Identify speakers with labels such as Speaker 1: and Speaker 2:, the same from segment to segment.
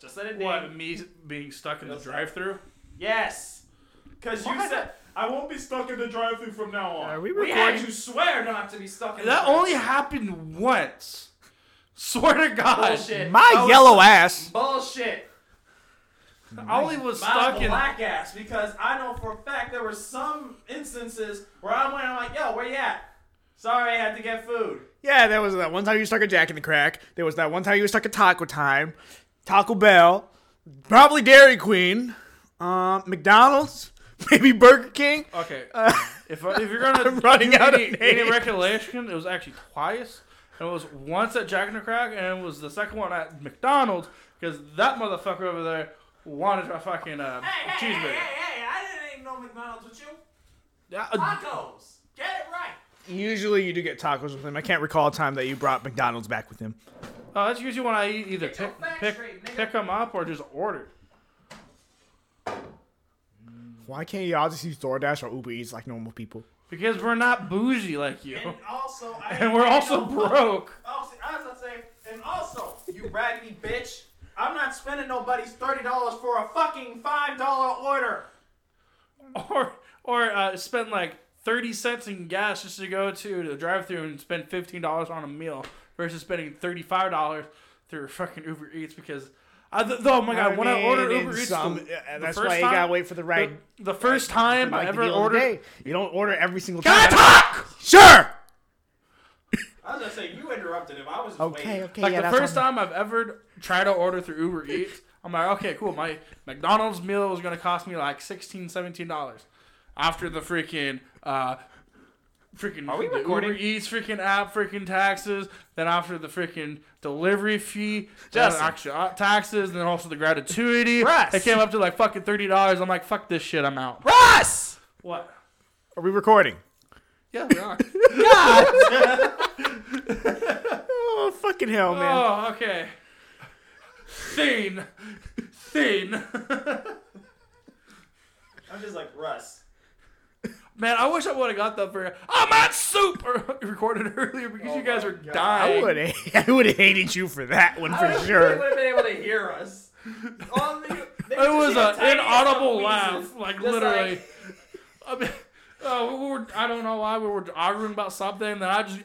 Speaker 1: Just let it name.
Speaker 2: What, me being stuck in the
Speaker 1: That's-
Speaker 2: drive through
Speaker 1: Yes. Because you
Speaker 2: Why?
Speaker 1: said I won't be stuck in the drive through from now on.
Speaker 3: Are we
Speaker 1: we had
Speaker 3: recording?
Speaker 1: you swear not to be stuck in the
Speaker 2: That
Speaker 1: drive-thru.
Speaker 2: only happened once. Swear to God.
Speaker 1: Bullshit.
Speaker 3: My
Speaker 1: I was-
Speaker 3: yellow ass.
Speaker 1: Bullshit.
Speaker 2: I only was
Speaker 1: My
Speaker 2: stuck in.
Speaker 1: black ass because I know for a fact there were some instances where I went, I'm like, yo, where you at? Sorry, I had to get food.
Speaker 3: Yeah, there was that one time you were stuck at Jack in the Crack. There was that one time you were stuck at Taco Time, Taco Bell, probably Dairy Queen, uh, McDonald's, maybe Burger King.
Speaker 2: Okay.
Speaker 3: Uh,
Speaker 2: If, if you're gonna
Speaker 3: I'm running
Speaker 2: do
Speaker 3: out of
Speaker 2: any,
Speaker 3: names.
Speaker 2: any recollection, it was actually twice. And it was once at Jack in the Crack, and it was the second one at McDonald's because that motherfucker over there wanted a fucking uh,
Speaker 1: Hey, hey, hey, hey,
Speaker 2: cheeseburger.
Speaker 1: hey, I didn't eat no McDonald's with you.
Speaker 2: Yeah, uh,
Speaker 1: Tacos. Get it right.
Speaker 3: usually you do get tacos with him. I can't recall a time that you brought McDonald's back with him.
Speaker 2: uh, that's usually when I eat either
Speaker 1: your
Speaker 2: pick
Speaker 1: facts
Speaker 2: pick
Speaker 1: straight, nigga.
Speaker 2: pick them up or just order.
Speaker 3: Why can't y'all just use DoorDash or Uber Eats like normal people?
Speaker 2: Because we're not bougie like you,
Speaker 1: And also, I
Speaker 2: and
Speaker 1: ain't
Speaker 2: we're
Speaker 1: paying
Speaker 2: also
Speaker 1: no fuck-
Speaker 2: broke.
Speaker 1: Also, Oh, I was gonna say, and also, you raggedy bitch, I'm not spending nobody's thirty dollars for a fucking five dollar order.
Speaker 2: or or uh, spend like thirty cents in gas just to go to the drive-through and spend fifteen dollars on a meal versus spending thirty-five dollars through fucking Uber Eats because. I, th- oh my god! When I
Speaker 3: mean,
Speaker 2: ordered
Speaker 3: in
Speaker 2: Uber Eats,
Speaker 3: some-
Speaker 2: the,
Speaker 3: uh,
Speaker 2: the
Speaker 3: that's
Speaker 2: first
Speaker 3: why you
Speaker 2: time,
Speaker 3: gotta wait for the right.
Speaker 2: The, the first time I
Speaker 3: like the
Speaker 2: ever
Speaker 3: deal of the
Speaker 2: ordered,
Speaker 3: day. You don't order every single
Speaker 2: Can I
Speaker 3: time.
Speaker 2: talk?
Speaker 3: Sure.
Speaker 1: I was gonna say you interrupted him. I was just
Speaker 3: Okay.
Speaker 1: waiting.
Speaker 3: Okay.
Speaker 2: like
Speaker 3: yeah,
Speaker 2: the
Speaker 3: that's
Speaker 2: first
Speaker 3: on-
Speaker 2: time I've ever tried to order through Uber Eats, I'm like, okay, cool. My McDonald's meal is gonna cost me like 16 dollars after the freaking uh, freaking
Speaker 1: Are we
Speaker 2: the
Speaker 1: recording?
Speaker 2: Uber Eats freaking app, freaking taxes. Then after the freaking delivery fee, then
Speaker 3: Justin.
Speaker 2: actually uh, taxes, and then also the gratuity.
Speaker 3: Russ.
Speaker 2: It came up to like fucking thirty dollars. I'm like, fuck this shit. I'm out.
Speaker 3: Russ.
Speaker 2: What?
Speaker 3: Are we recording?
Speaker 2: Yeah, we are.
Speaker 3: Oh fucking hell, man.
Speaker 2: oh, okay. Thin, thin.
Speaker 1: I'm just like Russ.
Speaker 2: Man, I wish I would have got that for I'm at soup or recorded earlier because
Speaker 1: Oh
Speaker 2: you guys
Speaker 1: my
Speaker 2: are
Speaker 1: God.
Speaker 2: dying.
Speaker 3: I would have I would have hated you for that one
Speaker 1: I
Speaker 3: for
Speaker 1: don't think they
Speaker 3: sure.
Speaker 1: would have been able to hear us. All the- they
Speaker 2: It
Speaker 1: just
Speaker 2: was
Speaker 1: hear
Speaker 2: an
Speaker 1: tiny little
Speaker 2: inaudible
Speaker 1: wheezes,
Speaker 2: laugh, like
Speaker 1: just
Speaker 2: literally.
Speaker 1: like-
Speaker 2: I mean, uh, we were, I don't know why we were arguing about something, and I just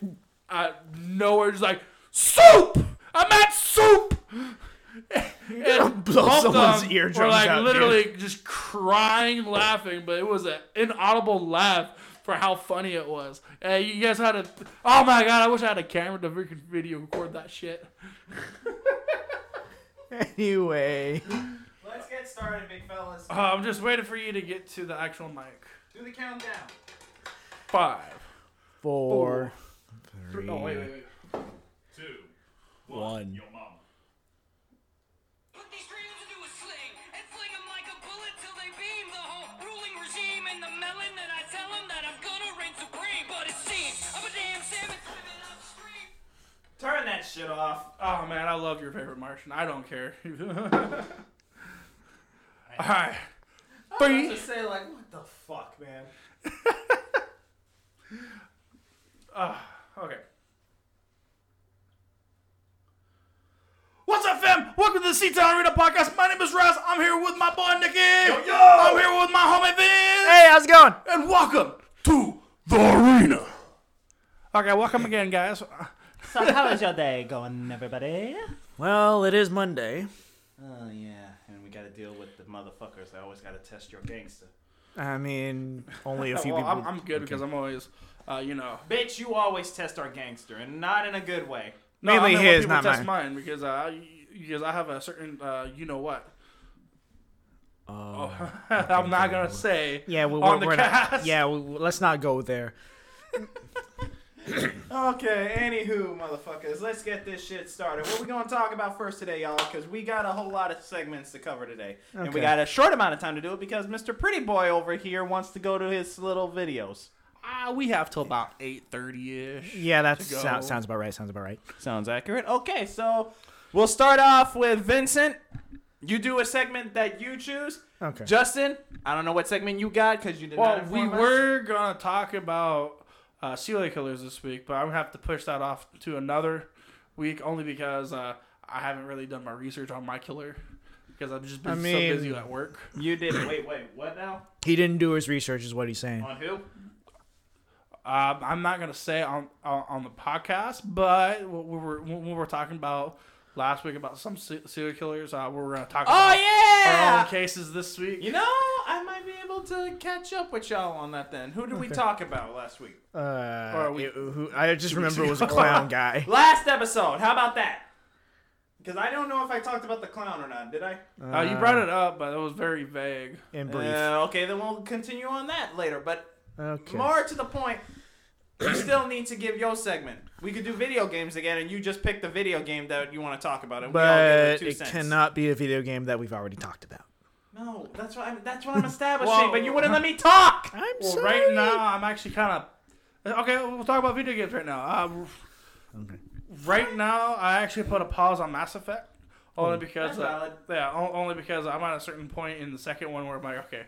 Speaker 2: I nowhere just like soup. I'm at soup.
Speaker 3: gonna
Speaker 2: And
Speaker 3: blow
Speaker 2: both of
Speaker 3: someone's
Speaker 2: them
Speaker 3: eardrums
Speaker 2: were like
Speaker 3: out, dude.
Speaker 2: literally just crying, laughing, but it was an inaudible laugh for how funny it was. And you guys had a oh my god! I wish I had a camera to freaking video record that shit.
Speaker 3: Anyway,
Speaker 1: Let's get started, big fellas.
Speaker 2: Uh, I'm just waiting for you to get to the actual mic.
Speaker 1: Do the countdown.
Speaker 2: Five.
Speaker 3: four, three,
Speaker 2: Oh wait, wait, wait.
Speaker 4: two,
Speaker 3: one.
Speaker 4: your mama.
Speaker 5: Put these dreams into a sling and fling 'em like a bullet till they beam the whole ruling regime in the melon. And I tell 'em that I'm gonna reign supreme. But it seems I'm a damn salmon swimming upstream.
Speaker 1: Turn that shit off.
Speaker 2: Oh man, I love your favorite Martian. I don't care. All right.
Speaker 1: I
Speaker 2: Three.
Speaker 1: was just say like, what the fuck, man?
Speaker 2: Okay. What's up, fam? Welcome to the C-Town Arena podcast. My name is Russ. I'm here with my boy Nicky. Yo,
Speaker 1: yo!
Speaker 2: I'm here with my homie Vince.
Speaker 3: Hey, how's it going?
Speaker 2: and welcome to the arena. Okay, welcome again, guys.
Speaker 6: So how is your day going, everybody?
Speaker 3: Well, it is Monday.
Speaker 6: Oh yeah, and we gotta deal with the motherfuckers. I always gotta test your gangster.
Speaker 3: I mean, only a few
Speaker 2: Well,
Speaker 3: people.
Speaker 2: I'm, I'm good because I'm always, uh, you know,
Speaker 1: Bitch, you always test our gangster, and not in a good way.
Speaker 2: No,
Speaker 3: Mainly
Speaker 2: I meant
Speaker 3: his,
Speaker 2: when people
Speaker 3: not
Speaker 2: test mine. because uh, y- because I have a certain uh, you know what. Oh, I'm not gonna say.
Speaker 3: yeah, we,
Speaker 2: on
Speaker 3: we're,
Speaker 2: the
Speaker 3: we're not.
Speaker 2: cast.
Speaker 3: Yeah, we, we- let's not go there.
Speaker 1: Okay, anywho, motherfuckers, let's get this shit started. What we gonna talk about first today, y'all? Because we got a whole lot of segments to cover today, and we
Speaker 3: Okay.
Speaker 1: got a short amount of time to do it because Mr. Pretty Boy over here wants to go to his little videos.
Speaker 2: Ah, we have till about eight thirty ish.
Speaker 3: Yeah, that
Speaker 2: go.
Speaker 3: sounds sounds about right. Sounds about right.
Speaker 1: Sounds accurate. Okay, so we'll start off with Vincent. You do a segment that you choose.
Speaker 3: Okay.
Speaker 1: Justin, I don't know what segment you got because you did
Speaker 2: Well,
Speaker 1: not.
Speaker 2: we
Speaker 1: inform us.
Speaker 2: were gonna talk about uh, serial killers this week, but I'm gonna have to push that off to another week only because uh, I haven't really done my research on my killer. because I've just been
Speaker 3: I mean-
Speaker 2: so busy at work.
Speaker 1: You did. Wait, wait. What now?
Speaker 3: He didn't do his research, is what he's saying.
Speaker 1: On who?
Speaker 2: Um, I'm not gonna say on on, on the podcast, but what we were what we were talking about last week about some se- serial killers, uh, we're gonna
Speaker 1: Oh,
Speaker 2: talk about our own cases this week.
Speaker 1: You know, I might be able to catch up with y'all on that then. Who did we talk about last week?
Speaker 3: Uh,
Speaker 2: we-
Speaker 3: it- who, I just remember it was a clown guy.
Speaker 1: Last episode. How about that? Because I don't know if I talked about the clown or not. Did I?
Speaker 2: Uh, you brought it up, but it was very vague.
Speaker 3: in brief.
Speaker 1: Uh, okay, then we'll continue on that later. But
Speaker 3: okay.
Speaker 1: more to the point, you still need to give your segment. We could do video games again, and you just pick the video game that you want to talk about, and we all give it
Speaker 3: but
Speaker 1: two
Speaker 3: it
Speaker 1: cents.
Speaker 3: cannot be a video game that we've already talked about.
Speaker 1: No, that's what I'm. That's what I'm establishing.
Speaker 2: Well-
Speaker 1: but you wouldn't let me talk.
Speaker 3: I'm
Speaker 2: Well, right now I'm actually kind of okay. We'll talk about video games right now. Uh, Right now, I actually put a pause on Mass Effect only because
Speaker 1: That's
Speaker 2: uh,
Speaker 1: valid.
Speaker 2: yeah, o- only because I'm at a certain point in the second one where I'm like, okay,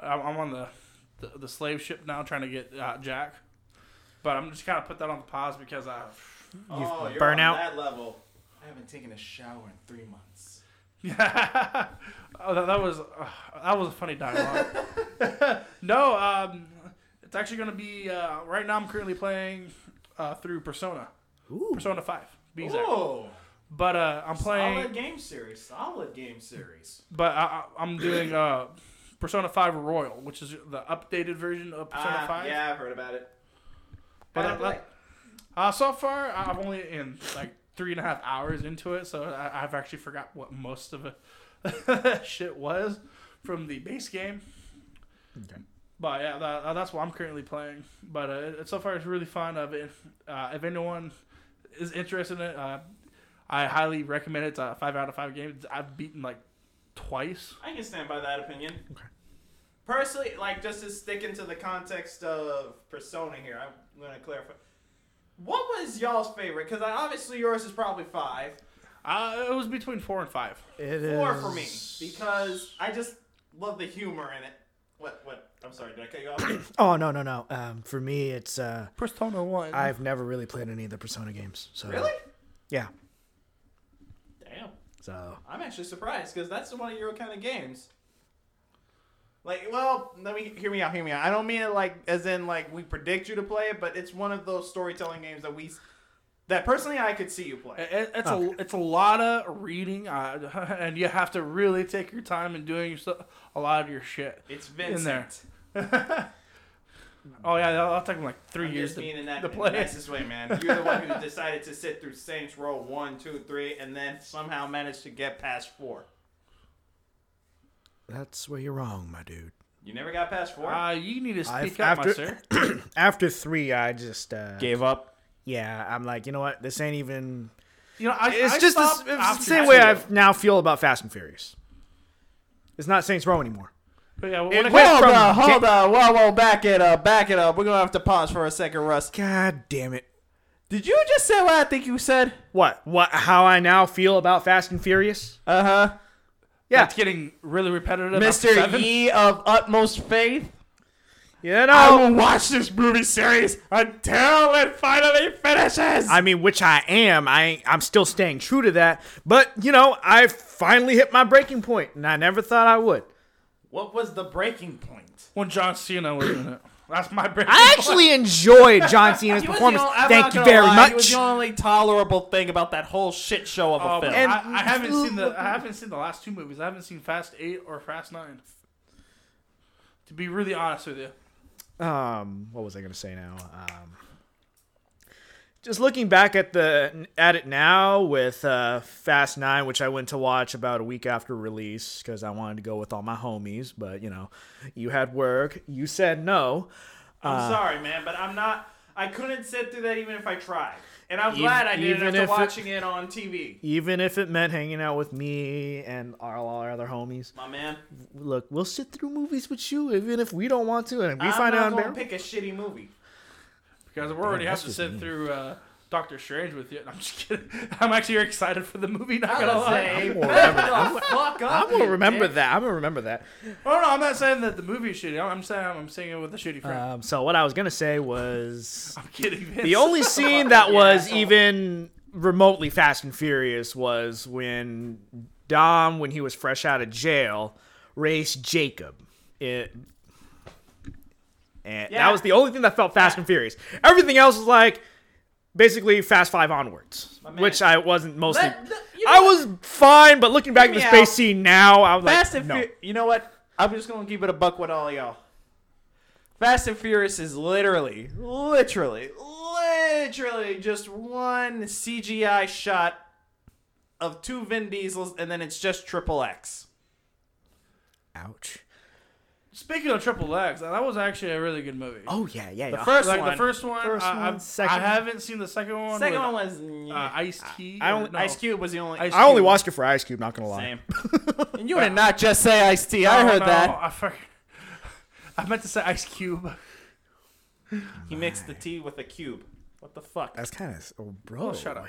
Speaker 2: I'm, I'm on the, the the slave ship now trying to get uh, Jack, but I'm just kind of put that on the pause because I
Speaker 1: oh, you're
Speaker 3: burnout.
Speaker 1: on that level. I haven't taken a shower in three months.
Speaker 2: yeah, oh, that, that was uh, that was a funny dialogue. no, um, it's actually gonna be uh, right now. I'm currently playing uh, through Persona,
Speaker 3: Ooh.
Speaker 2: Persona Five. to Be exact.
Speaker 1: Oh,
Speaker 2: But uh, I'm playing.
Speaker 1: solid game series. Solid game series.
Speaker 2: But I, I- I'm doing uh, Persona 5 Royal, which is the updated version of Persona
Speaker 1: Ah,
Speaker 2: 5.
Speaker 1: yeah, I've heard about it.
Speaker 2: But
Speaker 1: How'd it
Speaker 2: that-
Speaker 1: play?
Speaker 2: Uh, so far, I- I'm only in like three and a half hours into it, so I, I've actually forgot what most of it shit was from the base game.
Speaker 3: Okay.
Speaker 2: But yeah, that, uh, that's what I'm currently playing. But uh, it- so far, it's really fun. Of it. Uh, if anyone is interested in it, uh, I highly recommend it. It's a five out of five game. I've beaten like twice.
Speaker 1: I can stand by that opinion. Okay. Personally, like just to stick into the context of persona here, I'm gonna clarify. What was y'all's favorite? Because obviously yours is probably five.
Speaker 2: Uh, it was between four and five.
Speaker 3: It is
Speaker 1: Four for me because I just love the humor in it. What? What? I'm sorry. Did I cut you off?
Speaker 3: Oh no no no. Um, for me, it's uh,
Speaker 2: Persona 1.
Speaker 3: I've never really played any of the Persona games. So
Speaker 1: really?
Speaker 3: Yeah.
Speaker 1: Damn.
Speaker 3: So
Speaker 1: I'm actually surprised because that's one of your kind of games. Like, well, let me hear me out. Hear me out. I don't mean it like as in like we predict you to play it, but it's one of those storytelling games that we that personally I could see you play.
Speaker 2: It- it- it's a it's a lot of reading, uh, and you have to really take your time in doing so- a lot of your shit.
Speaker 1: It's Vincent.
Speaker 2: there. Oh yeah, that'll, that'll take them like 3
Speaker 1: I'm
Speaker 2: years
Speaker 1: just
Speaker 2: to,
Speaker 1: mean in that
Speaker 2: to
Speaker 1: in
Speaker 2: play.
Speaker 1: the nicest way, man. You're the one who decided to sit through Saints Row one, two, three, and then somehow managed to get past four.
Speaker 3: that's where you're wrong, my dude.
Speaker 1: You never got past four.
Speaker 2: Uh, you need to speak
Speaker 3: I've-
Speaker 2: up, my
Speaker 3: after-
Speaker 2: sir.
Speaker 3: After three, I just uh,
Speaker 1: Gave up.
Speaker 3: yeah. I'm like, you know what? This ain't even.
Speaker 2: You know, I,
Speaker 3: It's
Speaker 2: I
Speaker 3: just the s-
Speaker 2: stopped
Speaker 3: it's the
Speaker 2: after
Speaker 3: same
Speaker 2: two.
Speaker 3: way I now feel about Fast and Furious. It's not Saints Row anymore.
Speaker 2: But yeah, when
Speaker 3: it
Speaker 2: it
Speaker 3: went
Speaker 2: comes-
Speaker 1: Hold
Speaker 3: from-
Speaker 1: on, hold on, whoa, whoa, back it up, back it up. We're gonna have to pause for a second, Russ.
Speaker 3: God damn it!
Speaker 1: Did you just say what I think you said?
Speaker 3: What? What? How I now feel about Fast and Furious?
Speaker 1: Uh huh.
Speaker 3: Yeah,
Speaker 2: it's getting really repetitive. after
Speaker 1: Mr.
Speaker 2: seven.
Speaker 1: Ye of utmost faith.
Speaker 3: you know.
Speaker 1: I will watch this movie series until it finally finishes.
Speaker 3: I mean, which I am. I I'm still staying true to that. But you know, I finally hit my breaking point, and I never thought I would.
Speaker 1: what was the breaking point?
Speaker 2: when John Cena was in it. That's my brain.
Speaker 3: I actually enjoyed John Cena's performance. Thank you very
Speaker 1: It
Speaker 3: much.
Speaker 1: was the only tolerable thing about that whole shit show of a
Speaker 2: Oh,
Speaker 1: film.
Speaker 2: man, I, I haven't seen the I haven't seen the last two movies. I haven't seen Fast Eight or Fast Nine. To be really honest with you,
Speaker 3: um, what was I gonna say now? Um, just looking back at the at it now with uh, Fast Nine, which I went to watch about a week after release because I wanted to go with all my homies. But you know, you had work. You said no. Uh,
Speaker 1: I'm sorry, man, but I'm not. I couldn't sit through that even if I tried. And I'm
Speaker 3: Ev-
Speaker 1: glad I did E-
Speaker 3: even
Speaker 1: it after
Speaker 3: if it-
Speaker 1: watching it on TV.
Speaker 3: even if it meant hanging out with me and our, all our other homies.
Speaker 1: My man,
Speaker 3: Look, we'll sit through movies with you, even if we don't want to, and if we
Speaker 1: I'm
Speaker 3: find
Speaker 1: not
Speaker 3: out.
Speaker 1: gonna
Speaker 3: Embar-
Speaker 1: pick a shitty movie.
Speaker 2: Because we already have to sit through uh, Doctor Strange with you. I'm just kidding. I'm actually excited for the movie. Not gonna
Speaker 7: Oh,
Speaker 2: lie.
Speaker 1: Say,
Speaker 3: gonna remember
Speaker 1: the fuck up,
Speaker 3: I'm gonna
Speaker 1: you
Speaker 3: remember
Speaker 1: dick.
Speaker 3: that. I'm gonna remember that.
Speaker 2: Oh no, I'm not saying that the movie is shitty. I'm, I'm saying I'm, saying it with a shitty friend.
Speaker 7: Uh,
Speaker 3: Um, so what I was gonna say was
Speaker 2: I'm kidding. Vince.
Speaker 3: the only scene that was even remotely Fast and Furious was when Dom, when he was fresh out of jail, raced Jacob. It, and
Speaker 7: Yeah.
Speaker 3: that was the only thing that felt Fast and Furious. Everything else was like basically Fast Five onwards,
Speaker 7: man.
Speaker 3: which I wasn't mostly.
Speaker 7: Let- let- you know
Speaker 3: I
Speaker 7: what?
Speaker 3: was fine, but looking back at
Speaker 7: Hear
Speaker 3: the
Speaker 7: me
Speaker 3: space
Speaker 7: out.
Speaker 3: scene now, I was
Speaker 7: Fast
Speaker 3: like,
Speaker 7: and
Speaker 3: no.
Speaker 7: Furious. You know what? I'm just gonna keep it a buck with all y'all. Fast and Furious is literally, literally, literally just one CGI shot of two Vin Diesels, and then it's just triple X.
Speaker 3: Ouch.
Speaker 2: Speaking of Triple X, that was actually a really good movie.
Speaker 3: Oh yeah, yeah, yeah.
Speaker 7: The first
Speaker 2: like
Speaker 7: one.
Speaker 2: the first one,
Speaker 3: First
Speaker 2: I,
Speaker 3: one,
Speaker 2: I've- I
Speaker 3: second-
Speaker 2: haven't seen the second one.
Speaker 7: Second one
Speaker 2: with,
Speaker 7: was
Speaker 2: uh,
Speaker 7: yeah.
Speaker 2: Ice T.
Speaker 3: I
Speaker 2: or
Speaker 3: don't-
Speaker 2: no.
Speaker 7: Ice Cube was the only.
Speaker 2: Ice
Speaker 3: I only
Speaker 2: Cube.
Speaker 3: watched it for Ice Cube. Not gonna lie.
Speaker 7: Same. and you did not just say Ice T. I
Speaker 2: Oh,
Speaker 7: heard
Speaker 2: no,
Speaker 7: that.
Speaker 2: I fuck. I meant to say Ice Cube.
Speaker 7: He mixed the T with a cube. What the fuck?
Speaker 3: That's kind of oh, bro.
Speaker 2: shut up.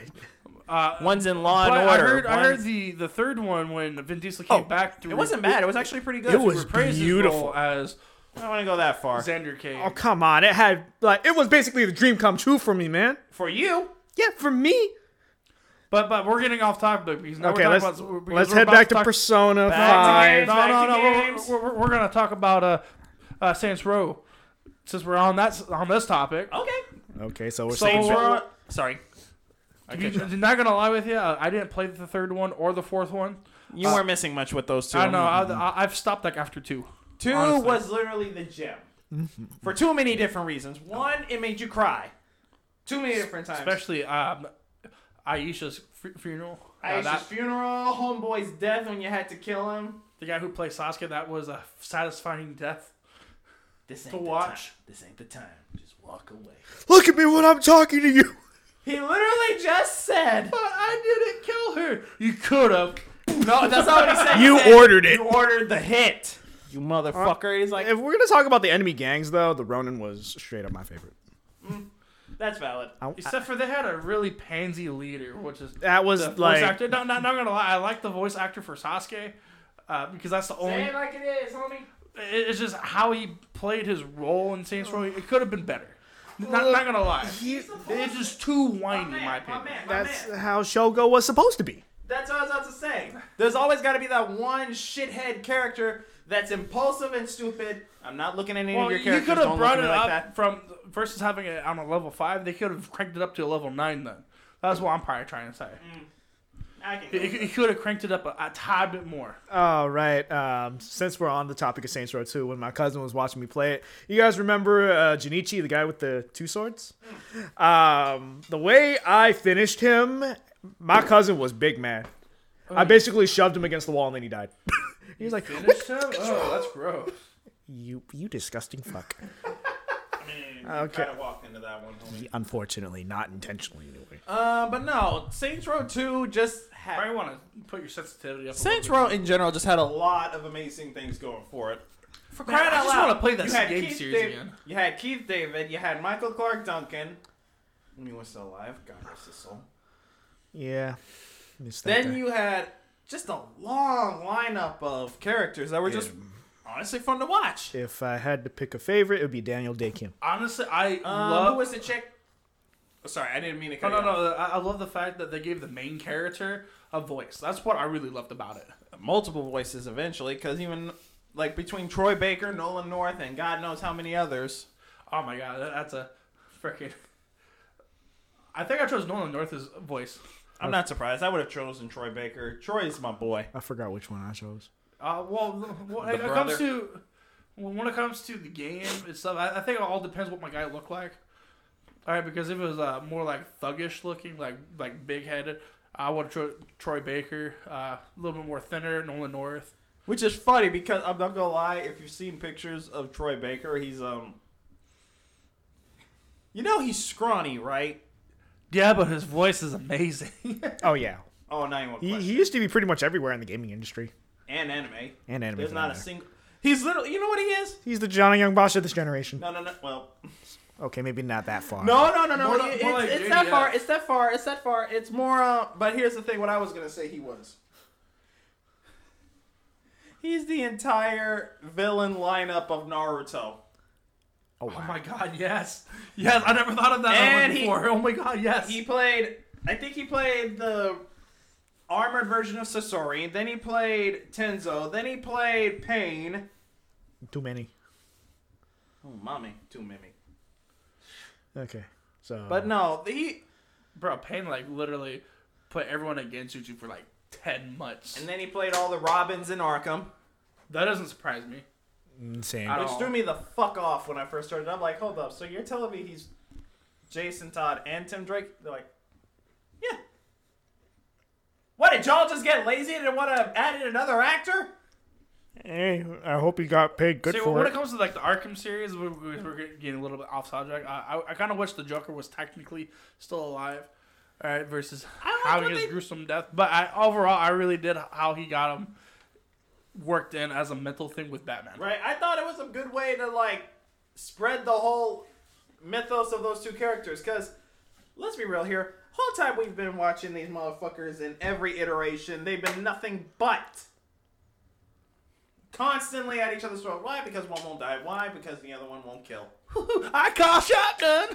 Speaker 2: Uh,
Speaker 7: One's in Law
Speaker 2: but
Speaker 7: and
Speaker 2: I
Speaker 7: Order.
Speaker 2: heard, I heard
Speaker 7: one's-
Speaker 2: the, the third one when Vin Diesel came
Speaker 7: Oh,
Speaker 2: back. To
Speaker 7: it wasn't bad. It was actually pretty good.
Speaker 3: It was
Speaker 2: praise his
Speaker 3: beautiful.
Speaker 2: role as
Speaker 7: I don't want to go that far.
Speaker 2: Xander Cage.
Speaker 3: Oh come on! It had like it was basically the dream come true for me, man.
Speaker 7: For you,
Speaker 3: Yeah, for me.
Speaker 2: But but we're getting off topic because now
Speaker 3: Okay,
Speaker 2: we're
Speaker 3: let's
Speaker 2: talking about, because
Speaker 3: let's
Speaker 2: we're
Speaker 3: head
Speaker 2: about
Speaker 3: back to
Speaker 2: talk-
Speaker 3: Persona
Speaker 7: Back
Speaker 3: Five.
Speaker 7: to games.
Speaker 2: No no
Speaker 7: Back to
Speaker 2: no, we're,
Speaker 7: games.
Speaker 2: we're, we're gonna talk about uh, uh Saints Row since we're on that s- on this topic.
Speaker 7: okay.
Speaker 3: Okay, so we're
Speaker 2: So
Speaker 3: saying
Speaker 2: we're on,
Speaker 7: Sorry.
Speaker 2: to be- I'm not gonna lie with you, uh, I didn't play the third one or the fourth one.
Speaker 7: You weren't missing much with those two.
Speaker 2: I know I, I, I've stopped like after two.
Speaker 7: Uh, Two
Speaker 2: honestly.
Speaker 7: was literally the gem. For too many different reasons. One, it made you cry. Too many different times.
Speaker 2: especially um, Aisha's fu- funeral. Uh,
Speaker 7: Aisha's
Speaker 2: that-
Speaker 7: funeral, homeboy's death when you had to kill him.
Speaker 2: the guy who played Sasuke, that was a satisfying death.
Speaker 7: This ain't
Speaker 2: To
Speaker 7: the
Speaker 2: watch.
Speaker 7: Time. This ain't the time. Just walk away.
Speaker 3: look at me when I'm talking to you.
Speaker 7: He literally just said.
Speaker 2: But I didn't kill her. You could have.
Speaker 7: No, that's not what he said. He
Speaker 3: You
Speaker 7: said,
Speaker 3: ordered it.
Speaker 7: You ordered the hit. You motherfucker. He's like,
Speaker 3: If we're gonna talk about the enemy gangs, though, the Ronin was straight up my favorite.
Speaker 7: that's valid.
Speaker 3: I- I-
Speaker 2: Except for they had a really pansy leader, which is
Speaker 3: that was
Speaker 2: the voice
Speaker 3: like
Speaker 2: actor. No, no, not gonna lie, I like the voice actor for Sasuke. Uh, because that's the only.
Speaker 7: Say it
Speaker 2: it-
Speaker 7: like it is, homie.
Speaker 2: It's just how he played his role in Saints Row. It could have been better. Not, not gonna lie. It's just too whiny, in my opinion.
Speaker 3: that's
Speaker 7: uh,
Speaker 3: how Shogo was supposed to be.
Speaker 7: That's what I was about to say. There's always got to be that one shithead character that's impulsive and stupid. I'm not looking at any
Speaker 2: Well,
Speaker 7: of your
Speaker 2: you could
Speaker 7: characters.
Speaker 2: have
Speaker 7: Don't look
Speaker 2: brought
Speaker 7: at
Speaker 2: it
Speaker 7: me like
Speaker 2: up
Speaker 7: that.
Speaker 2: from versus having it on a level five. They could have cranked it up to a level nine then. That's what I'm probably trying to say.
Speaker 7: I can
Speaker 2: It, it could have cranked it up a, a tad bit more.
Speaker 3: All Oh, right. Um, since we're on the topic of Saints Row 2, when my cousin was watching me play it, you guys remember uh, Junichi, the guy with the two swords? Um, the way I finished him, my cousin was big man. I basically shoved him against the wall and then he died. he was like, "What?
Speaker 2: Finish him? Oh, that's gross.
Speaker 3: you, you disgusting fuck."
Speaker 1: Okay.
Speaker 3: Okay.
Speaker 1: Kind of walked into that one. homie.
Speaker 3: Unfortunately, not intentionally anyway.
Speaker 7: Uh, but no, Saints Row 2 just had.
Speaker 2: Probably want to put your sensitivity up. a
Speaker 7: Saints
Speaker 2: little bit.
Speaker 7: Row in general just had
Speaker 1: A
Speaker 7: a lot.
Speaker 1: lot of amazing things going for it.
Speaker 7: For
Speaker 2: Man,
Speaker 7: crying
Speaker 2: I
Speaker 7: out
Speaker 2: just
Speaker 7: loud.
Speaker 2: wanna play this
Speaker 7: You had
Speaker 2: game
Speaker 7: Keith
Speaker 2: series
Speaker 7: Dav-
Speaker 2: again.
Speaker 7: You had Keith David. You had Michael Clark Duncan. When he was still alive. God rest his soul.
Speaker 3: Yeah. Missed that
Speaker 7: Then
Speaker 3: guy.
Speaker 7: you had just a long lineup of characters that were just honestly fun to watch.
Speaker 3: if I had to pick a favorite, it would be Daniel Day Kim.
Speaker 2: Honestly, I
Speaker 7: Um,
Speaker 2: love.
Speaker 7: Who was the chick? Oh, sorry, I didn't mean to
Speaker 2: no,
Speaker 7: cut
Speaker 2: no,
Speaker 7: you off.
Speaker 2: no. I, I love the fact that they gave the main character a voice. That's what I really loved about it.
Speaker 7: Multiple voices eventually, because even like between Troy Baker, Nolan North, and God knows how many others.
Speaker 2: Oh my god, that, that's a freaking. I think I chose Nolan North's voice.
Speaker 7: I'm not surprised. I would have chosen Troy Baker. Troy's my boy.
Speaker 3: I forgot which one I chose.
Speaker 2: Uh, well, when it
Speaker 7: brother.
Speaker 2: comes to well, when it comes to the game itself, I, I think it all depends what my guy looked like. All right, because if it was uh, more like thuggish looking, like like big headed, I would Tro- Troy Baker, uh, a little bit more thinner, Nolan North.
Speaker 7: Which is funny because I'm not gonna lie. If you've seen pictures of Troy Baker, he's um, you know he's scrawny, right?
Speaker 2: Yeah, but his voice is amazing.
Speaker 3: Oh yeah.
Speaker 7: Oh, now you want
Speaker 3: He,
Speaker 7: to
Speaker 3: he used to be pretty much everywhere in the gaming industry.
Speaker 7: and anime.
Speaker 3: And anime
Speaker 7: There's
Speaker 3: for
Speaker 7: not
Speaker 3: that
Speaker 7: a
Speaker 3: matter.
Speaker 7: single. He's literally. You know what he is?
Speaker 3: He's the Johnny Young Bosch of this generation.
Speaker 7: No, no, no. Well,
Speaker 3: Okay, maybe not that far.
Speaker 7: No, no, no, no.
Speaker 2: More
Speaker 7: it-
Speaker 2: like-
Speaker 7: it's
Speaker 2: more like
Speaker 7: it's
Speaker 2: JDF.
Speaker 7: that far. It's that far. It's that far. It's more. Uh, but here's the thing. What I was gonna say, he was. He's the entire villain lineup of Naruto,
Speaker 3: Oh,
Speaker 2: oh
Speaker 3: wow.
Speaker 2: my god, yes, yes, I never thought of that
Speaker 7: And
Speaker 2: one
Speaker 7: he-
Speaker 2: before. oh my god, yes,
Speaker 7: he played I think he played the armored version of Sasori. Then he played Tenzo. Then he played Pain.
Speaker 3: Too many.
Speaker 7: Oh, mommy, too many.
Speaker 3: Okay. So.
Speaker 7: But no, he.
Speaker 2: Bro, Pain like literally put everyone against Juju for like ten months.
Speaker 7: And then he played all the Robins in Arkham,
Speaker 2: that doesn't surprise me.
Speaker 3: Insane.
Speaker 2: I
Speaker 7: which
Speaker 2: don't-
Speaker 7: threw me the fuck off when I first started. I'm like, hold up, so you're telling me he's Jason Todd and Tim Drake? They're like, yeah. What did y'all just get lazy and want to add in another actor?
Speaker 3: Hey, I hope he got paid good
Speaker 2: See,
Speaker 3: for
Speaker 2: when
Speaker 3: it.
Speaker 2: it comes to like the Arkham series, we- we- we're, getting a little bit off subject. I, I, I kind of wish the Joker was technically still alive, all right, versus
Speaker 7: I like
Speaker 2: having
Speaker 7: what
Speaker 2: his
Speaker 7: they-
Speaker 2: gruesome death. But I, overall, I really did how he got him worked in as a mental thing with Batman.
Speaker 7: Right? I thought it was a good way to like spread the whole mythos of those two characters. Cause let's be real here, whole time we've been watching these motherfuckers in every iteration, they've been nothing but constantly at each other's throat. Why? Because one won't die. Why? Because the other one won't kill.
Speaker 2: I call shotgun.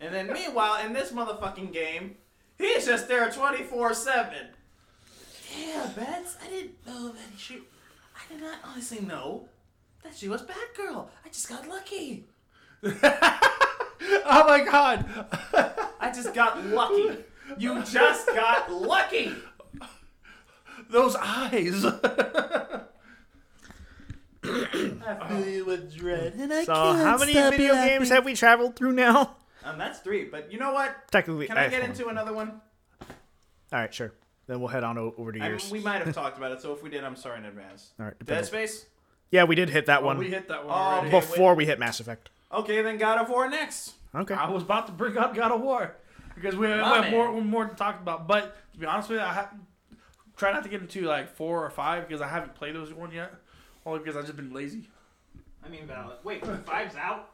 Speaker 7: And then meanwhile, in this motherfucking game, he's just there 24 7. Yeah, Bets, I didn't know that she. I did not honestly know that she was Batgirl. I just got lucky.
Speaker 2: Oh my god.
Speaker 7: I just got lucky. You just got lucky.
Speaker 2: Those eyes.
Speaker 7: I
Speaker 2: Oh.
Speaker 7: feel you with dread. And I
Speaker 3: So, how many video games have we traveled through now?
Speaker 7: Um, that's three, but you know what?
Speaker 3: Technically,
Speaker 7: Can I
Speaker 3: iPhone.
Speaker 7: get into another one?
Speaker 3: All right, sure. Then we'll head on o- over to
Speaker 7: I mean,
Speaker 3: yours.
Speaker 7: we might have talked about it, so if we did, I'm sorry in advance.
Speaker 3: All right,
Speaker 7: Dead
Speaker 3: depends.
Speaker 7: Space?
Speaker 3: yeah, we did hit that one
Speaker 2: we hit that one
Speaker 7: Oh,
Speaker 2: already.
Speaker 7: okay.
Speaker 3: before we hit Mass Effect.
Speaker 7: Okay, then God of War next.
Speaker 3: Okay.
Speaker 2: I was about to bring up God of War because we we
Speaker 7: My
Speaker 2: have
Speaker 7: man.
Speaker 2: more, more to talk about. But to be honest with you, I ha- try not to get into like four or five because I haven't played those one yet. Only because I've just been lazy.
Speaker 7: I mean, wait, five's out?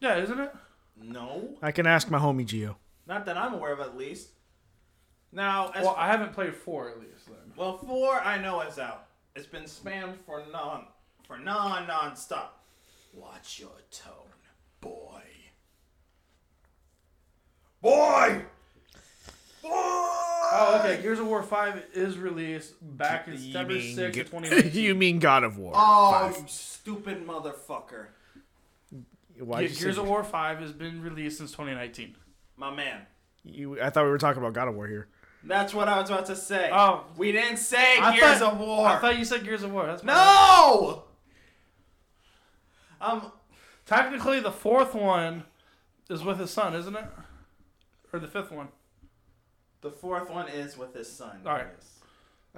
Speaker 2: Yeah, isn't it?
Speaker 7: No.
Speaker 3: I can ask my homie Geo.
Speaker 7: Not that I'm aware of, at least. Now, as
Speaker 2: Well, I haven't played four at least. Then.
Speaker 7: Well, four I know is out. It's been spammed for non for non non stop. Watch your tone, boy. Boy. Boy.
Speaker 2: Oh, okay. Gears of War Five is released back in September sixth, of twenty nineteen.
Speaker 3: you mean God of War?
Speaker 7: Oh,
Speaker 3: Five.
Speaker 7: you stupid motherfucker,
Speaker 3: Why'd
Speaker 2: Yeah,
Speaker 3: you say-
Speaker 2: Gears of War Five has been released since twenty nineteen.
Speaker 7: my man.
Speaker 3: you- I thought we were talking about God of War here.
Speaker 7: That's what I was about to say.
Speaker 2: Oh.
Speaker 7: we didn't say
Speaker 2: I
Speaker 7: Gears
Speaker 2: thought-
Speaker 7: of War.
Speaker 2: I thought you said Gears of War. That's my bad.
Speaker 7: no. Um,
Speaker 2: Technically, the fourth one is with his son, isn't it? Or the fifth one.
Speaker 7: the fourth one is with his son.
Speaker 2: All right.
Speaker 7: yes.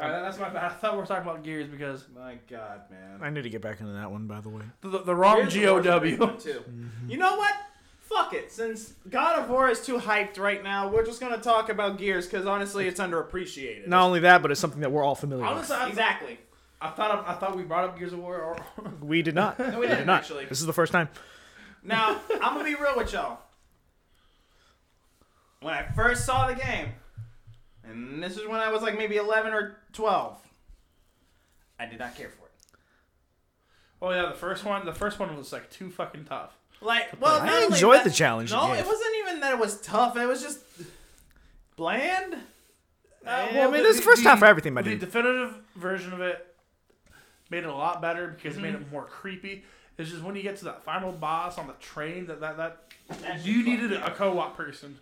Speaker 2: All right, that's my bad. I thought we were talking about Gears because
Speaker 7: My God, man.
Speaker 3: I need to get back into that one, by the way.
Speaker 2: The, the wrong
Speaker 7: Here's the worst one,
Speaker 2: GOW.
Speaker 7: too.
Speaker 3: Mm-hmm.
Speaker 7: You know what? Fuck it. Since God of War is too hyped right now, we're just gonna talk about Gears because honestly, it's underappreciated.
Speaker 3: Not only that, but it's something that we're all familiar
Speaker 2: Honestly, I,
Speaker 7: exactly.
Speaker 2: I thought I thought we brought up Gears of War. Or,
Speaker 3: with. We did not.
Speaker 7: we didn't,
Speaker 3: did not.
Speaker 7: actually.
Speaker 3: This is the first time.
Speaker 7: Now I'm gonna be real with y'all. When I first saw the game, and this is when I was like maybe 11 or 12, I did not care for it.
Speaker 2: oh yeah, the first one. The first one was like too fucking tough.
Speaker 7: Like, well,
Speaker 3: I
Speaker 7: not only
Speaker 3: enjoyed
Speaker 7: that-
Speaker 3: the challenge
Speaker 7: No,
Speaker 3: it
Speaker 7: it
Speaker 3: gave.
Speaker 7: wasn't even that it was tough. It was just bland.
Speaker 2: Uh,
Speaker 3: I mean, Eh, this is the first time for everything, my
Speaker 2: The
Speaker 3: dude.
Speaker 2: definitive version of it made it a lot better because it made
Speaker 3: Mm-hmm.
Speaker 2: it more creepy. It's just when you get to that final boss on the train that that, that you needed a co-op person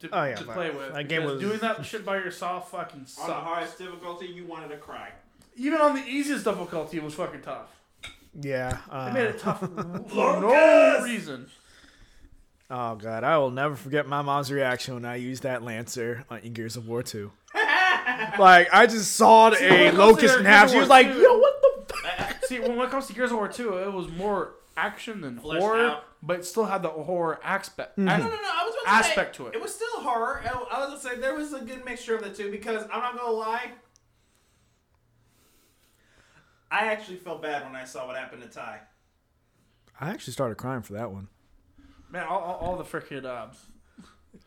Speaker 2: to,
Speaker 3: Oh, yeah,
Speaker 2: to
Speaker 3: but
Speaker 2: play with.
Speaker 3: that game
Speaker 2: because
Speaker 3: was-
Speaker 2: doing that shit by yourself fucking
Speaker 7: On the
Speaker 2: sucked.
Speaker 7: hardest difficulty, you wanted to cry.
Speaker 2: Even on the easiest difficulty, it was fucking tough.
Speaker 3: Yeah. Uh,
Speaker 2: It made it tough for no reason.
Speaker 3: Oh god, I will never forget my mom's reaction when I used that lancer on in Gears of War 2. like I just sawed
Speaker 2: when it
Speaker 3: a
Speaker 2: comes to
Speaker 3: locust
Speaker 2: Gears
Speaker 3: in half.
Speaker 2: of
Speaker 3: She was
Speaker 2: War
Speaker 3: like,
Speaker 2: 2,
Speaker 3: "Yo, what the?" Fuck?
Speaker 2: See, when it comes to Gears of War 2, it was more action than
Speaker 7: Fleshed
Speaker 2: horror,
Speaker 7: out.
Speaker 2: but it still had the horror aspect.
Speaker 7: No, no, no. I was about to
Speaker 2: Aspect
Speaker 7: say,
Speaker 2: to it.
Speaker 7: It was still horror. I I was gonna say there was a good mixture of the two because I'm not gonna lie. I actually felt bad when I saw what happened to Ty.
Speaker 3: I actually started crying for that one.
Speaker 2: Man, all, all, all the freaking. Uh,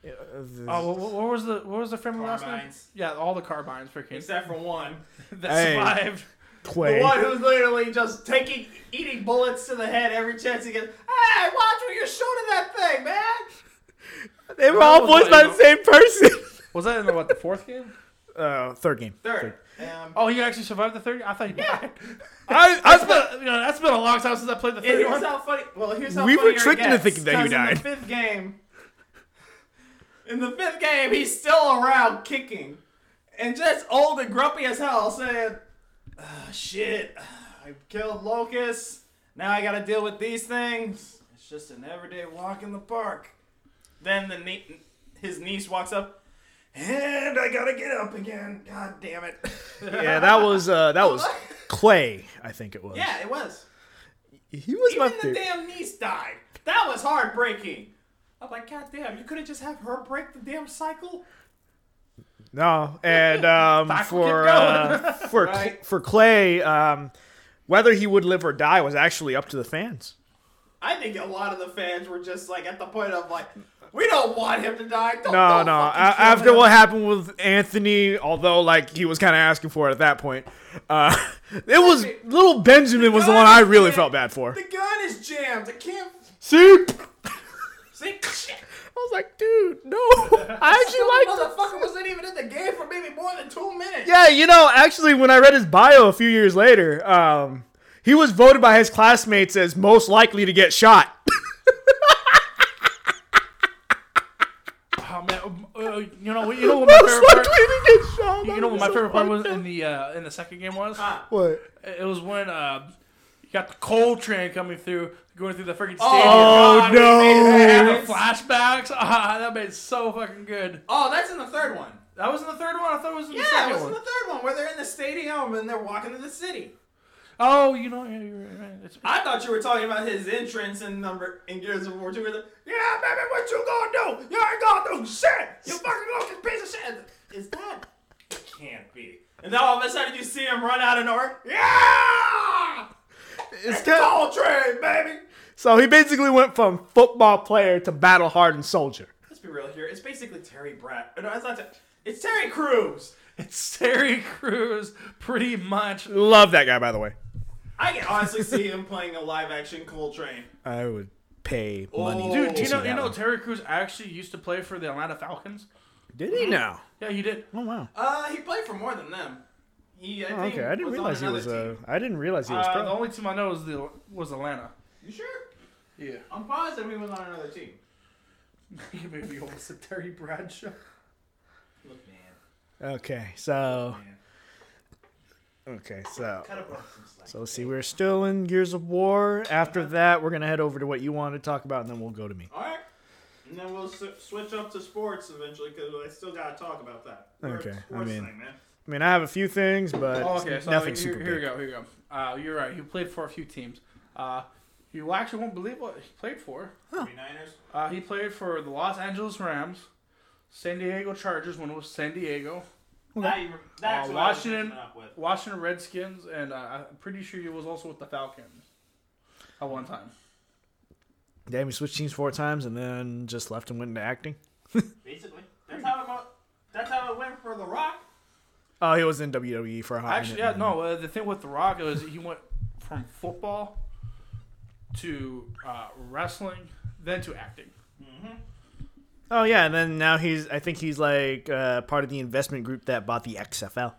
Speaker 7: uh,
Speaker 2: oh, what, what was the what was the family last name?
Speaker 7: Carbines.
Speaker 2: Yeah, all the carbines freaking
Speaker 7: Except for one.
Speaker 2: that
Speaker 3: Hey.
Speaker 2: survived.
Speaker 7: The
Speaker 3: Quay.
Speaker 7: one who's literally just taking, eating bullets to the head every chance he gets. Hey, watch when you're shooting that thing, man!
Speaker 3: They were all voiced by the same person.
Speaker 2: Was that in the, what the fourth game?
Speaker 3: Uh, third game.
Speaker 7: Third. Um,
Speaker 2: Oh, he actually survived the third. I thought he died.
Speaker 3: I, I
Speaker 2: That's been you know, that's been a long time since I played the
Speaker 7: and
Speaker 2: third
Speaker 7: here's
Speaker 2: one.
Speaker 7: how funny. Well, here's how
Speaker 3: We were
Speaker 7: funnier it
Speaker 3: tricked into
Speaker 7: gets,
Speaker 3: thinking that you
Speaker 7: 'cause In
Speaker 3: died.
Speaker 7: the fifth game, in the fifth game, he's still around kicking, and just old and grumpy as hell, saying, oh, "Shit, I killed locusts. Now I gotta deal with these things. It's just an everyday walk in the park." Then the nie- his niece walks up. And I gotta get up again. God damn it.
Speaker 3: yeah, that was uh, that was Clay. I think it was.
Speaker 7: Oh yeah, it was.
Speaker 3: he was my
Speaker 7: Even the
Speaker 3: favorite.
Speaker 7: damn niece died. That was heartbreaking. I'm like, God damn, you could have just have her break the damn cycle.
Speaker 3: No, and um,
Speaker 2: Back- keep
Speaker 3: for
Speaker 2: going.
Speaker 3: uh, for Cl-
Speaker 7: Right.
Speaker 3: for Clay, um, whether he would live or die was actually up to the fans.
Speaker 7: I think a lot of the fans were just like at the point of like, we don't want him to die.
Speaker 3: No,
Speaker 7: Don't, Oh, don't
Speaker 3: no.
Speaker 7: fucking
Speaker 3: a-
Speaker 7: kill
Speaker 3: after
Speaker 7: him."
Speaker 3: what happened with Anthony, although like he was kind of asking for it at that point, uh, it was little Benjamin was the one I really felt bad for.
Speaker 7: the gun is jammed. I can't
Speaker 3: See,
Speaker 7: see. Shit,
Speaker 3: I was like, dude, no. I actually liked him.
Speaker 7: motherfucker wasn't even in the game for maybe more than two minutes.
Speaker 3: Yeah, you know, actually, when I read his bio a few years later, um, he was voted by his classmates as most likely to get shot.
Speaker 2: Oh man, uh, you know you know what my
Speaker 3: most
Speaker 2: favorite
Speaker 3: likely
Speaker 2: part.
Speaker 3: to get shot.
Speaker 2: You know what my favorite part was in the uh, in the second game was?
Speaker 7: Ah.
Speaker 3: What?
Speaker 2: It was when uh, you got the coal train coming through, going through the freaking stadium.
Speaker 3: Oh,
Speaker 7: God, we made it
Speaker 3: no.
Speaker 2: The
Speaker 7: happen.
Speaker 2: flashbacks. Ah, that made so fucking good.
Speaker 7: Oh, that's in the third one.
Speaker 2: That was in the third one. I thought it was in the
Speaker 7: Yeah, it
Speaker 2: second
Speaker 7: was
Speaker 2: one.
Speaker 7: in the third one where they're in the stadium and they're walking to the city.
Speaker 2: Oh, you know, yeah, you're right. right. It's-
Speaker 7: I thought you were talking about his entrance in number in Gears of War 2. Where the, yeah, baby, what you gonna do? You ain't gonna do shit. You fucking looking piece of shit. Is that? It can't be. And then all of a sudden you see him run out of nowhere. Yeah,
Speaker 3: It's kind
Speaker 7: Tall train, baby.
Speaker 3: so he basically went from football player to battle hardened soldier.
Speaker 7: Let's be real here. It's basically Terry Brad. No, it's not. Ter- it's Terry Crews.
Speaker 2: It's Terry Crews, pretty much.
Speaker 3: Love that guy, by the way.
Speaker 7: I can honestly see him playing a live action Coltrane.
Speaker 3: I would pay
Speaker 7: money
Speaker 3: money.
Speaker 7: to
Speaker 2: Dude, do you
Speaker 7: see
Speaker 2: know you know
Speaker 3: one.
Speaker 2: Terry Crews actually used to play for the Atlanta Falcons?
Speaker 3: Did he now?
Speaker 2: Yeah, he did.
Speaker 3: Oh wow.
Speaker 7: Uh, he played for more than them. He, I think,
Speaker 3: Oh, Okay, I didn't
Speaker 7: was on
Speaker 3: realize he
Speaker 7: another
Speaker 3: was uh,
Speaker 7: team.
Speaker 3: I didn't realize he was
Speaker 2: Uh,
Speaker 3: pro.
Speaker 2: the only team I know is the was Atlanta.
Speaker 7: You sure?
Speaker 2: Yeah,
Speaker 7: I'm positive he was on another team.
Speaker 2: maybe almost a Terry Bradshaw.
Speaker 7: Look, man.
Speaker 3: Okay, so. Okay, so. So let's see, we're still in Gears of War. After that, we're gonna head over to what you want to talk about, and then we'll go to me.
Speaker 7: All right. And then we'll s- switch up to sports eventually because I still got to talk about that. We're a
Speaker 3: Okay, I
Speaker 7: sports
Speaker 3: mean-
Speaker 7: thing, man.
Speaker 3: I mean, I have a few things, but
Speaker 2: Oh, okay, so
Speaker 3: nothing
Speaker 2: here,
Speaker 3: super
Speaker 2: here we
Speaker 3: big.
Speaker 2: go. Here we go. Uh, you're right. He played for a few teams. Uh, you actually won't believe what he played for.
Speaker 7: 49ers.
Speaker 2: Uh, he played for the Los Angeles Rams, San Diego Chargers when it was San Diego,
Speaker 7: Now you rem- that's
Speaker 2: Uh,
Speaker 7: what I was
Speaker 2: Washington-
Speaker 7: mixing up with.
Speaker 2: Washington Redskins, and uh, I'm pretty sure he was also with the Falcons at one time.
Speaker 3: Damn, he switched teams four times and then just left and went into acting.
Speaker 7: Basically, that's how it. mo- That's how it went for The Rock.
Speaker 3: Oh, he was in WWE for a hot
Speaker 2: Actually, yeah,
Speaker 3: minute.
Speaker 2: no. Uh, the thing with The Rock is he went from football to uh, wrestling, then to acting.
Speaker 3: Oh yeah, and then now he's. I think he's like uh, part of the investment group that bought the XFL.
Speaker 2: Uh,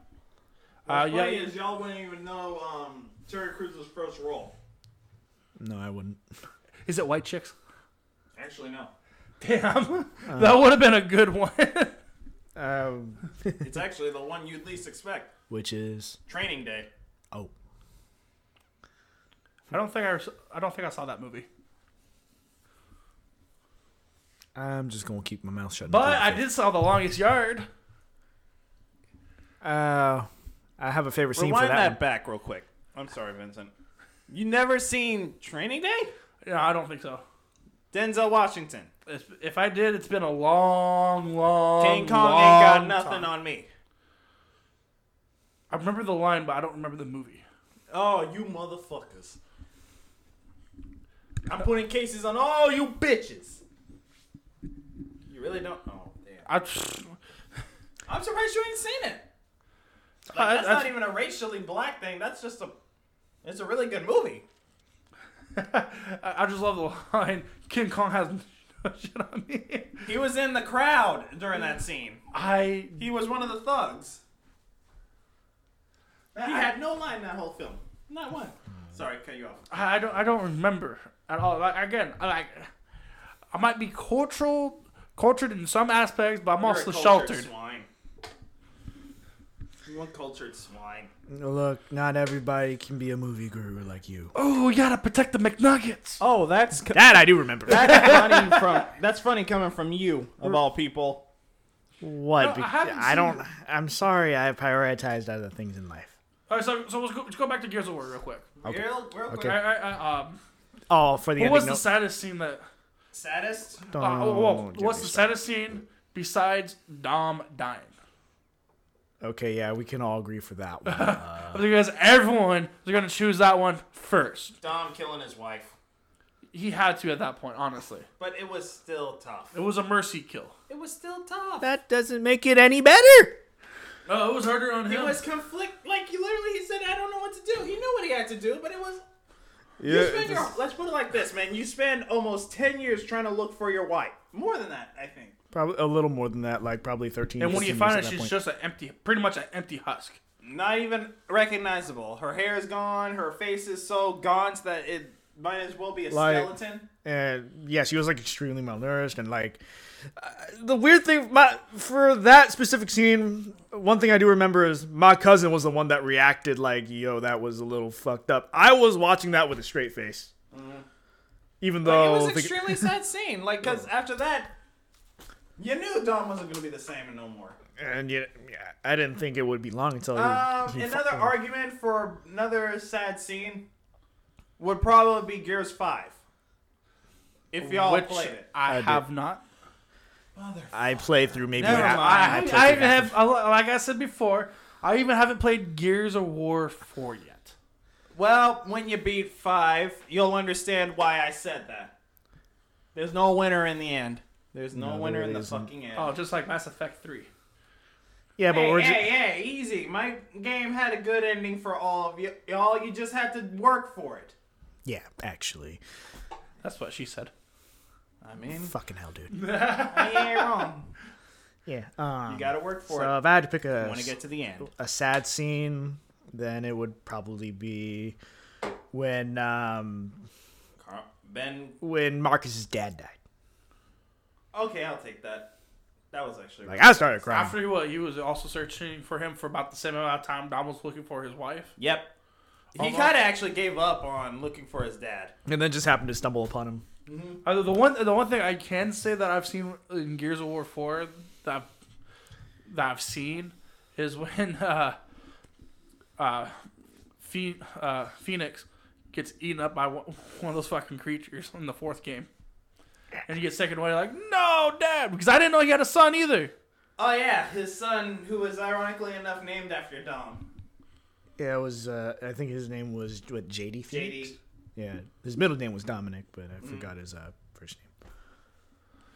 Speaker 7: What's
Speaker 2: yeah,
Speaker 7: funny is y'all wouldn't even know um, Terry Crews' first role.
Speaker 3: No, I wouldn't.
Speaker 2: is it White Chicks? Uh.
Speaker 7: Actually, no.
Speaker 2: Damn, that would have been a good one. Oh.
Speaker 3: Um,
Speaker 7: It's actually the one you'd least expect.
Speaker 3: which is
Speaker 7: Training Day.
Speaker 3: oh,
Speaker 2: I don't think I, was- I don't think I saw that movie.
Speaker 3: I'm just gonna keep my mouth shut.
Speaker 2: But I did saw The Longest Yard.
Speaker 3: Uh, I have a favorite scene for
Speaker 7: Rewind
Speaker 3: that.
Speaker 7: that
Speaker 3: one.
Speaker 7: back real quick. I'm sorry, Vincent. You never seen Training Day?
Speaker 2: No, I don't think so.
Speaker 7: Denzel Washington.
Speaker 2: It's, if I did, it's been a long, long,
Speaker 7: King Kong
Speaker 2: long
Speaker 7: ain't got nothing
Speaker 2: time.
Speaker 7: on me.
Speaker 2: I remember the line, but I don't remember the movie.
Speaker 7: Oh, you motherfuckers. I'm putting cases on all you bitches. You really don't? Oh, damn.
Speaker 2: I,
Speaker 7: I'm surprised you ain't seen it.
Speaker 2: I-
Speaker 7: Like, that's
Speaker 2: I-
Speaker 7: not even a racially black thing. That's just a. It's a really good movie.
Speaker 2: I I just love the line. King Kong has shit on me.
Speaker 7: He was in the crowd during that scene.
Speaker 2: I
Speaker 7: He was one of the thugs. He had no line that whole film. Not one. Sorry, cut you off.
Speaker 2: I I don't I don't remember at all. Like, again, I like I might be cultural cultured in some aspects, but I'm
Speaker 7: You're a
Speaker 2: also
Speaker 7: cultured
Speaker 2: sheltered.
Speaker 7: Swine. You want cultured swine.
Speaker 3: Look, not everybody can be a movie guru like you.
Speaker 2: Oh, we gotta protect the McNuggets.
Speaker 7: Oh, that's
Speaker 3: That I do remember.
Speaker 7: that's funny from that's funny coming from you of all people.
Speaker 3: What?
Speaker 2: No, I
Speaker 3: Bec-
Speaker 2: haven't
Speaker 3: I,
Speaker 2: seen
Speaker 3: don't.
Speaker 2: it.
Speaker 3: I'm sorry. I prioritized other things in life.
Speaker 2: All right, so, so let's, go, let's go back to Gears of War real quick.
Speaker 3: Okay.
Speaker 7: Real, real
Speaker 3: Okay.
Speaker 2: All right, all right, all right, um,
Speaker 3: Oh, for the
Speaker 2: what
Speaker 3: ending.
Speaker 2: was the
Speaker 3: no-
Speaker 2: saddest scene that?
Speaker 7: Saddest.
Speaker 3: Don't
Speaker 2: Uh, oh, well,
Speaker 3: get
Speaker 2: what's
Speaker 3: me
Speaker 2: the
Speaker 3: started.
Speaker 2: saddest scene besides Dom dying?
Speaker 3: Okay, yeah, we can all agree for that one. Uh,
Speaker 2: because everyone is gonna choose that one first.
Speaker 7: Dom killing his wife,
Speaker 2: He had to at that point, honestly.
Speaker 7: but it was still tough.
Speaker 2: It was a mercy kill.
Speaker 7: It was still tough.
Speaker 3: that doesn't make it any better.
Speaker 2: Oh, it was harder on
Speaker 7: It
Speaker 2: him.
Speaker 7: was conflict. Like you literally, he said, "I don't know what to do." He knew what he had to do, but it was. You spend your, let's put it like this, man. You spend almost ten years trying to look for your wife. More than that, I think.
Speaker 3: probably a little more than that, like probably 13.
Speaker 2: and when you
Speaker 3: 15
Speaker 2: find
Speaker 3: years
Speaker 2: out,
Speaker 3: at that
Speaker 2: she's
Speaker 3: point.
Speaker 2: just an empty, pretty much an empty husk.
Speaker 7: Not even recognizable. Her hair is gone. Her face is so gaunt that it might as well be a
Speaker 3: Like-
Speaker 7: skeleton.
Speaker 3: and yeah, she was like extremely malnourished and like uh, the weird thing my, for that specific scene. One thing I do remember is my cousin was the one that reacted like, "Yo, that was a little fucked up." I was watching that with a straight face, even
Speaker 7: Mm-hmm. Like,
Speaker 3: though
Speaker 7: it was
Speaker 3: Oh, the- Oh.
Speaker 7: extremely sad scene. Like, cause after that, you knew Dom wasn't gonna be the same and no more.
Speaker 3: and yeah, yeah, I didn't think it would be long until he-
Speaker 7: Um,
Speaker 3: he
Speaker 7: another
Speaker 3: fucking-
Speaker 7: argument for another sad scene would probably be Gears Five. If y'all
Speaker 2: which
Speaker 7: played it,
Speaker 2: I,
Speaker 3: I
Speaker 2: have not.
Speaker 3: I played through maybe.
Speaker 7: Never
Speaker 3: half-
Speaker 7: mind.
Speaker 2: I,
Speaker 3: played
Speaker 2: I
Speaker 3: through
Speaker 2: even
Speaker 3: half
Speaker 2: have, I- like I said before, I even haven't played Gears of War 4 yet.
Speaker 7: well, when you beat Five, you'll understand why I said that. There's no winner in the end. There's no,
Speaker 3: there
Speaker 7: winner in
Speaker 3: really
Speaker 7: the
Speaker 3: isn't.
Speaker 7: fucking end.
Speaker 2: Oh, just like Mass Effect 3.
Speaker 3: Yeah, but
Speaker 7: Hey,
Speaker 3: we're
Speaker 7: hey,
Speaker 3: ju-
Speaker 7: hey, easy. My game had a good ending for all of you. Y'all, you just had to work for it.
Speaker 3: yeah, actually,
Speaker 2: That's what she said.
Speaker 7: I mean,
Speaker 3: fucking hell, dude.
Speaker 7: I ain't wrong.
Speaker 3: Yeah. Um,
Speaker 7: You gotta work for
Speaker 3: so
Speaker 7: it.
Speaker 3: if I had to pick a
Speaker 7: When it get to the end.
Speaker 3: a sad scene, then it would probably be when um,
Speaker 7: Carl- Ben.
Speaker 3: when Marcus's dad died.
Speaker 7: Okay, I'll take that. That was actually.
Speaker 3: Like I started crying.
Speaker 2: After what, he was also searching for him for about the same amount of time Dom was looking for his wife.
Speaker 7: Yep. He
Speaker 2: Almost.
Speaker 7: kind of actually gave up on looking for his dad.
Speaker 3: and then just happened to stumble upon him.
Speaker 2: Uh, the one, the one thing I can say that I've seen in Gears of War Four that that I've seen is when uh, uh, Phe- uh, Phoenix gets eaten up by one one of those fucking creatures in the fourth game, and he gets taken away. Like, no, Dad, because I didn't know he had a son either.
Speaker 7: Oh yeah, his son, who was ironically enough named after Dom.
Speaker 3: Yeah, it was. Uh, I think his name was what JD. Phoenix?
Speaker 7: JD.
Speaker 3: Yeah, his middle name was Dominic, but I forgot his uh, first name.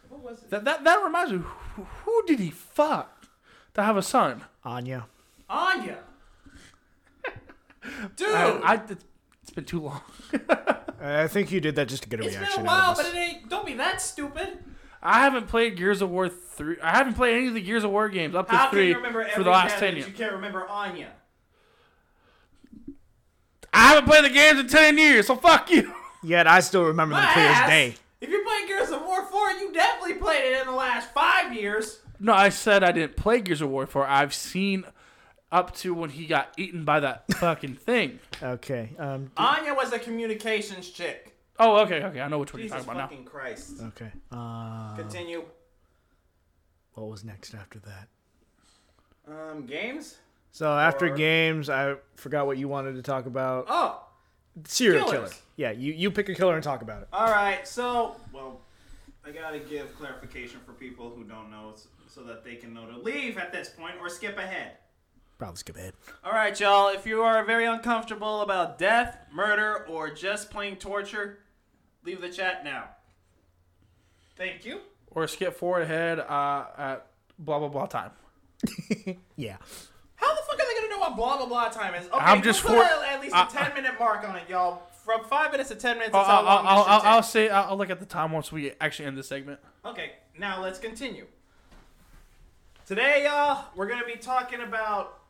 Speaker 7: What was it?
Speaker 2: That that, that reminds me, who, who did he fuck to have a son?
Speaker 3: Anya.
Speaker 7: Anya. Dude,
Speaker 2: I, I- it's been too long.
Speaker 3: I think he did that just to get a
Speaker 7: it's
Speaker 3: reaction.
Speaker 7: been a
Speaker 3: out
Speaker 7: while,
Speaker 3: of us.
Speaker 7: but it ain't. Don't be that stupid.
Speaker 2: I haven't played Gears of War three. I haven't played any of the Gears of War games up to
Speaker 7: How can
Speaker 2: three
Speaker 7: you remember every
Speaker 2: for the last
Speaker 7: dad
Speaker 2: ten
Speaker 7: that
Speaker 2: years.
Speaker 7: You can't remember Anya.
Speaker 2: I haven't played the games in ten years, so fuck you.
Speaker 3: Yet I still remember them
Speaker 7: My
Speaker 3: clear as
Speaker 7: ass,
Speaker 3: day.
Speaker 7: If you're playing Gears of War 4, you definitely played it in the last five years.
Speaker 2: No, I said I didn't play Gears of War 4. I've seen up to when he got eaten by that fucking thing.
Speaker 3: Okay. Um.
Speaker 7: Anya was a communications chick.
Speaker 2: Oh, okay, okay. I know which one
Speaker 7: Jesus
Speaker 2: you're talking about now. Uh-huh.
Speaker 7: fucking Christ.
Speaker 3: Okay. Uh,
Speaker 7: Continue.
Speaker 3: what was next after that?
Speaker 7: Um, games?
Speaker 3: So after
Speaker 7: Or-
Speaker 3: games, I forgot what you wanted to talk about.
Speaker 7: Oh,
Speaker 3: serial
Speaker 7: Killers.
Speaker 3: killer. Yeah, you, you pick a killer and talk about it.
Speaker 7: all right. So, well, I gotta give clarification for people who don't know s- so that they can know to leave at this point or skip ahead.
Speaker 3: Probably skip ahead.
Speaker 7: All right, y'all. If you are very uncomfortable about death, murder, or just plain torture, leave the chat now. Thank you.
Speaker 2: Or skip forward ahead uh, at blah blah blah time.
Speaker 3: Yeah.
Speaker 7: How the fuck are they gonna know what blah blah blah time is? Okay,
Speaker 2: I'm just
Speaker 7: put
Speaker 2: for-
Speaker 7: at least a
Speaker 2: I-
Speaker 7: ten minute mark on it, y'all. from five minutes to ten minutes.
Speaker 2: I'll,
Speaker 7: is how
Speaker 2: I'll,
Speaker 7: long
Speaker 2: I'll,
Speaker 7: this should
Speaker 2: I'll,
Speaker 7: take.
Speaker 2: I'll say I'll I'll look at the time once we actually end the segment.
Speaker 7: Okay, now let's continue. Today, y'all, we're gonna be talking about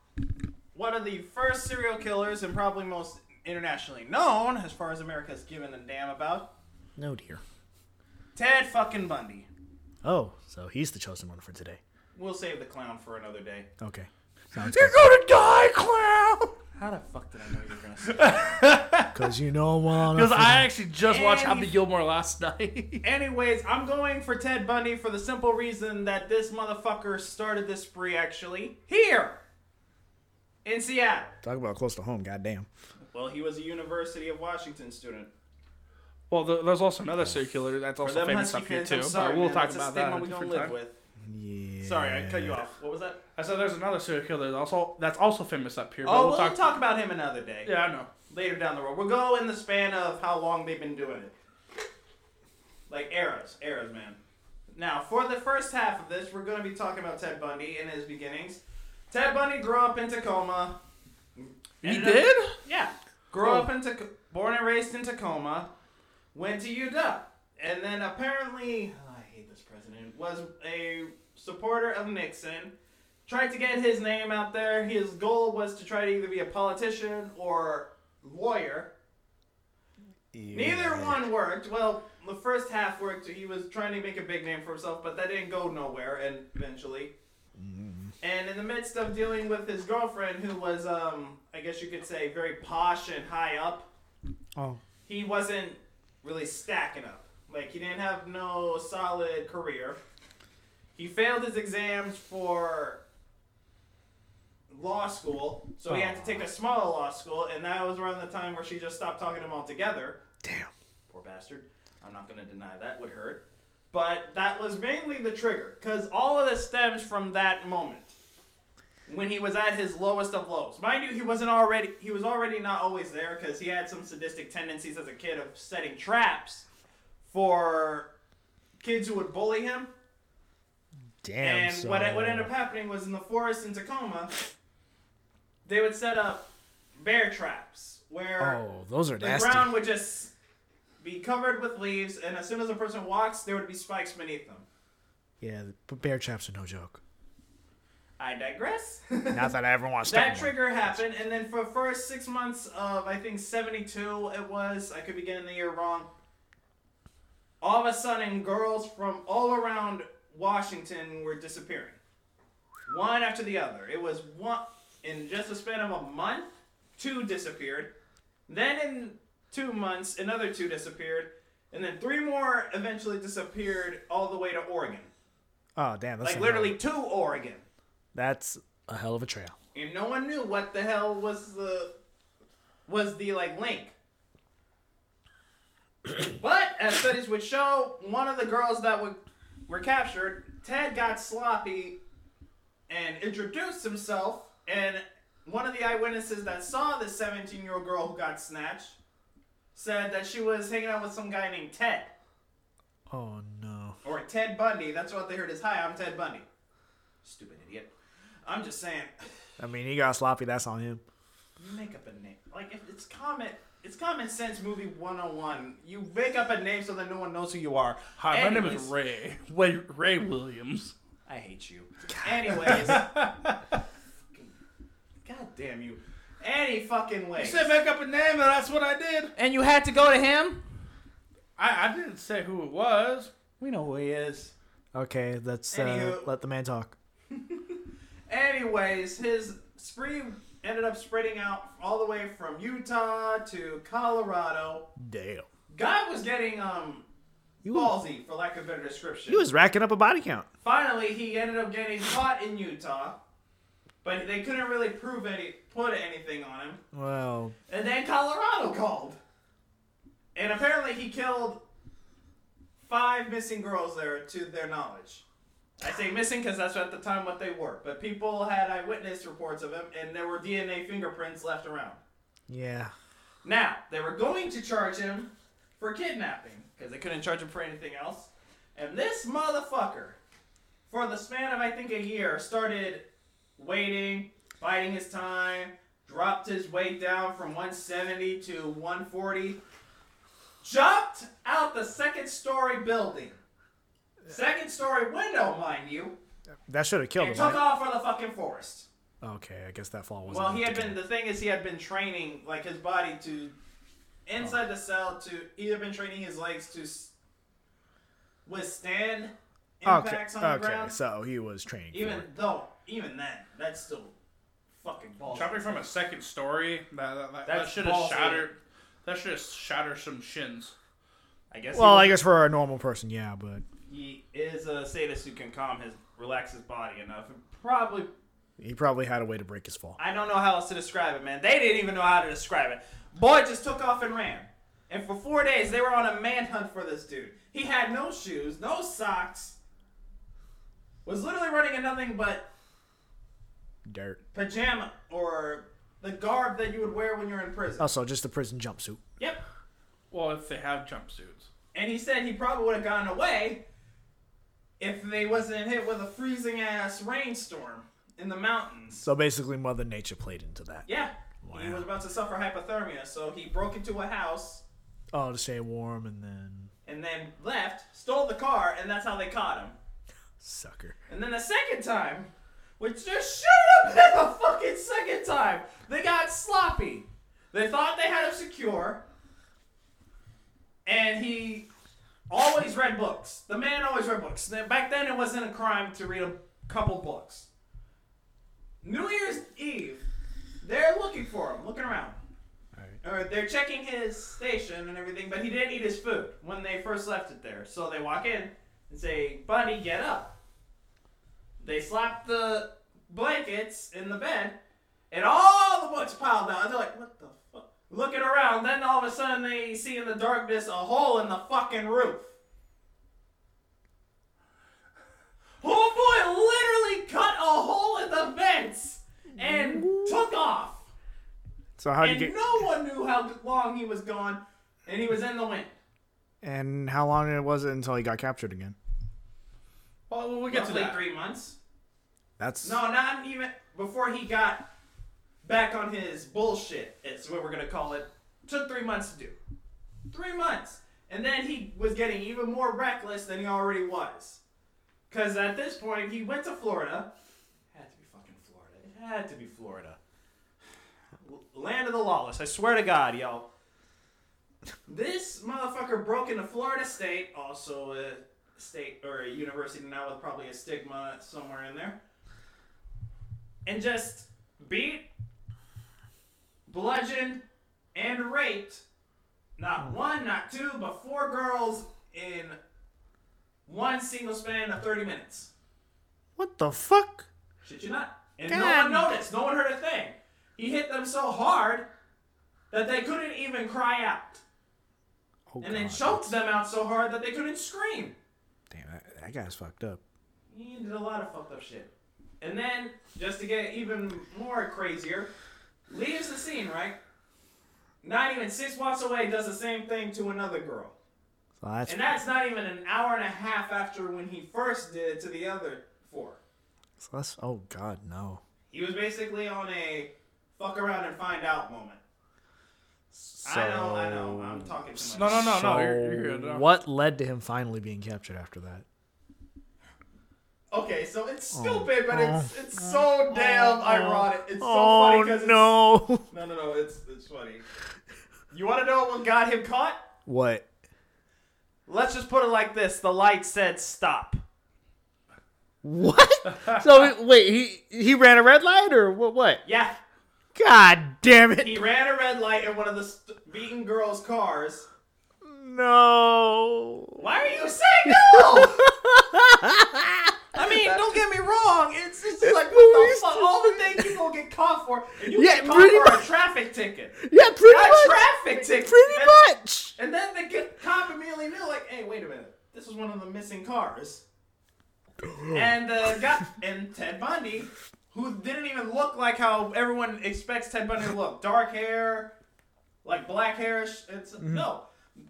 Speaker 7: one of the first serial killers and probably most internationally known, as far as America's given a damn about,
Speaker 3: No, dear.
Speaker 7: Ted fucking Bundy.
Speaker 3: Oh, so he's the chosen one for today.
Speaker 7: We'll save the clown for another day.
Speaker 3: Okay. Sounds good.
Speaker 2: gonna die, clown.
Speaker 7: How the fuck did I know you were gonna say?
Speaker 3: Because you know what?
Speaker 2: Because I actually just watched
Speaker 7: And-
Speaker 2: Happy Gilmore last night.
Speaker 7: Anyways, I'm going for Ted Bundy for the simple reason that this motherfucker started this spree actually here in Seattle.
Speaker 3: Talk about close to home, goddamn.
Speaker 7: Well, he was a University of Washington student.
Speaker 2: well, there- there's also another serial killer that's
Speaker 7: For
Speaker 2: also
Speaker 7: them
Speaker 2: famous
Speaker 7: Husky
Speaker 2: up here
Speaker 7: fans,
Speaker 2: too.
Speaker 7: I'm
Speaker 2: but
Speaker 7: sorry,
Speaker 2: we'll
Speaker 7: man,
Speaker 2: talk
Speaker 7: that's a
Speaker 2: about
Speaker 7: stigma
Speaker 2: that at a
Speaker 7: we
Speaker 2: different
Speaker 7: gonna live
Speaker 2: time.
Speaker 7: with.
Speaker 3: Yeah.
Speaker 7: Sorry, I cut you off. What was that?
Speaker 2: I said there's another serial killer that's also that's also famous up here. But
Speaker 7: Oh,
Speaker 2: we'll talk.
Speaker 7: about him another day.
Speaker 2: yeah, I know.
Speaker 7: Later down the road. We'll go in the span of how long they've been doing it. Like eras, eras, man. Now, for the first half of this, we're going to be talking about Ted Bundy and his beginnings. Ted Bundy grew up in Tacoma.
Speaker 2: He
Speaker 7: Ended up-
Speaker 2: did?
Speaker 7: Yeah. Grew up in Tac- born and raised in Tacoma. Went to UW. And then apparently, oh, I hate this president, was a supporter of Nixon. Tried to get his name out there. His goal was to try to either be a politician or lawyer. Neither one worked. Well, the first half worked. He was trying to make a big name for himself, but that didn't go nowhere. And eventually, and in the midst of dealing with his girlfriend, who was, um, I guess you could say, very posh and high up,
Speaker 3: Oh.
Speaker 7: he wasn't really stacking up. Like he didn't have no solid career. He failed his exams for law school, so he had to take a smaller law school, and that was around the time where she just stopped talking to him altogether
Speaker 3: Damn.
Speaker 7: poor bastard. I'm not going to deny that would hurt. But that was mainly the trigger, because all of this stems from that moment when he was at his lowest of lows. Mind you, he wasn't already he was already not always there because he had some sadistic tendencies as a kid of setting traps for kids who would bully him.
Speaker 3: Damn.
Speaker 7: And
Speaker 3: so...
Speaker 7: what, what ended up happening was in the forest in Tacoma, they would set up bear traps where
Speaker 3: Oh, those are
Speaker 7: the
Speaker 3: nasty.
Speaker 7: ground would just be covered with leaves, and as soon as a person walks, there would be spikes beneath them.
Speaker 3: Yeah, but bear traps are no joke.
Speaker 7: I digress.
Speaker 3: Not that I ever want to
Speaker 7: that trigger happened, and then for the first six months of I think '72, it was I could be getting the year wrong. All of a sudden, girls from all around Washington were disappearing, one after the other. It was one in just a span of a month, two disappeared. Then in two months, another two disappeared, and then three more eventually disappeared all the way to Oregon,
Speaker 3: Oh, damn. That's
Speaker 7: like
Speaker 3: not-
Speaker 7: literally to Oregon.
Speaker 3: That's a hell of a trail.
Speaker 7: and no one knew what the hell was the was the like link. but as studies would show, one of the girls that would, were captured, Ted got sloppy and introduced himself, and one of the eyewitnesses that saw this 17 year old girl who got snatched said that she was hanging out with some guy named Ted
Speaker 3: Oh no.
Speaker 7: or Ted Bundy. That's what they heard is hi, I'm Ted Bundy. Stupid idiot. I'm just saying.
Speaker 3: I mean, he got sloppy. That's on him.
Speaker 7: make up a name. Like if it's common, it's common sense movie 101. You make up a name so that no one knows who you are.
Speaker 2: Hi, my name is
Speaker 7: Anyways.
Speaker 2: Ray. Wait, Ray Williams.
Speaker 7: I hate you. Anyways. God damn you. Any fucking way.
Speaker 2: make up a name, and that's what I did.
Speaker 7: And you had to go to him?
Speaker 2: I, I didn't say who it was.
Speaker 7: We know who he is.
Speaker 3: Okay, let's uh,
Speaker 7: Anywho.
Speaker 3: let the man talk.
Speaker 7: Anyways, his spree ended up spreading out all the way from Utah to Colorado.
Speaker 3: Damn.
Speaker 7: God was getting um
Speaker 3: He was,
Speaker 7: ballsy, for lack of a better description.
Speaker 3: he was racking up a body count.
Speaker 7: Finally, he ended up getting caught in Utah, but they couldn't really prove any, put anything on him.
Speaker 3: Well,
Speaker 7: And then Colorado called, and apparently he killed five missing girls there, to their knowledge. I say missing because that's at the time what they were, but people had eyewitness reports of him, and there were DNA fingerprints left around.
Speaker 3: yeah.
Speaker 7: Now, they were going to charge him for kidnapping because they couldn't charge him for anything else. And this motherfucker, for the span of I think a year, started waiting, biding his time, dropped his weight down from 170 to 140, jumped out the second story building, second story window, mind you,
Speaker 3: That should have killed
Speaker 7: and
Speaker 3: him.
Speaker 7: took
Speaker 3: Right?
Speaker 7: off for the fucking forest.
Speaker 3: Okay, I guess that fall wasn't.
Speaker 7: Well, he had
Speaker 3: meant to
Speaker 7: been. The thing is, he had been training like his body to inside the cell to. He had been training his legs to s- withstand
Speaker 3: kill. Okay,
Speaker 7: impacts on the
Speaker 3: okay.
Speaker 7: ground.
Speaker 3: So he was training. for
Speaker 7: even
Speaker 3: it.
Speaker 7: though, even then, that's still fucking balls.
Speaker 2: Jumping from a second story, that, that, that,
Speaker 7: That's
Speaker 2: should have
Speaker 7: ballsy.
Speaker 2: shattered. That should have shattered some shins.
Speaker 1: I guess.
Speaker 3: Well,
Speaker 1: he,
Speaker 3: I guess for a normal person, yeah, but
Speaker 1: he is a sadist who can calm his, relax his body enough. And probably.
Speaker 3: he probably had a way to break his fall.
Speaker 7: I don't know how else to describe it, man. They didn't even know how to describe it. Boy just took off and ran. And for four days, they were on a manhunt for this dude. He had no shoes, no socks, was literally running in nothing but
Speaker 3: Dirt.
Speaker 7: pajama or the garb that you would wear when you're in prison.
Speaker 3: Also, just the prison jumpsuit.
Speaker 7: Yep.
Speaker 2: Well, if they have jumpsuits.
Speaker 7: And he said he probably would have gone away if they wasn't hit with a freezing ass rainstorm in the mountains.
Speaker 3: So basically, Mother Nature played into that.
Speaker 7: Yeah. He
Speaker 3: Wow.
Speaker 7: was about to suffer hypothermia, so he broke into a house
Speaker 3: Oh, to stay warm and then
Speaker 7: and then left, stole the car, and that's how they caught him.
Speaker 3: sucker.
Speaker 7: And then the second time, which there should have been a fucking second time, they got sloppy. They thought they had him secure, and he always read books. The man always read books. Then- Back then, it wasn't a crime to read a couple books. New Year's Eve, they're looking for him, looking around. Or they're checking his station and everything, but he didn't eat his food when they first left it there. So they walk in and say, Buddy, get up. They slap the blankets in the bed, and all the books piled down. They're like, what the fuck? Looking around, then all of a sudden they see in the darkness a hole in the fucking roof. Oh boy, literally cut a hole in the vents and took off.
Speaker 3: So how do you
Speaker 7: And
Speaker 3: get?
Speaker 7: no one knew how long he was gone, and he was in the wind.
Speaker 3: And how long it was it until he got captured again?
Speaker 2: Well, we'll we'll get to
Speaker 7: Roughly
Speaker 2: that.
Speaker 7: three months.
Speaker 3: That's
Speaker 7: No, not even before he got back on his bullshit. It's what we're gonna call it. Took three months to do. Three months, and then he was getting even more reckless than he already was. Cause at this point he went to Florida. Had to be fucking Florida. It had to be Florida. L- Land of the lawless. I swear to God, y'all. This motherfucker broke into Florida State, also a state or a university now with probably a stigma somewhere in there and just beat, bludgeoned, and raped not one, not two, but four girls in one single span of 30 minutes.
Speaker 3: what the fuck.
Speaker 7: Shit you not. And
Speaker 3: God.
Speaker 7: no one noticed. No one heard a thing. He hit them so hard that they couldn't even cry out.
Speaker 3: Oh,
Speaker 7: And then
Speaker 3: God.
Speaker 7: choked them out so hard that they couldn't scream.
Speaker 3: Damn, that, that guy's fucked up.
Speaker 7: He did a lot of fucked up shit. And then, just to get even more crazier, leaves the scene, right? Not even six blocks away, does the same thing to another girl.
Speaker 3: So that's
Speaker 7: And that's not even an hour and a half after when he first did it to the other four.
Speaker 3: so that's oh god no.
Speaker 7: He was basically on a fuck around and find out moment.
Speaker 3: So
Speaker 7: I know, I know, I'm talking too much.
Speaker 2: No, no, no,
Speaker 3: so
Speaker 2: no. You're, you're good. No.
Speaker 3: what led to him finally being captured after that?
Speaker 7: Okay, so it's
Speaker 3: Oh.
Speaker 7: stupid, but it's it's so damn ironic. It's so funny
Speaker 3: oh
Speaker 7: because
Speaker 3: no!
Speaker 7: No, no, no. It's it's funny. You want to know what got him caught?
Speaker 3: what?
Speaker 7: Let's just put it like this: the light said stop.
Speaker 3: What? so he- wait, he he ran a red light or what? What?
Speaker 7: Yeah,
Speaker 3: God damn it!
Speaker 7: he ran a red light in one of the st- beaten girls' cars.
Speaker 3: No.
Speaker 7: Why are you saying no? I mean, don't get me wrong. It's, it's just like what the
Speaker 3: movie's
Speaker 7: fuck?
Speaker 3: just-
Speaker 7: All the things you gonna get caught for, and you
Speaker 3: Yeah,
Speaker 7: get caught
Speaker 3: pretty
Speaker 7: for
Speaker 3: much.
Speaker 7: a traffic ticket.
Speaker 3: Yeah, pretty
Speaker 7: A
Speaker 3: much.
Speaker 7: traffic ticket.
Speaker 3: Pretty
Speaker 7: And-
Speaker 3: much.
Speaker 7: And then the g- cop immediately knew, like, hey, wait a minute, this was one of the missing cars. and uh, got and Ted Bundy, who didn't even look like how everyone expects Ted Bundy to look, dark hair, like black hairish. It's no.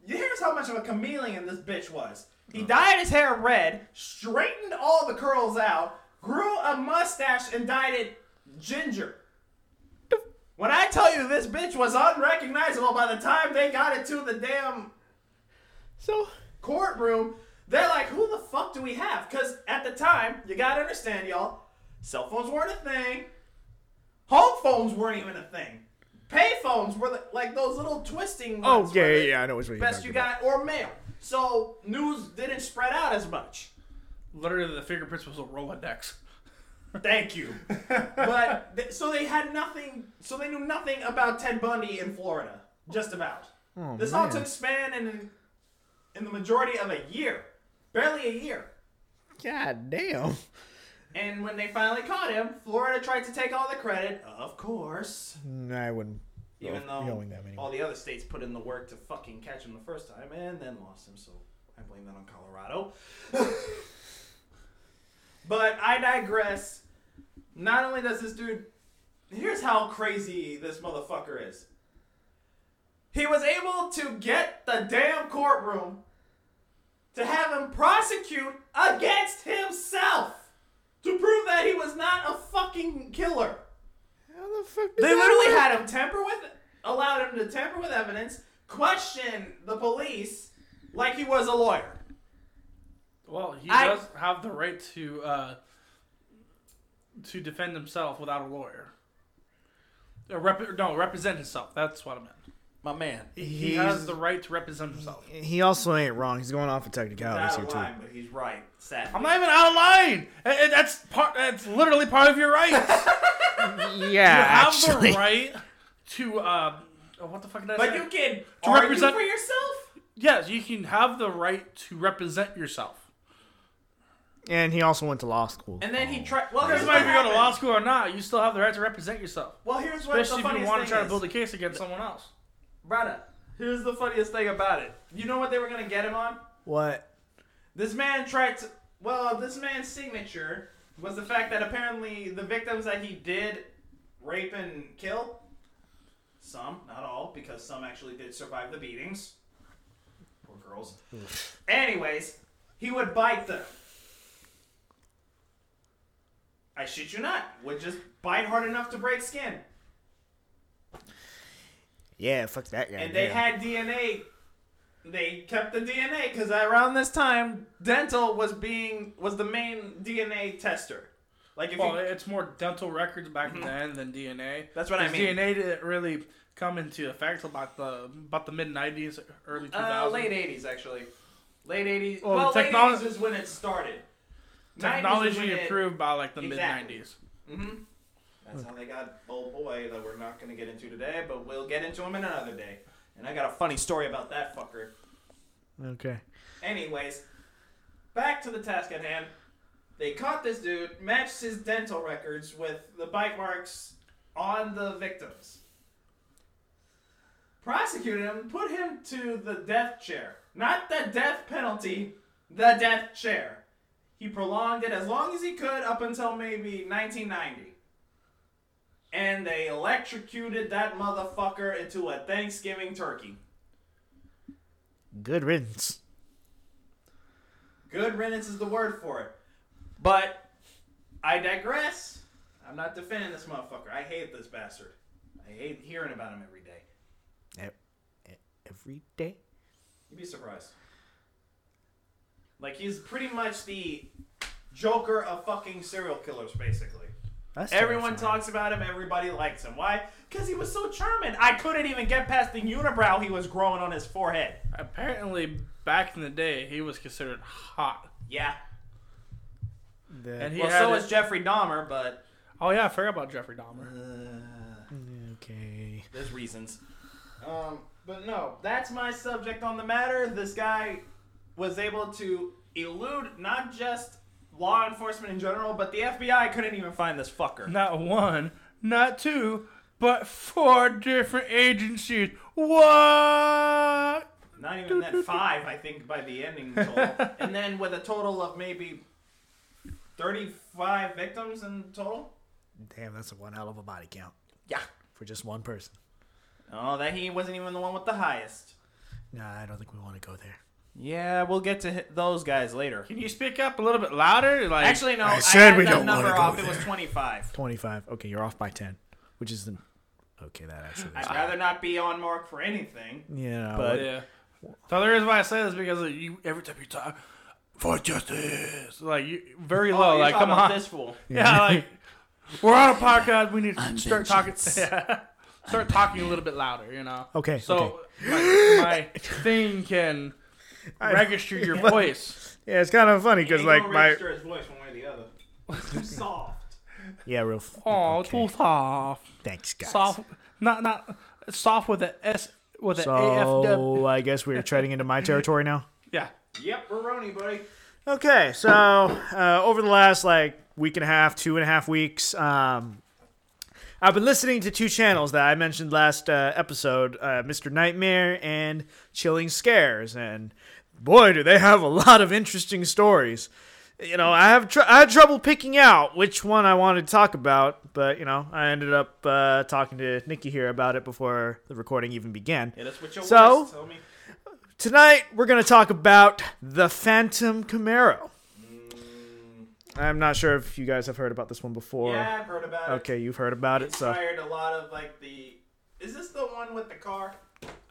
Speaker 7: Here's how much of a chameleon this bitch was. He dyed his hair red, straightened all the curls out, grew a mustache, and dyed it ginger. When I tell you this bitch was unrecognizable by the time they got it to the damn
Speaker 3: So
Speaker 7: courtroom, they're like, who the fuck do we have? Because at the time, you gotta understand, y'all, cell phones weren't a thing, home phones weren't even a thing. Pay phones were the, like those little twisting.
Speaker 3: Oh
Speaker 7: ones
Speaker 3: yeah,
Speaker 7: where
Speaker 3: yeah,
Speaker 7: they-
Speaker 3: yeah, I know which one you're
Speaker 7: Best
Speaker 3: talking
Speaker 7: you
Speaker 3: about.
Speaker 7: got or mail. So news didn't spread out as much.
Speaker 2: Literally, the fingerprints was a Rolodex.
Speaker 7: Thank you. but th- so they had nothing. So they knew nothing about Ted Bundy in Florida. Just about. this all
Speaker 3: man.
Speaker 7: took span in in the majority of a year, barely a year.
Speaker 3: God damn.
Speaker 7: And when they finally caught him, Florida tried to take all the credit, of course.
Speaker 3: I wouldn't.
Speaker 7: Even
Speaker 3: go-
Speaker 7: though
Speaker 3: going that many.
Speaker 7: all the other states put in the work to fucking catch him the first time and then lost him, so I blame that on Colorado. but I digress. Not only does this dude. Here's how crazy this motherfucker is. He was able to get the damn courtroom to have him prosecute against himself to prove that he was not a fucking killer.
Speaker 3: How the fuck?
Speaker 7: They literally had him tamper with, allowed him to tamper with evidence, question the police like he was a lawyer.
Speaker 2: Well, he
Speaker 7: I-
Speaker 2: does have the right to uh, to defend himself without a lawyer. Uh, rep- no, represent himself. That's what I meant. My man. He, he has
Speaker 3: He's-
Speaker 2: the right to represent himself.
Speaker 3: He also ain't wrong. He's going off of technicalities
Speaker 7: Not
Speaker 3: here
Speaker 7: a
Speaker 3: Oh, too.
Speaker 7: line, but he's right. Sad.
Speaker 2: I'm not even out of line. A- a- That's part. That's literally part of your rights. you
Speaker 3: Yeah,
Speaker 2: have
Speaker 3: actually.
Speaker 2: the right to. Uh, oh, what the fuck did I
Speaker 7: but
Speaker 2: say?
Speaker 7: you can
Speaker 2: To
Speaker 7: argue
Speaker 2: represent-
Speaker 7: for yourself.
Speaker 2: yes, you can have the right to represent yourself.
Speaker 3: And he also went to law school.
Speaker 7: And then he tried. Well, here's
Speaker 2: Doesn't matter if
Speaker 7: what
Speaker 2: you go to
Speaker 7: happened.
Speaker 2: law school or not. You still have the right to represent yourself,
Speaker 7: Well, here's what
Speaker 2: especially
Speaker 7: the
Speaker 2: if you
Speaker 7: funniest
Speaker 2: want to
Speaker 7: thing
Speaker 2: try
Speaker 7: is.
Speaker 2: to build a case against someone else.
Speaker 7: Brother, here's the funniest thing about it. You know what they were gonna get him on?
Speaker 3: what?
Speaker 7: This man tried to. Well, this man's signature was the fact that apparently the victims that he did rape and kill, some, not all, because some actually did survive the beatings. Poor girls. Anyways, he would bite them. I shit you not. Would just bite hard enough to break skin.
Speaker 3: Yeah, fuck that guy.
Speaker 7: And they
Speaker 3: yeah.
Speaker 7: had DNA. They kept the DNA because around this time, dental was being was the main DNA tester. Like if
Speaker 2: Well,
Speaker 7: you, Mm-hmm.
Speaker 2: it's more dental records back then than DNA.
Speaker 7: That's what I
Speaker 2: 'Cause
Speaker 7: mean.
Speaker 2: DNA didn't really come into effect till about the about the mid '90s, early 2000s.
Speaker 7: uh, late '80s actually, late '80s.
Speaker 2: Well,
Speaker 7: Well,
Speaker 2: the
Speaker 7: late
Speaker 2: technol-
Speaker 7: '80s is when it started. 90s is
Speaker 2: Technology
Speaker 7: when it- Mm-hmm.
Speaker 2: improved by like the
Speaker 7: Exactly.
Speaker 2: mid '90s.
Speaker 7: That's how they got old boy that we're not going to get into today, but we'll get into him in another day. And I got a funny story about that fucker.
Speaker 3: Okay.
Speaker 7: Anyways, back to the task at hand. They caught this dude, matched his dental records with the bite marks on the victims. Prosecuted him, put him to the death chair. Not the death penalty, the death chair. He prolonged it as long as he could up until maybe 1990. And they electrocuted that motherfucker into a Thanksgiving turkey.
Speaker 3: Good riddance.
Speaker 7: Good riddance is the word for it. But I digress. I'm not defending this motherfucker. I hate this bastard. I hate hearing about him every day.
Speaker 3: E- e- Every day.
Speaker 7: You'd be surprised. Like he's pretty much the Joker of fucking serial killers, basically.
Speaker 3: That's
Speaker 7: Everyone
Speaker 3: terrifying.
Speaker 7: talks about him. Everybody likes him. Why? Because he was so charming. I couldn't even get past the unibrow he was growing on his forehead.
Speaker 2: Apparently, back in the day, he was considered hot,
Speaker 7: Yeah.
Speaker 3: That-
Speaker 2: and he
Speaker 7: Well,
Speaker 2: had.
Speaker 7: so
Speaker 2: it-
Speaker 7: is Jeffrey Dahmer, but
Speaker 2: oh yeah, I forgot about Jeffrey Dahmer.
Speaker 3: okay.
Speaker 7: There's reasons. Um, but no, that's my subject on the matter. This guy was able to elude not just law enforcement in general, but the FBI couldn't even find this fucker.
Speaker 2: Not one, not two, but four different agencies. What?
Speaker 7: Not even that five, I think, by the ending total. and then with a total of maybe 35 victims in total.
Speaker 3: Damn, that's a one hell of a body count
Speaker 7: Yeah.
Speaker 3: for just one person.
Speaker 7: Oh, that he wasn't even the one with the highest.
Speaker 3: Nah, I don't think we want to go there.
Speaker 7: Yeah, we'll get to hi- those guys later.
Speaker 2: Can you speak up a little bit louder? Like
Speaker 7: Actually, no.
Speaker 3: I said
Speaker 7: had
Speaker 3: we
Speaker 7: that
Speaker 3: don't wanna
Speaker 7: number
Speaker 3: go
Speaker 7: off. It was
Speaker 3: there.
Speaker 7: 25.
Speaker 3: Twenty-five. Okay, you're off by ten, which is the okay, that actually.
Speaker 7: I'd rather not be on mark for anything.
Speaker 3: Oh, Yeah,
Speaker 2: But
Speaker 3: but
Speaker 2: yeah. The other reason why I say this is because like, you every time you talk for justice, like you
Speaker 3: Oh,
Speaker 2: very low,
Speaker 7: you're
Speaker 2: like
Speaker 7: talking
Speaker 2: come
Speaker 7: about
Speaker 2: on,
Speaker 7: This fool.
Speaker 2: yeah, like we're on a podcast, we need to start talking, yeah, start talking a little bit louder, you know.
Speaker 3: Okay,
Speaker 2: So like, my thing can register your voice.
Speaker 3: yeah, it's kind of funny because
Speaker 7: Ain't
Speaker 3: like
Speaker 7: gonna
Speaker 3: my
Speaker 7: register his voice one way or the other. Too soft.
Speaker 3: yeah, real. f-
Speaker 2: Oh, it's
Speaker 3: okay.
Speaker 2: all soft,
Speaker 3: thanks guys.
Speaker 2: soft, not not soft with a S with an AFW.
Speaker 3: So I guess we're treading into my territory now.
Speaker 2: Yeah,
Speaker 7: Yep, Baroni, buddy.
Speaker 3: Okay, so uh, over the last like week and a half, two and a half weeks, um, I've been listening to two channels that I mentioned last uh, episode, uh, Mr. Nightmare and Chilling Scares, and boy, do they have a lot of interesting stories. You know, I have tr- I had trouble picking out which one I wanted to talk about, but you know, I ended up uh, talking to Nikki here about it before the recording even began.
Speaker 7: Yeah, that's what your
Speaker 3: So-
Speaker 7: words tell me.
Speaker 3: Tonight, we're going to talk about the Phantom Camaro. I'm not sure if you guys have heard about this one before.
Speaker 7: Yeah, I've heard about it.
Speaker 3: Okay, you've heard about it, so
Speaker 7: Inspired a lot of like the. Is this the one with the car?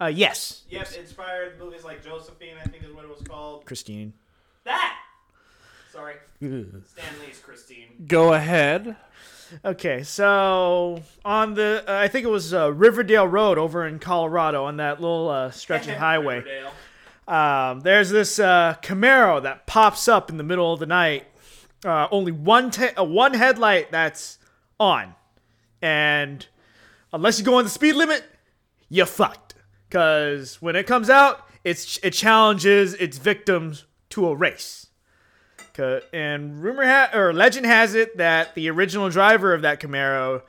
Speaker 3: uh, yes,
Speaker 7: Yep, inspired movies like Josephine, I think is what it was called.
Speaker 3: Christine.
Speaker 7: That. Sorry, Stan Lee's Christine.
Speaker 2: go ahead.
Speaker 3: Okay, so on the uh, I think it was uh, Riverdale Road over in Colorado on that little uh, stretch of highway.
Speaker 7: Riverdale.
Speaker 3: Um, there's this uh, Camaro that pops up in the middle of the night. Uh, only one ta- uh, one headlight that's on, and unless you go on the speed limit, you're fucked. Cause when it comes out, it's it challenges its victims to a race. 'Ca- And rumor ha- or legend has it that the original driver of that Camaro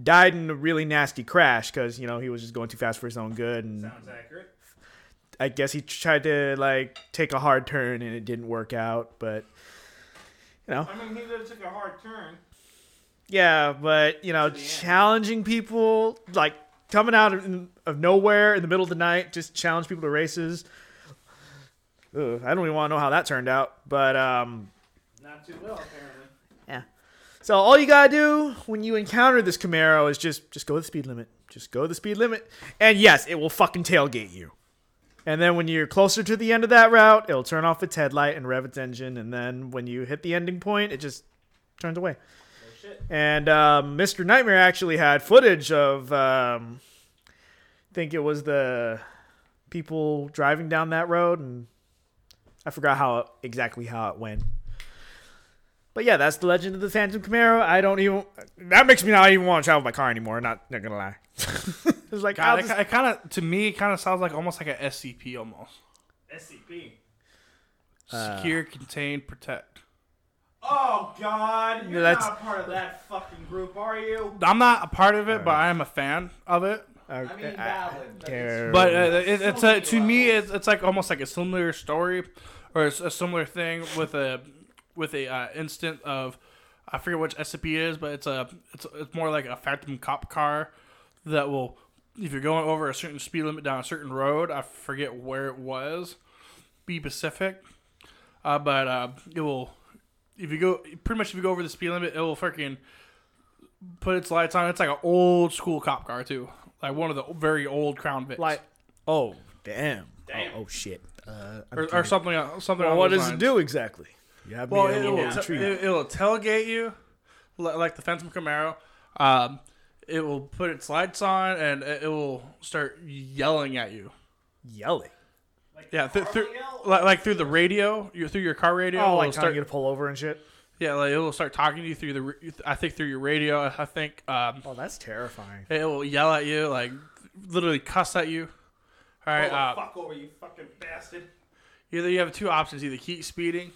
Speaker 3: died in a really nasty crash because you know he was just going too fast for his own good and
Speaker 7: Sounds accurate.
Speaker 3: I guess he tried to like take a hard turn and it didn't work out, but you know,
Speaker 7: I mean, he just took a hard turn.
Speaker 3: yeah, but you know,
Speaker 7: the end.
Speaker 3: challenging people like coming out of, of nowhere in the middle of the night, just challenge people to races. Ugh, I don't even want to know how that turned out, but um,
Speaker 7: Not too well, apparently.
Speaker 3: yeah. So all you gotta do when you encounter this Camaro is just just go the speed limit, just go the speed limit, and yes, it will fucking tailgate you. And then when you're closer to the end of that route, it'll turn off its headlight and rev its engine. And then when you hit the ending point, it just turns away.
Speaker 7: shit.
Speaker 3: And um, Mr. Nightmare actually had footage of, um, I think it was the people driving down that road, and I forgot how exactly how it went. But yeah, that's the legend of the Phantom Camaro. I don't even. That makes me not even want to travel my car anymore. Not not gonna lie. it's like I'll
Speaker 2: God,
Speaker 3: just-
Speaker 2: it, kind of to me, it kind of sounds like almost like a SCP almost.
Speaker 7: SCP.
Speaker 2: Secure, contain, protect.
Speaker 7: Oh God, you're
Speaker 3: That's-
Speaker 7: not a part of that fucking group, are you?
Speaker 2: I'm not a part of it, but I am a fan of it.
Speaker 7: I mean, valid. but it's-
Speaker 3: care.
Speaker 2: But uh, it, it's a, to
Speaker 7: many
Speaker 2: me, it's, it's like almost like a similar story, or it's a similar thing with a with a uh, instant of I forget which SCP is, but it's a it's it's more like a phantom cop car that will if you're going over a certain speed limit down a certain road. I forget where it was. Be specific, uh, but uh, it will if you go pretty much if you go over the speed limit, it will freaking put its lights on. It's like an old school cop car too, like one of the very old Crown Vics,
Speaker 3: like, oh damn,
Speaker 7: Damn.
Speaker 3: Oh, oh shit. Uh, I'm
Speaker 2: or, or something something.
Speaker 3: Well,
Speaker 2: along
Speaker 3: what
Speaker 2: those
Speaker 3: does it
Speaker 2: lines.
Speaker 3: do exactly? You have
Speaker 2: Well,
Speaker 3: me a
Speaker 2: it, will
Speaker 3: little
Speaker 2: t-
Speaker 3: intrigued.
Speaker 2: it, will tailgate you, li- like the Phantom Camaro. Um, it will put its lights on and it it will start yelling at you.
Speaker 3: Yelling.
Speaker 2: Yeah, th- through,
Speaker 7: yell?
Speaker 2: like, like through the radio, your through your car radio.
Speaker 3: Oh,
Speaker 2: it'll
Speaker 3: like
Speaker 2: start,
Speaker 3: trying to pull over and shit.
Speaker 2: yeah, like it will start talking to you through the. Re- I think through your radio. I- I think um,
Speaker 3: Oh, that's terrifying.
Speaker 2: it will yell at you, like literally cuss at you. All
Speaker 7: Pull
Speaker 2: right,
Speaker 7: the
Speaker 2: uh,
Speaker 7: fuck over, you fucking bastard.
Speaker 2: Either you have two options: either keep speeding,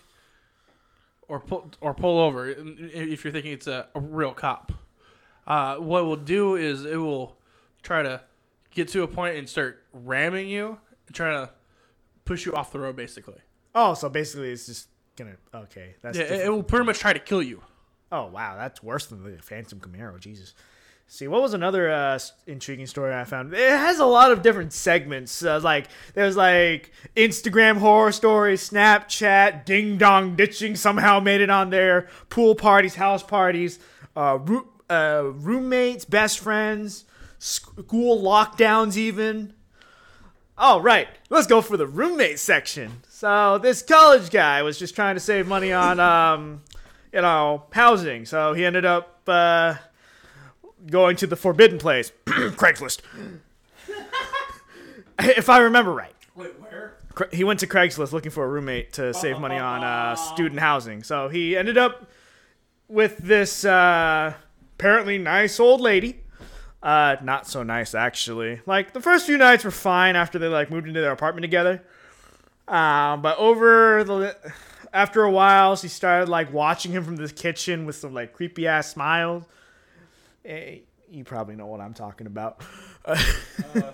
Speaker 2: or pull or pull over. If you're thinking it's a, a real cop, uh, what it will do is it will try to get to a point and start ramming you, and trying to push you off the road. Basically,
Speaker 3: Oh, so basically it's just gonna. Okay, that's.
Speaker 2: yeah, it,
Speaker 3: different.
Speaker 2: it will pretty much try to kill you.
Speaker 3: oh wow, that's worse than the Phantom Camaro. Jesus. See, what was another uh, s- intriguing story I found? It has a lot of different segments. Uh, like there's like Instagram horror stories, Snapchat, ding dong ditching somehow made it on there. Pool parties, house parties, uh, roo- uh, roommates, best friends, school lockdowns even. All right, let's go for the roommate section. So this college guy was just trying to save money on, um, you know, housing. So he ended up uh, going to the forbidden place, Craigslist. if I remember right.
Speaker 2: Wait, where?
Speaker 3: Cra- he went to Craigslist looking for a roommate to save money on uh, student housing. So he ended up with this uh, apparently nice old lady. Uh, not so nice actually. Like the first few nights were fine after they like moved into their apartment together. Um, but over the after a while, she started like watching him from the kitchen with some like creepy ass smiles. Eh, you probably know what I'm talking about.
Speaker 7: Uh,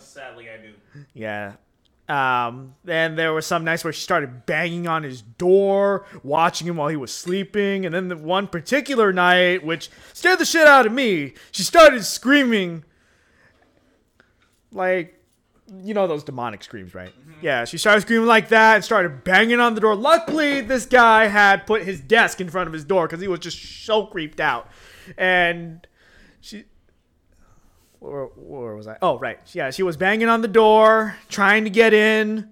Speaker 7: sadly, I do.
Speaker 3: Yeah. Um, then there were some nights where she started banging on his door, watching him while he was sleeping. And then the one particular night, which scared the shit out of me, she started screaming like, you know, those demonic screams, right? Yeah, she started screaming like that and started banging on the door. Luckily, this guy had put his desk in front of his door because he was just so creeped out. And she, where, where was I? Oh, right. Yeah, she was banging on the door, trying to get in,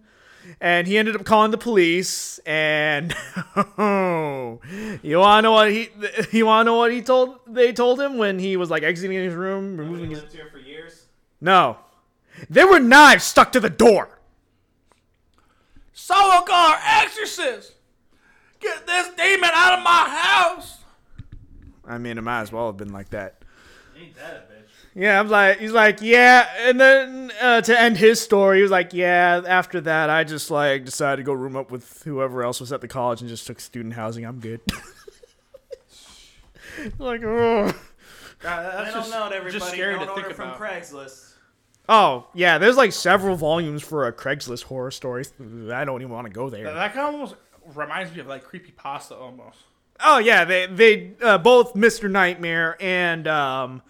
Speaker 3: and he ended up calling the police. And you wanna know what he you wanna know what he told they told him when he was like exiting his room, removing his
Speaker 8: lived here for years.
Speaker 3: no, there were knives stuck to the door.
Speaker 2: Solo car exorcist! Get this demon out of my house!
Speaker 3: I mean, it might as well have been like that.
Speaker 7: Ain't that a bitch?
Speaker 3: Yeah, I'm like, he's like, yeah, and then uh, to end his story, he was like, yeah. After that, I just like decided to go room up with whoever else was at the college and just took student housing. I'm good. like, oh.
Speaker 7: I don't know, everybody.
Speaker 2: just scary
Speaker 7: don't
Speaker 2: to
Speaker 7: order
Speaker 2: think
Speaker 7: from
Speaker 2: about.
Speaker 7: Craigslist.
Speaker 3: oh yeah, there's like several volumes for a Craigslist horror stories. I don't even want to go there.
Speaker 2: That kind of almost reminds me of like creepy pasta almost.
Speaker 3: Oh yeah, they they uh, both Mr. Nightmare and um,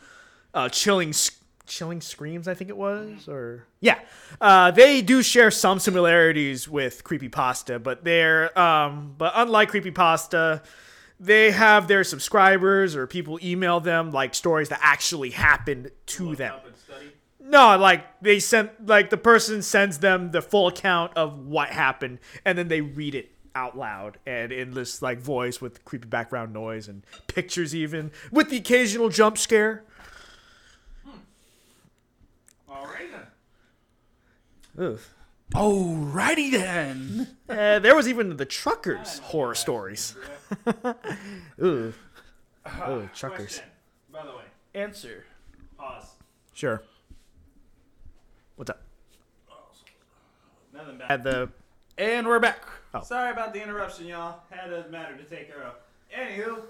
Speaker 3: uh, Chilling Sc- Chilling Screams, I think it was, or yeah, uh, they do share some similarities with creepypasta, but they're um, but unlike creepypasta, they have their subscribers or people email them like stories that actually happened to them. No, like they sent like the person sends them the full account of what happened and then they read it out loud and in this like voice with creepy background noise and pictures even with the occasional jump scare.
Speaker 2: Alright then.
Speaker 3: Ugh.
Speaker 2: Alrighty then.
Speaker 3: Uh, there was even the truckers horror stories. Ooh. Oh, truckers.
Speaker 7: Question. By the way,
Speaker 2: Answer.
Speaker 7: pause.
Speaker 3: Sure. What's up?
Speaker 7: Nothing
Speaker 3: At
Speaker 7: bad.
Speaker 3: the
Speaker 2: And we're back.
Speaker 7: Sorry about the interruption, y'all. Had a matter to take care of. Anywho,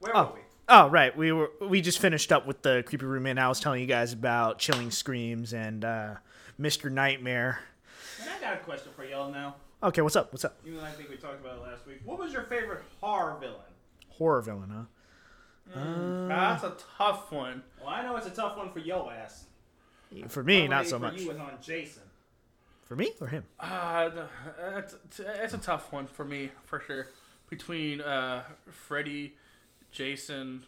Speaker 7: where
Speaker 3: Oh.
Speaker 7: were we?
Speaker 3: Oh right, we were we just finished up with the creepy roommate. I was telling you guys about chilling screams and uh, Mr. Nightmare.
Speaker 7: And I got a question for y'all now.
Speaker 3: Okay, what's up? What's up?
Speaker 7: Even though I think we talked about it last week. What was your favorite horror villain?
Speaker 3: Horror villain, huh?
Speaker 2: Now, that's a tough one.
Speaker 7: Well, I know it's a tough one for yo ass.
Speaker 3: For me, not
Speaker 7: Probably
Speaker 3: so
Speaker 7: for
Speaker 3: much.
Speaker 7: You was on Jason.
Speaker 3: For me or him?
Speaker 2: Uh, that's, that's a tough one for me, for sure. Between uh, Freddy, Jason,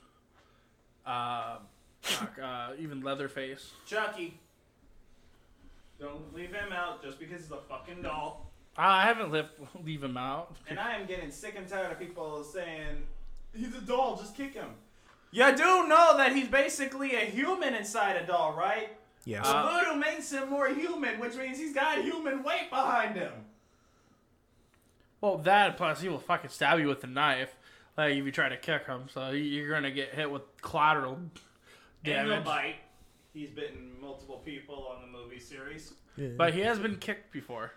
Speaker 2: uh, fuck, uh, even Leatherface.
Speaker 7: Chucky. Don't leave him out just because he's a fucking doll.
Speaker 2: Uh, I haven't left, leave him out.
Speaker 7: And I am getting sick and tired of people saying, he's a doll, just kick him. You do know that he's basically a human inside a doll, right?
Speaker 3: Yes.
Speaker 2: Uh,
Speaker 7: Voodoo makes him more human, which means he's got human weight behind him.
Speaker 2: Well, that plus he will fucking stab you with a knife, like if you try to kick him. So you- you're gonna get hit with collateral
Speaker 7: And he'll
Speaker 2: damage.
Speaker 7: bite. He's bitten multiple people on the movie series.
Speaker 2: But he has been kicked before,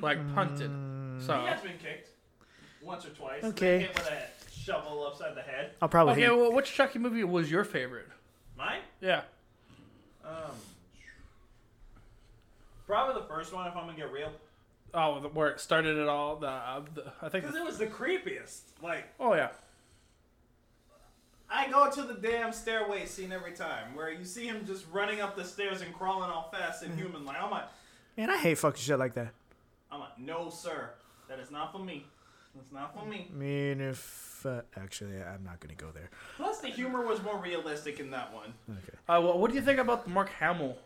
Speaker 2: like punted.
Speaker 7: He
Speaker 2: So
Speaker 7: has been kicked once or twice.
Speaker 3: Okay.
Speaker 7: Hit with a shovel upside the head.
Speaker 3: I'll probably.
Speaker 2: okay,
Speaker 3: hate-
Speaker 2: well, which Chucky movie was your favorite?
Speaker 7: Mine?
Speaker 2: Yeah.
Speaker 7: Um, probably the first one, if I'm gonna get real.
Speaker 2: Oh, the, where it started it all. The, uh, the I think.
Speaker 7: Because it was the creepiest. Like,
Speaker 2: oh yeah.
Speaker 7: I go to the damn stairway scene every time, where you see him just running up the stairs and crawling all fast and human like. I'm like,
Speaker 3: Man, I hate fucking shit like that.
Speaker 7: I'm like, no, sir. That is not for me. That's not for me.
Speaker 3: I mean, if uh, actually, I'm not gonna go there.
Speaker 7: Plus, the humor was more realistic in that one.
Speaker 3: Okay.
Speaker 2: Uh, well, what do you think about the Mark Hamill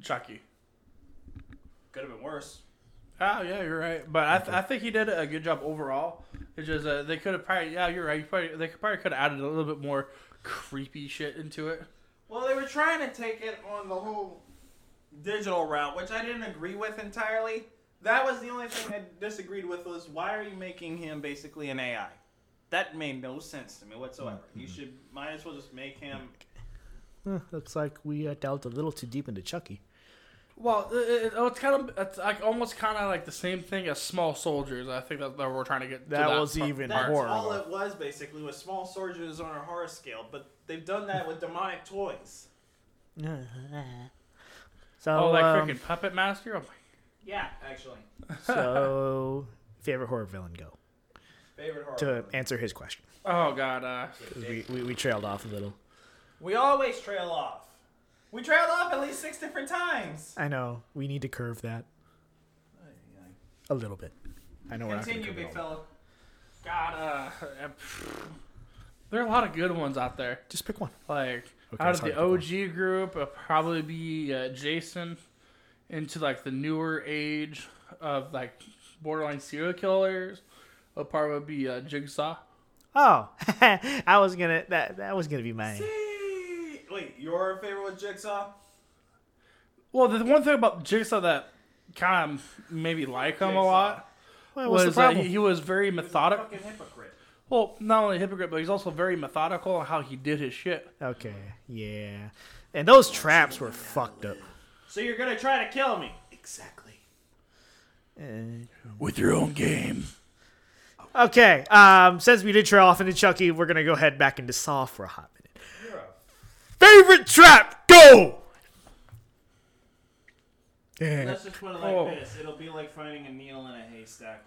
Speaker 2: Chucky?
Speaker 7: Could have been worse.
Speaker 2: Oh yeah, you're right. But I, th- I think he did a good job overall. It's just uh, they could have probably yeah, you're right. You probably they could probably could have added a little bit more creepy shit into it.
Speaker 7: Well, they were trying to take it on the whole digital route, which I didn't agree with entirely. That was the only thing I disagreed with was why are you making him basically an AI? That made no sense to me whatsoever. You
Speaker 3: Mm-hmm.
Speaker 7: should might as well just make him.
Speaker 3: looks like we uh, delved a little too deep into Chucky.
Speaker 2: Well, it, it, it's kind of it's like almost kind of like the same thing as Small Soldiers. I think that, that we're trying to get. to
Speaker 3: That was
Speaker 2: part.
Speaker 3: even
Speaker 7: That's
Speaker 3: horrible.
Speaker 7: all it was basically was small soldiers on a horror scale, but they've done that with demonic toys.
Speaker 3: so,
Speaker 2: Oh, like
Speaker 3: um,
Speaker 2: freaking Puppet Master. Oh my.
Speaker 7: Yeah, actually,
Speaker 3: so favorite horror villain go
Speaker 7: favorite horror.
Speaker 3: to
Speaker 7: movie.
Speaker 3: answer his question
Speaker 2: Oh god. Uh,
Speaker 3: 'cause we, we, we trailed off a little.
Speaker 7: We always trail off. We trailed off at least six different times.
Speaker 3: I know we need to curve that a little bit. I know
Speaker 7: Continue,
Speaker 3: we're not going
Speaker 7: big fella.
Speaker 2: god. Uh, there are a lot of good ones out there.
Speaker 3: Just pick one.
Speaker 2: Like
Speaker 3: Okay,
Speaker 2: out
Speaker 3: it's
Speaker 2: of
Speaker 3: hard
Speaker 2: the
Speaker 3: to pick one.
Speaker 2: OG group, it'd probably be uh, Jason into like the newer age of like borderline serial killers. A part would be uh, Jigsaw.
Speaker 3: Oh, I was gonna that that was gonna be mine.
Speaker 7: Wait, your favorite was Jigsaw?
Speaker 2: Well, the one thing about Jigsaw that kind of made me like him a
Speaker 7: Jigsaw.
Speaker 2: lot
Speaker 3: What was
Speaker 2: was
Speaker 3: the
Speaker 2: that
Speaker 3: problem?
Speaker 2: he, he was very methodical.
Speaker 7: Fucking hypocrite.
Speaker 2: Well, not only a hypocrite, but he's also very methodical on how he did his shit.
Speaker 3: okay, yeah, and those traps were fucked up.
Speaker 7: So you're gonna try to kill me?
Speaker 3: Uh,
Speaker 2: With your own game.
Speaker 3: Okay, um, since we did trail off into Chucky, we're gonna go head back into Saw for a hot minute. Favorite trap, go! Yeah.
Speaker 7: Let's just put it like
Speaker 2: Oh.
Speaker 7: this. It'll be like finding a needle in a haystack.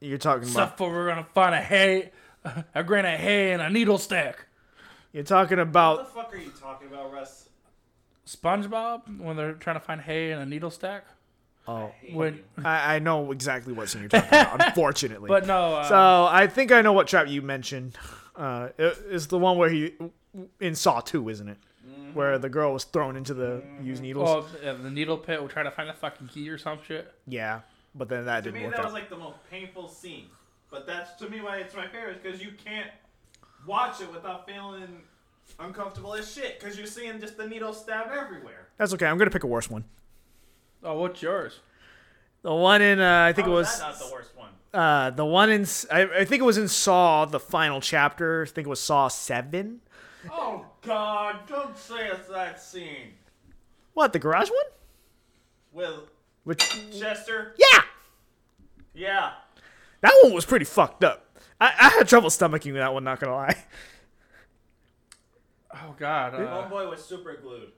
Speaker 3: You're talking about
Speaker 2: Except for we're gonna find a hay, a grain of hay, and a needle stack.
Speaker 3: you're talking
Speaker 7: What
Speaker 3: about
Speaker 7: the fuck are you talking about, Russ?
Speaker 2: SpongeBob when they're trying to find hay and a needle stack.
Speaker 3: oh
Speaker 2: When,
Speaker 3: I, I know exactly what scene you're talking about, unfortunately.
Speaker 2: but no, uh,
Speaker 3: so I think I know what trap you mentioned. Uh, it, it's the one where he in Saw Two, isn't it?
Speaker 7: Mm-hmm.
Speaker 3: Where the girl was thrown into the
Speaker 7: Oh.
Speaker 3: used needles.
Speaker 2: well, yeah, the needle pit. We're trying to find the fucking key or some shit.
Speaker 3: yeah, but then that
Speaker 7: To
Speaker 3: didn't
Speaker 7: me,
Speaker 3: work
Speaker 7: that
Speaker 3: out.
Speaker 7: was like the most painful scene. But that's to me why it's my favorite because you can't watch it without feeling uncomfortable as shit because you're seeing just the needle stab everywhere.
Speaker 3: That's okay. I'm gonna pick a worse one.
Speaker 2: Oh, what's yours?
Speaker 3: The one in uh, I think it
Speaker 7: How is
Speaker 3: was
Speaker 7: that not the worst one.
Speaker 3: uh, the one in S- I, I think it was in Saw the final chapter. I think it was Saw Seven.
Speaker 7: Oh God! Don't say it's that scene
Speaker 3: What the garage one?
Speaker 7: with
Speaker 3: Which
Speaker 7: Chester.
Speaker 3: yeah,
Speaker 7: Yeah.
Speaker 3: that one was pretty fucked up. I, I had trouble stomaching that one. Not gonna lie.
Speaker 2: Oh God, uh,
Speaker 7: Homeboy was super glued.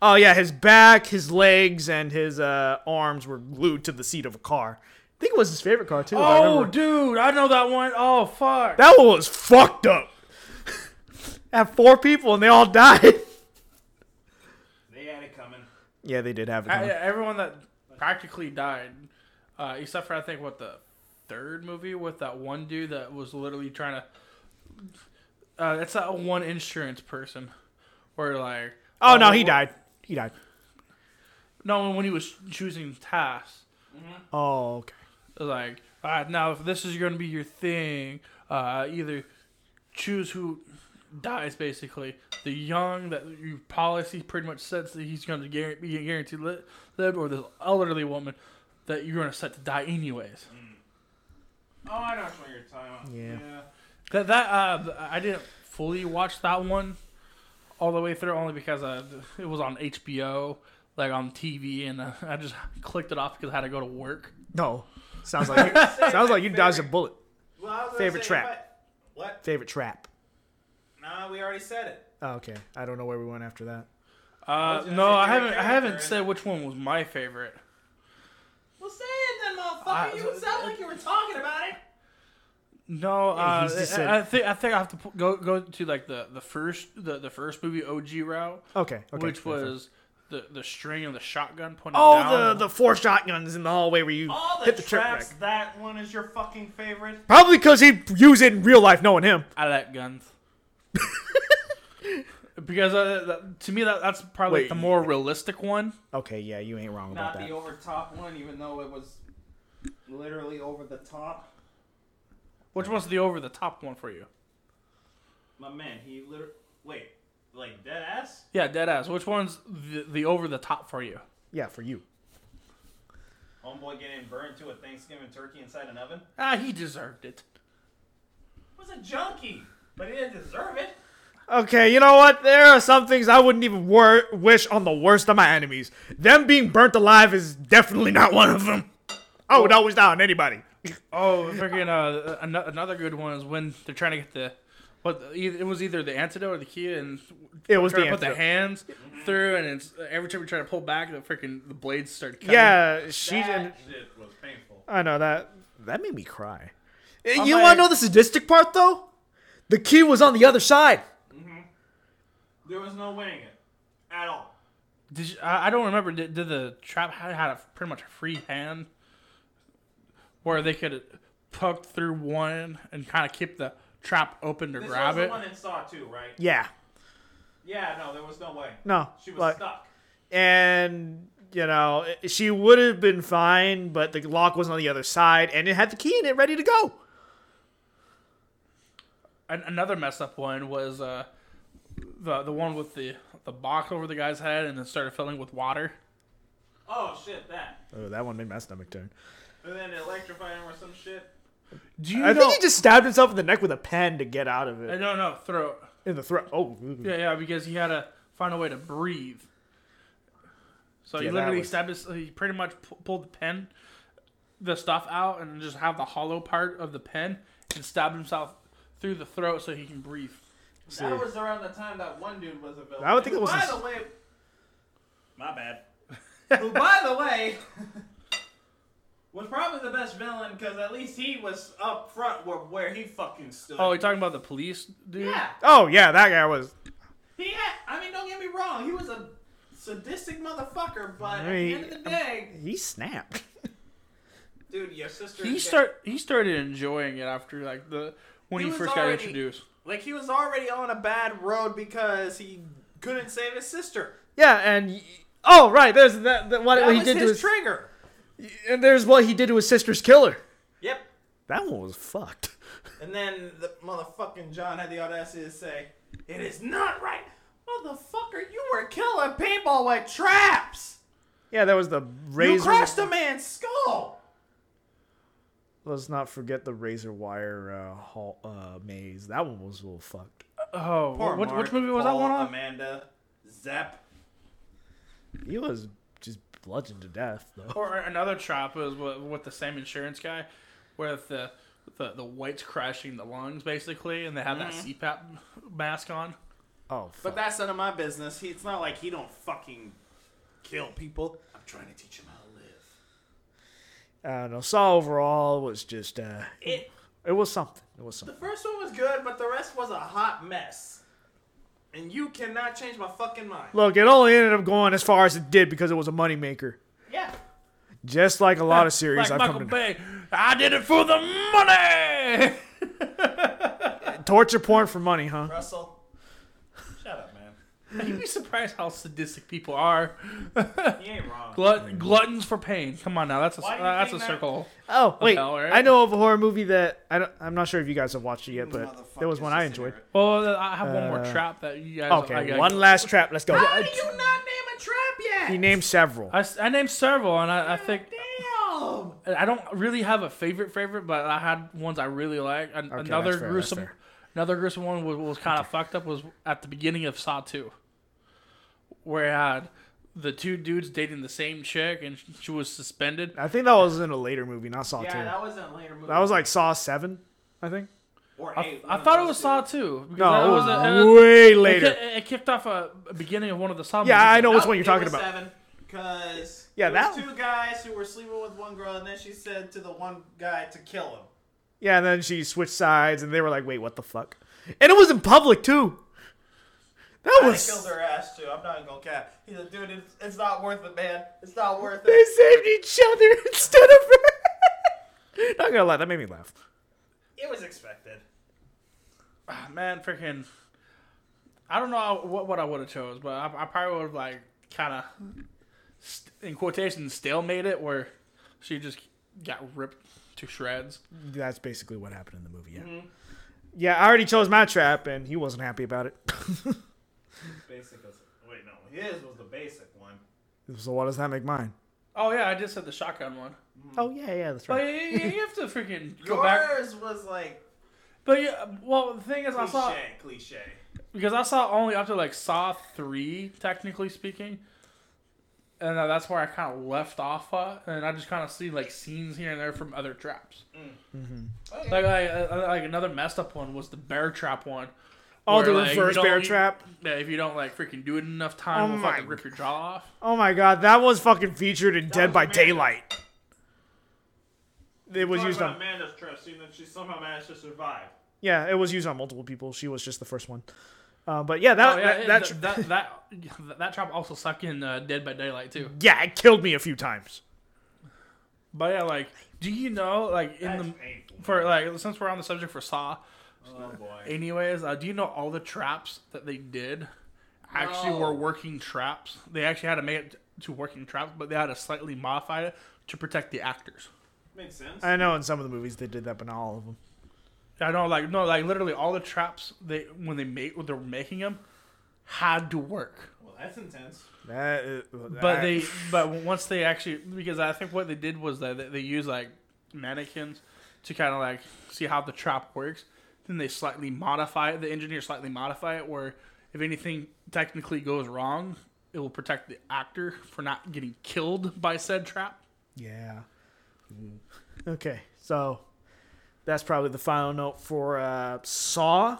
Speaker 3: Oh yeah, his back, his legs, and his uh, arms were glued to the seat of a car. I think it was his favorite car too. if I
Speaker 2: oh
Speaker 3: remember.
Speaker 2: dude, I know that one. Oh fuck.
Speaker 3: that one was fucked up. Had four people and they all died.
Speaker 7: They had it coming.
Speaker 3: yeah, they did have it.
Speaker 2: I,
Speaker 3: huh?
Speaker 2: everyone that practically died, uh, except for I think what the third movie with that one dude that was literally trying to. Uh, that's that one insurance person, where like
Speaker 3: Oh no, he
Speaker 2: wh-
Speaker 3: died. He died.
Speaker 2: No, when he was choosing tasks,
Speaker 3: Oh okay.
Speaker 2: like all right, now if this is going to be your thing, uh, either choose who dies basically the young that your policy pretty much sets that he's going to be guaranteed li- live, or the elderly woman that you're going to set to die anyways.
Speaker 7: Oh, I know which one you're talking about.
Speaker 3: Yeah.
Speaker 2: That that uh, I didn't fully watch that one all the way through only because uh, it was on HBO, like on TV, and uh, I just clicked it off because I had to go to work.
Speaker 3: No, sounds like you, sounds like you dodged a bullet.
Speaker 7: Well, I was gonna
Speaker 3: Favorite
Speaker 7: say,
Speaker 3: trap.
Speaker 7: but- What?
Speaker 3: Favorite trap.
Speaker 7: Nah, we already said it.
Speaker 3: Oh, okay, I don't know where we went after that.
Speaker 2: Uh,
Speaker 7: was gonna
Speaker 2: no,
Speaker 7: say
Speaker 2: I
Speaker 7: favorite
Speaker 2: haven't. I haven't
Speaker 7: character,
Speaker 2: said which one was my favorite.
Speaker 7: Well, say it then, motherfucker.
Speaker 2: I-
Speaker 7: you sound like you were talking about it.
Speaker 2: No,
Speaker 3: Yeah,
Speaker 2: uh,
Speaker 3: he's just
Speaker 2: I-
Speaker 3: said-
Speaker 2: I think I think I have to pu- go go to like the the first the, the first movie OG route,
Speaker 3: Okay, okay.
Speaker 2: which
Speaker 3: fair, fair.
Speaker 2: was the, the string of the shotgun pointing down.
Speaker 3: Oh, the, the four shotguns in the hallway where you
Speaker 7: All the,
Speaker 3: hit the trip
Speaker 7: traps.
Speaker 3: rack.
Speaker 7: That one is your fucking favorite.
Speaker 3: Probably because he used it in real life, knowing him.
Speaker 2: I like guns. because uh, that, to me, that, that's probably
Speaker 3: Wait.
Speaker 2: the more realistic one.
Speaker 3: Okay, yeah, you ain't wrong about
Speaker 7: Not
Speaker 3: that.
Speaker 7: the over top one, even though it was literally over the top.
Speaker 2: Which one's the over the top one for you?
Speaker 7: My man, he literally wait, like dead ass.
Speaker 2: Yeah, dead ass. Which one's the, the over the top for you?
Speaker 3: yeah, for you.
Speaker 7: Homeboy getting burned to a Thanksgiving turkey inside an oven.
Speaker 2: Ah, he deserved it.
Speaker 7: Was a junkie, but he didn't deserve it.
Speaker 3: Okay, you know what? There are some things I wouldn't even wor- wish on the worst of my enemies. Them being burnt alive is definitely not one of them. I would always die on anybody.
Speaker 2: Oh, freaking uh, an- another good one is when they're trying to get the. What e- it was either the antidote or the key, and
Speaker 3: It was
Speaker 2: trying
Speaker 3: the
Speaker 2: to put the
Speaker 3: antidote.
Speaker 2: hands through, and it's every time we try to pull back, the freaking the blades start. Cutting.
Speaker 3: Yeah, she didn't.
Speaker 7: That shit was painful.
Speaker 3: I know that. That made me cry. Oh,
Speaker 2: I'm
Speaker 3: you
Speaker 2: like-
Speaker 3: want to know the sadistic part though? The key was on the other side.
Speaker 7: There was no winning it at all.
Speaker 2: Did you, I, I don't remember. Did, did the trap had, had a pretty much a free hand where they could poke through one and kind of keep the trap open to
Speaker 7: This
Speaker 2: grab
Speaker 7: was
Speaker 2: it?
Speaker 7: the one in Saw too, right?
Speaker 3: Yeah.
Speaker 7: Yeah, no, there was no way.
Speaker 3: No.
Speaker 7: She was
Speaker 3: like-
Speaker 7: stuck.
Speaker 3: and you know i- she would have been fine, but the lock was on the other side, and it had the key in it, ready to go.
Speaker 2: An, another messed up one was uh, the the one with the the box over the guy's head and then started filling with water.
Speaker 7: Oh shit, that.
Speaker 3: Oh, that one made my stomach turn.
Speaker 7: And then electrified him or some shit.
Speaker 2: Do you
Speaker 3: I
Speaker 2: know?
Speaker 3: think he just stabbed himself in the neck with a pen to get out of
Speaker 2: Uh,
Speaker 3: it
Speaker 2: no, no, throat.
Speaker 3: in the throat. Oh,
Speaker 2: Yeah, yeah, because he had to find a way to breathe. So
Speaker 3: Yeah,
Speaker 2: he
Speaker 3: that
Speaker 2: literally
Speaker 3: was-
Speaker 2: stabbed his. He pretty much pu- pulled the pen, the stuff out, and just have the hollow part of the pen and stabbed himself through the throat so he can breathe.
Speaker 3: See.
Speaker 7: That was around the time that one dude was a villain.
Speaker 3: I would think
Speaker 7: Who,
Speaker 3: it was
Speaker 7: By
Speaker 3: his-
Speaker 7: the way. My bad. Who, by the way, was probably the best villain because at least he was up front where, where he fucking stood.
Speaker 2: Oh, you're talking about the police dude?
Speaker 7: yeah.
Speaker 3: oh yeah, that guy was.
Speaker 7: He, had- I mean, don't get me wrong. He was a sadistic motherfucker, but at
Speaker 3: Right.
Speaker 7: the end of the day,
Speaker 3: He snapped.
Speaker 7: dude, your sister.
Speaker 2: He
Speaker 7: is dead.
Speaker 2: start. He started enjoying it after like the when
Speaker 7: He
Speaker 2: he,
Speaker 7: was
Speaker 2: first got
Speaker 7: already-
Speaker 2: introduced.
Speaker 7: Like he was already on a bad road because he couldn't save his sister.
Speaker 3: yeah, and y- oh right, there's that. that what
Speaker 7: That
Speaker 3: he
Speaker 7: was
Speaker 3: did to
Speaker 7: his
Speaker 3: his
Speaker 7: trigger.
Speaker 3: and there's what he did to his sister's killer.
Speaker 7: Yep.
Speaker 3: That one was fucked.
Speaker 7: And then the motherfucking John had the audacity to say, "It is not right, motherfucker. You were killing people with traps.
Speaker 3: Yeah, that was the
Speaker 7: You
Speaker 3: razor.
Speaker 7: crushed a man's skull."
Speaker 3: Let's not forget the razor wire uh, hall, uh, maze. That one was a little fucked.
Speaker 2: Oh, wh- which, which movie was that one on?
Speaker 7: Amanda, Zep.
Speaker 3: He was just bludgeoned to death, though.
Speaker 2: Or another trap was with, with the same insurance guy, with the the, the whites crashing the lungs basically, and they have that
Speaker 7: Mm.
Speaker 2: CPAP mask on.
Speaker 3: Oh,
Speaker 7: But
Speaker 3: fuck.
Speaker 7: that's none of my business. He, it's not like he don't fucking kill people. I'm trying to teach him how to live.
Speaker 3: I don't know. Saw overall was just, uh,
Speaker 7: It.
Speaker 3: it was something. It was
Speaker 7: The
Speaker 3: something.
Speaker 7: first one was good, but the rest was a hot mess. And you cannot change my fucking mind.
Speaker 3: Look, it only ended up going as far as it did because it was a moneymaker.
Speaker 7: Yeah.
Speaker 3: Just like a lot of series
Speaker 2: like
Speaker 3: I've
Speaker 2: Michael
Speaker 3: come to.
Speaker 2: Bay, I did it for the money.
Speaker 3: Torture porn for money, huh?
Speaker 7: Russell. Shut up, man.
Speaker 2: You'd be surprised how sadistic people are.
Speaker 7: He ain't wrong.
Speaker 3: Mm.
Speaker 2: Glut- gluttons for pain. Come on now, that's a uh,
Speaker 7: Why do you
Speaker 2: that's a
Speaker 7: think that-
Speaker 2: circle.
Speaker 3: Oh, wait.
Speaker 2: hell, right?
Speaker 3: I know of a horror movie that I don't, I'm not sure if you guys have watched it yet, but
Speaker 7: Motherfuckers
Speaker 3: there was one I
Speaker 7: is
Speaker 3: enjoyed.
Speaker 7: ignorant.
Speaker 2: Well, I have one more
Speaker 3: Uh,
Speaker 2: trap that you guys.
Speaker 3: Okay,
Speaker 2: I, I,
Speaker 3: one last trap. Let's go.
Speaker 7: How do you not name a trap yet?
Speaker 3: He named several.
Speaker 2: I, s- I named several, and I, I think
Speaker 7: Damn.
Speaker 2: I don't really have a favorite favorite, but I had ones I really like. An-
Speaker 3: Okay,
Speaker 2: another
Speaker 3: that's fair, that's
Speaker 2: gruesome,
Speaker 3: fair.
Speaker 2: another gruesome one was, was kind of fucked up. Was at the beginning of Saw Two, where I had the two dudes dating the same chick, and sh- she was suspended.
Speaker 3: I think that was in a later movie, not Saw 2.
Speaker 7: Yeah,
Speaker 3: That
Speaker 7: that was in a later movie.
Speaker 3: was like Saw 7, I think.
Speaker 7: Or
Speaker 2: I,
Speaker 7: eight,
Speaker 2: I
Speaker 7: one of
Speaker 2: thought it
Speaker 7: those
Speaker 2: was
Speaker 7: two.
Speaker 2: Saw Two. because that
Speaker 3: No, it
Speaker 2: was a- it
Speaker 3: was
Speaker 2: was-
Speaker 3: way
Speaker 2: it ki-
Speaker 3: later.
Speaker 2: It, kicked off a a beginning of one of the Saw.
Speaker 3: Yeah,
Speaker 2: movies.
Speaker 3: I know which one
Speaker 7: Nope,
Speaker 3: you're talking
Speaker 7: it was
Speaker 3: about.
Speaker 7: Seven, because
Speaker 3: Yeah,
Speaker 7: yeah, that
Speaker 3: that-
Speaker 7: was two guys who were sleeping with one girl, and then she said to the one guy to kill him.
Speaker 3: Yeah, and then she switched sides, and they were like, "Wait, what the fuck?" And it was in public too. That
Speaker 7: I
Speaker 3: was.
Speaker 7: killed her ass too. I'm not even gonna cap. He's like, dude, it's, it's not worth it, man. It's not worth
Speaker 3: They saved
Speaker 7: it.
Speaker 3: each other instead of her. Not gonna lie, that made me laugh.
Speaker 7: It was expected.
Speaker 2: Ah, man, freaking. I don't know what what I would have chose, but I, I probably would have like kind of, st- in quotation, stalemate it where she just got ripped to shreds.
Speaker 3: That's basically what happened in the movie. Yeah.
Speaker 2: Mm-hmm.
Speaker 3: Yeah, I already chose my trap, and he wasn't happy about it.
Speaker 7: Basic as wait, no, his was the basic one.
Speaker 3: so why does that make mine?
Speaker 2: Oh yeah, I just said the shotgun one.
Speaker 3: Oh yeah, yeah, that's
Speaker 2: But you, you- you have to freaking go back.
Speaker 7: Yours was like
Speaker 2: But yeah, well, the thing is, I saw
Speaker 7: cliche, cliche.
Speaker 2: because I saw only up to like Saw three, technically speaking, and uh, that's where I kind of left off at, and I just kind of see like scenes here and there from other traps.
Speaker 7: Mm.
Speaker 3: Mm-hmm.
Speaker 7: Okay.
Speaker 2: Like, like, uh, like another messed up one was the bear trap one.
Speaker 3: Oh,
Speaker 2: where,
Speaker 3: the
Speaker 2: like, if you
Speaker 3: reverse
Speaker 2: don't-
Speaker 3: bear trap.
Speaker 2: Yeah, if you don't like freaking do it enough time,
Speaker 3: Oh
Speaker 2: we'll
Speaker 3: my
Speaker 2: fucking rip your jaw off.
Speaker 3: Oh my god, that was fucking featured in Dead
Speaker 7: was
Speaker 3: by
Speaker 7: amazing.
Speaker 3: Daylight. It was
Speaker 7: Talk
Speaker 3: used
Speaker 7: about
Speaker 3: on
Speaker 7: Amanda's trip, seeing that she somehow managed to survive.
Speaker 3: yeah, it was used on multiple people. She was just the first one. Uh, but yeah, that
Speaker 2: Oh, yeah,
Speaker 3: that,
Speaker 2: and
Speaker 3: that,
Speaker 2: th- that, that, that, trap also sucked in uh, Dead by Daylight too.
Speaker 3: yeah, it killed me a few times.
Speaker 2: But yeah, like, do you know, like in
Speaker 7: That's
Speaker 2: the
Speaker 7: painful.
Speaker 2: for like since we're on the subject for Saw,
Speaker 7: Oh boy.
Speaker 2: anyways, uh, do you know all the traps that they did actually
Speaker 7: No.
Speaker 2: were working traps? They actually had to make it to working traps, but they had to slightly modify it to protect the actors.
Speaker 7: Makes sense.
Speaker 3: I know in some of the movies they did that, but not all of them.
Speaker 2: I know, like no, like literally all the traps they when they made when they were making them had to work.
Speaker 7: Well, that's intense.
Speaker 3: That, uh,
Speaker 2: But
Speaker 3: I-
Speaker 2: they but once they actually because I think what they did was that they, they used like mannequins to kind of like see how the trap works. Then they slightly modify it. The engineer slightly modify it where if anything technically goes wrong, it will protect the actor for not getting killed by said trap.
Speaker 3: yeah. Mm. Okay, so that's probably the final note for uh, Saw.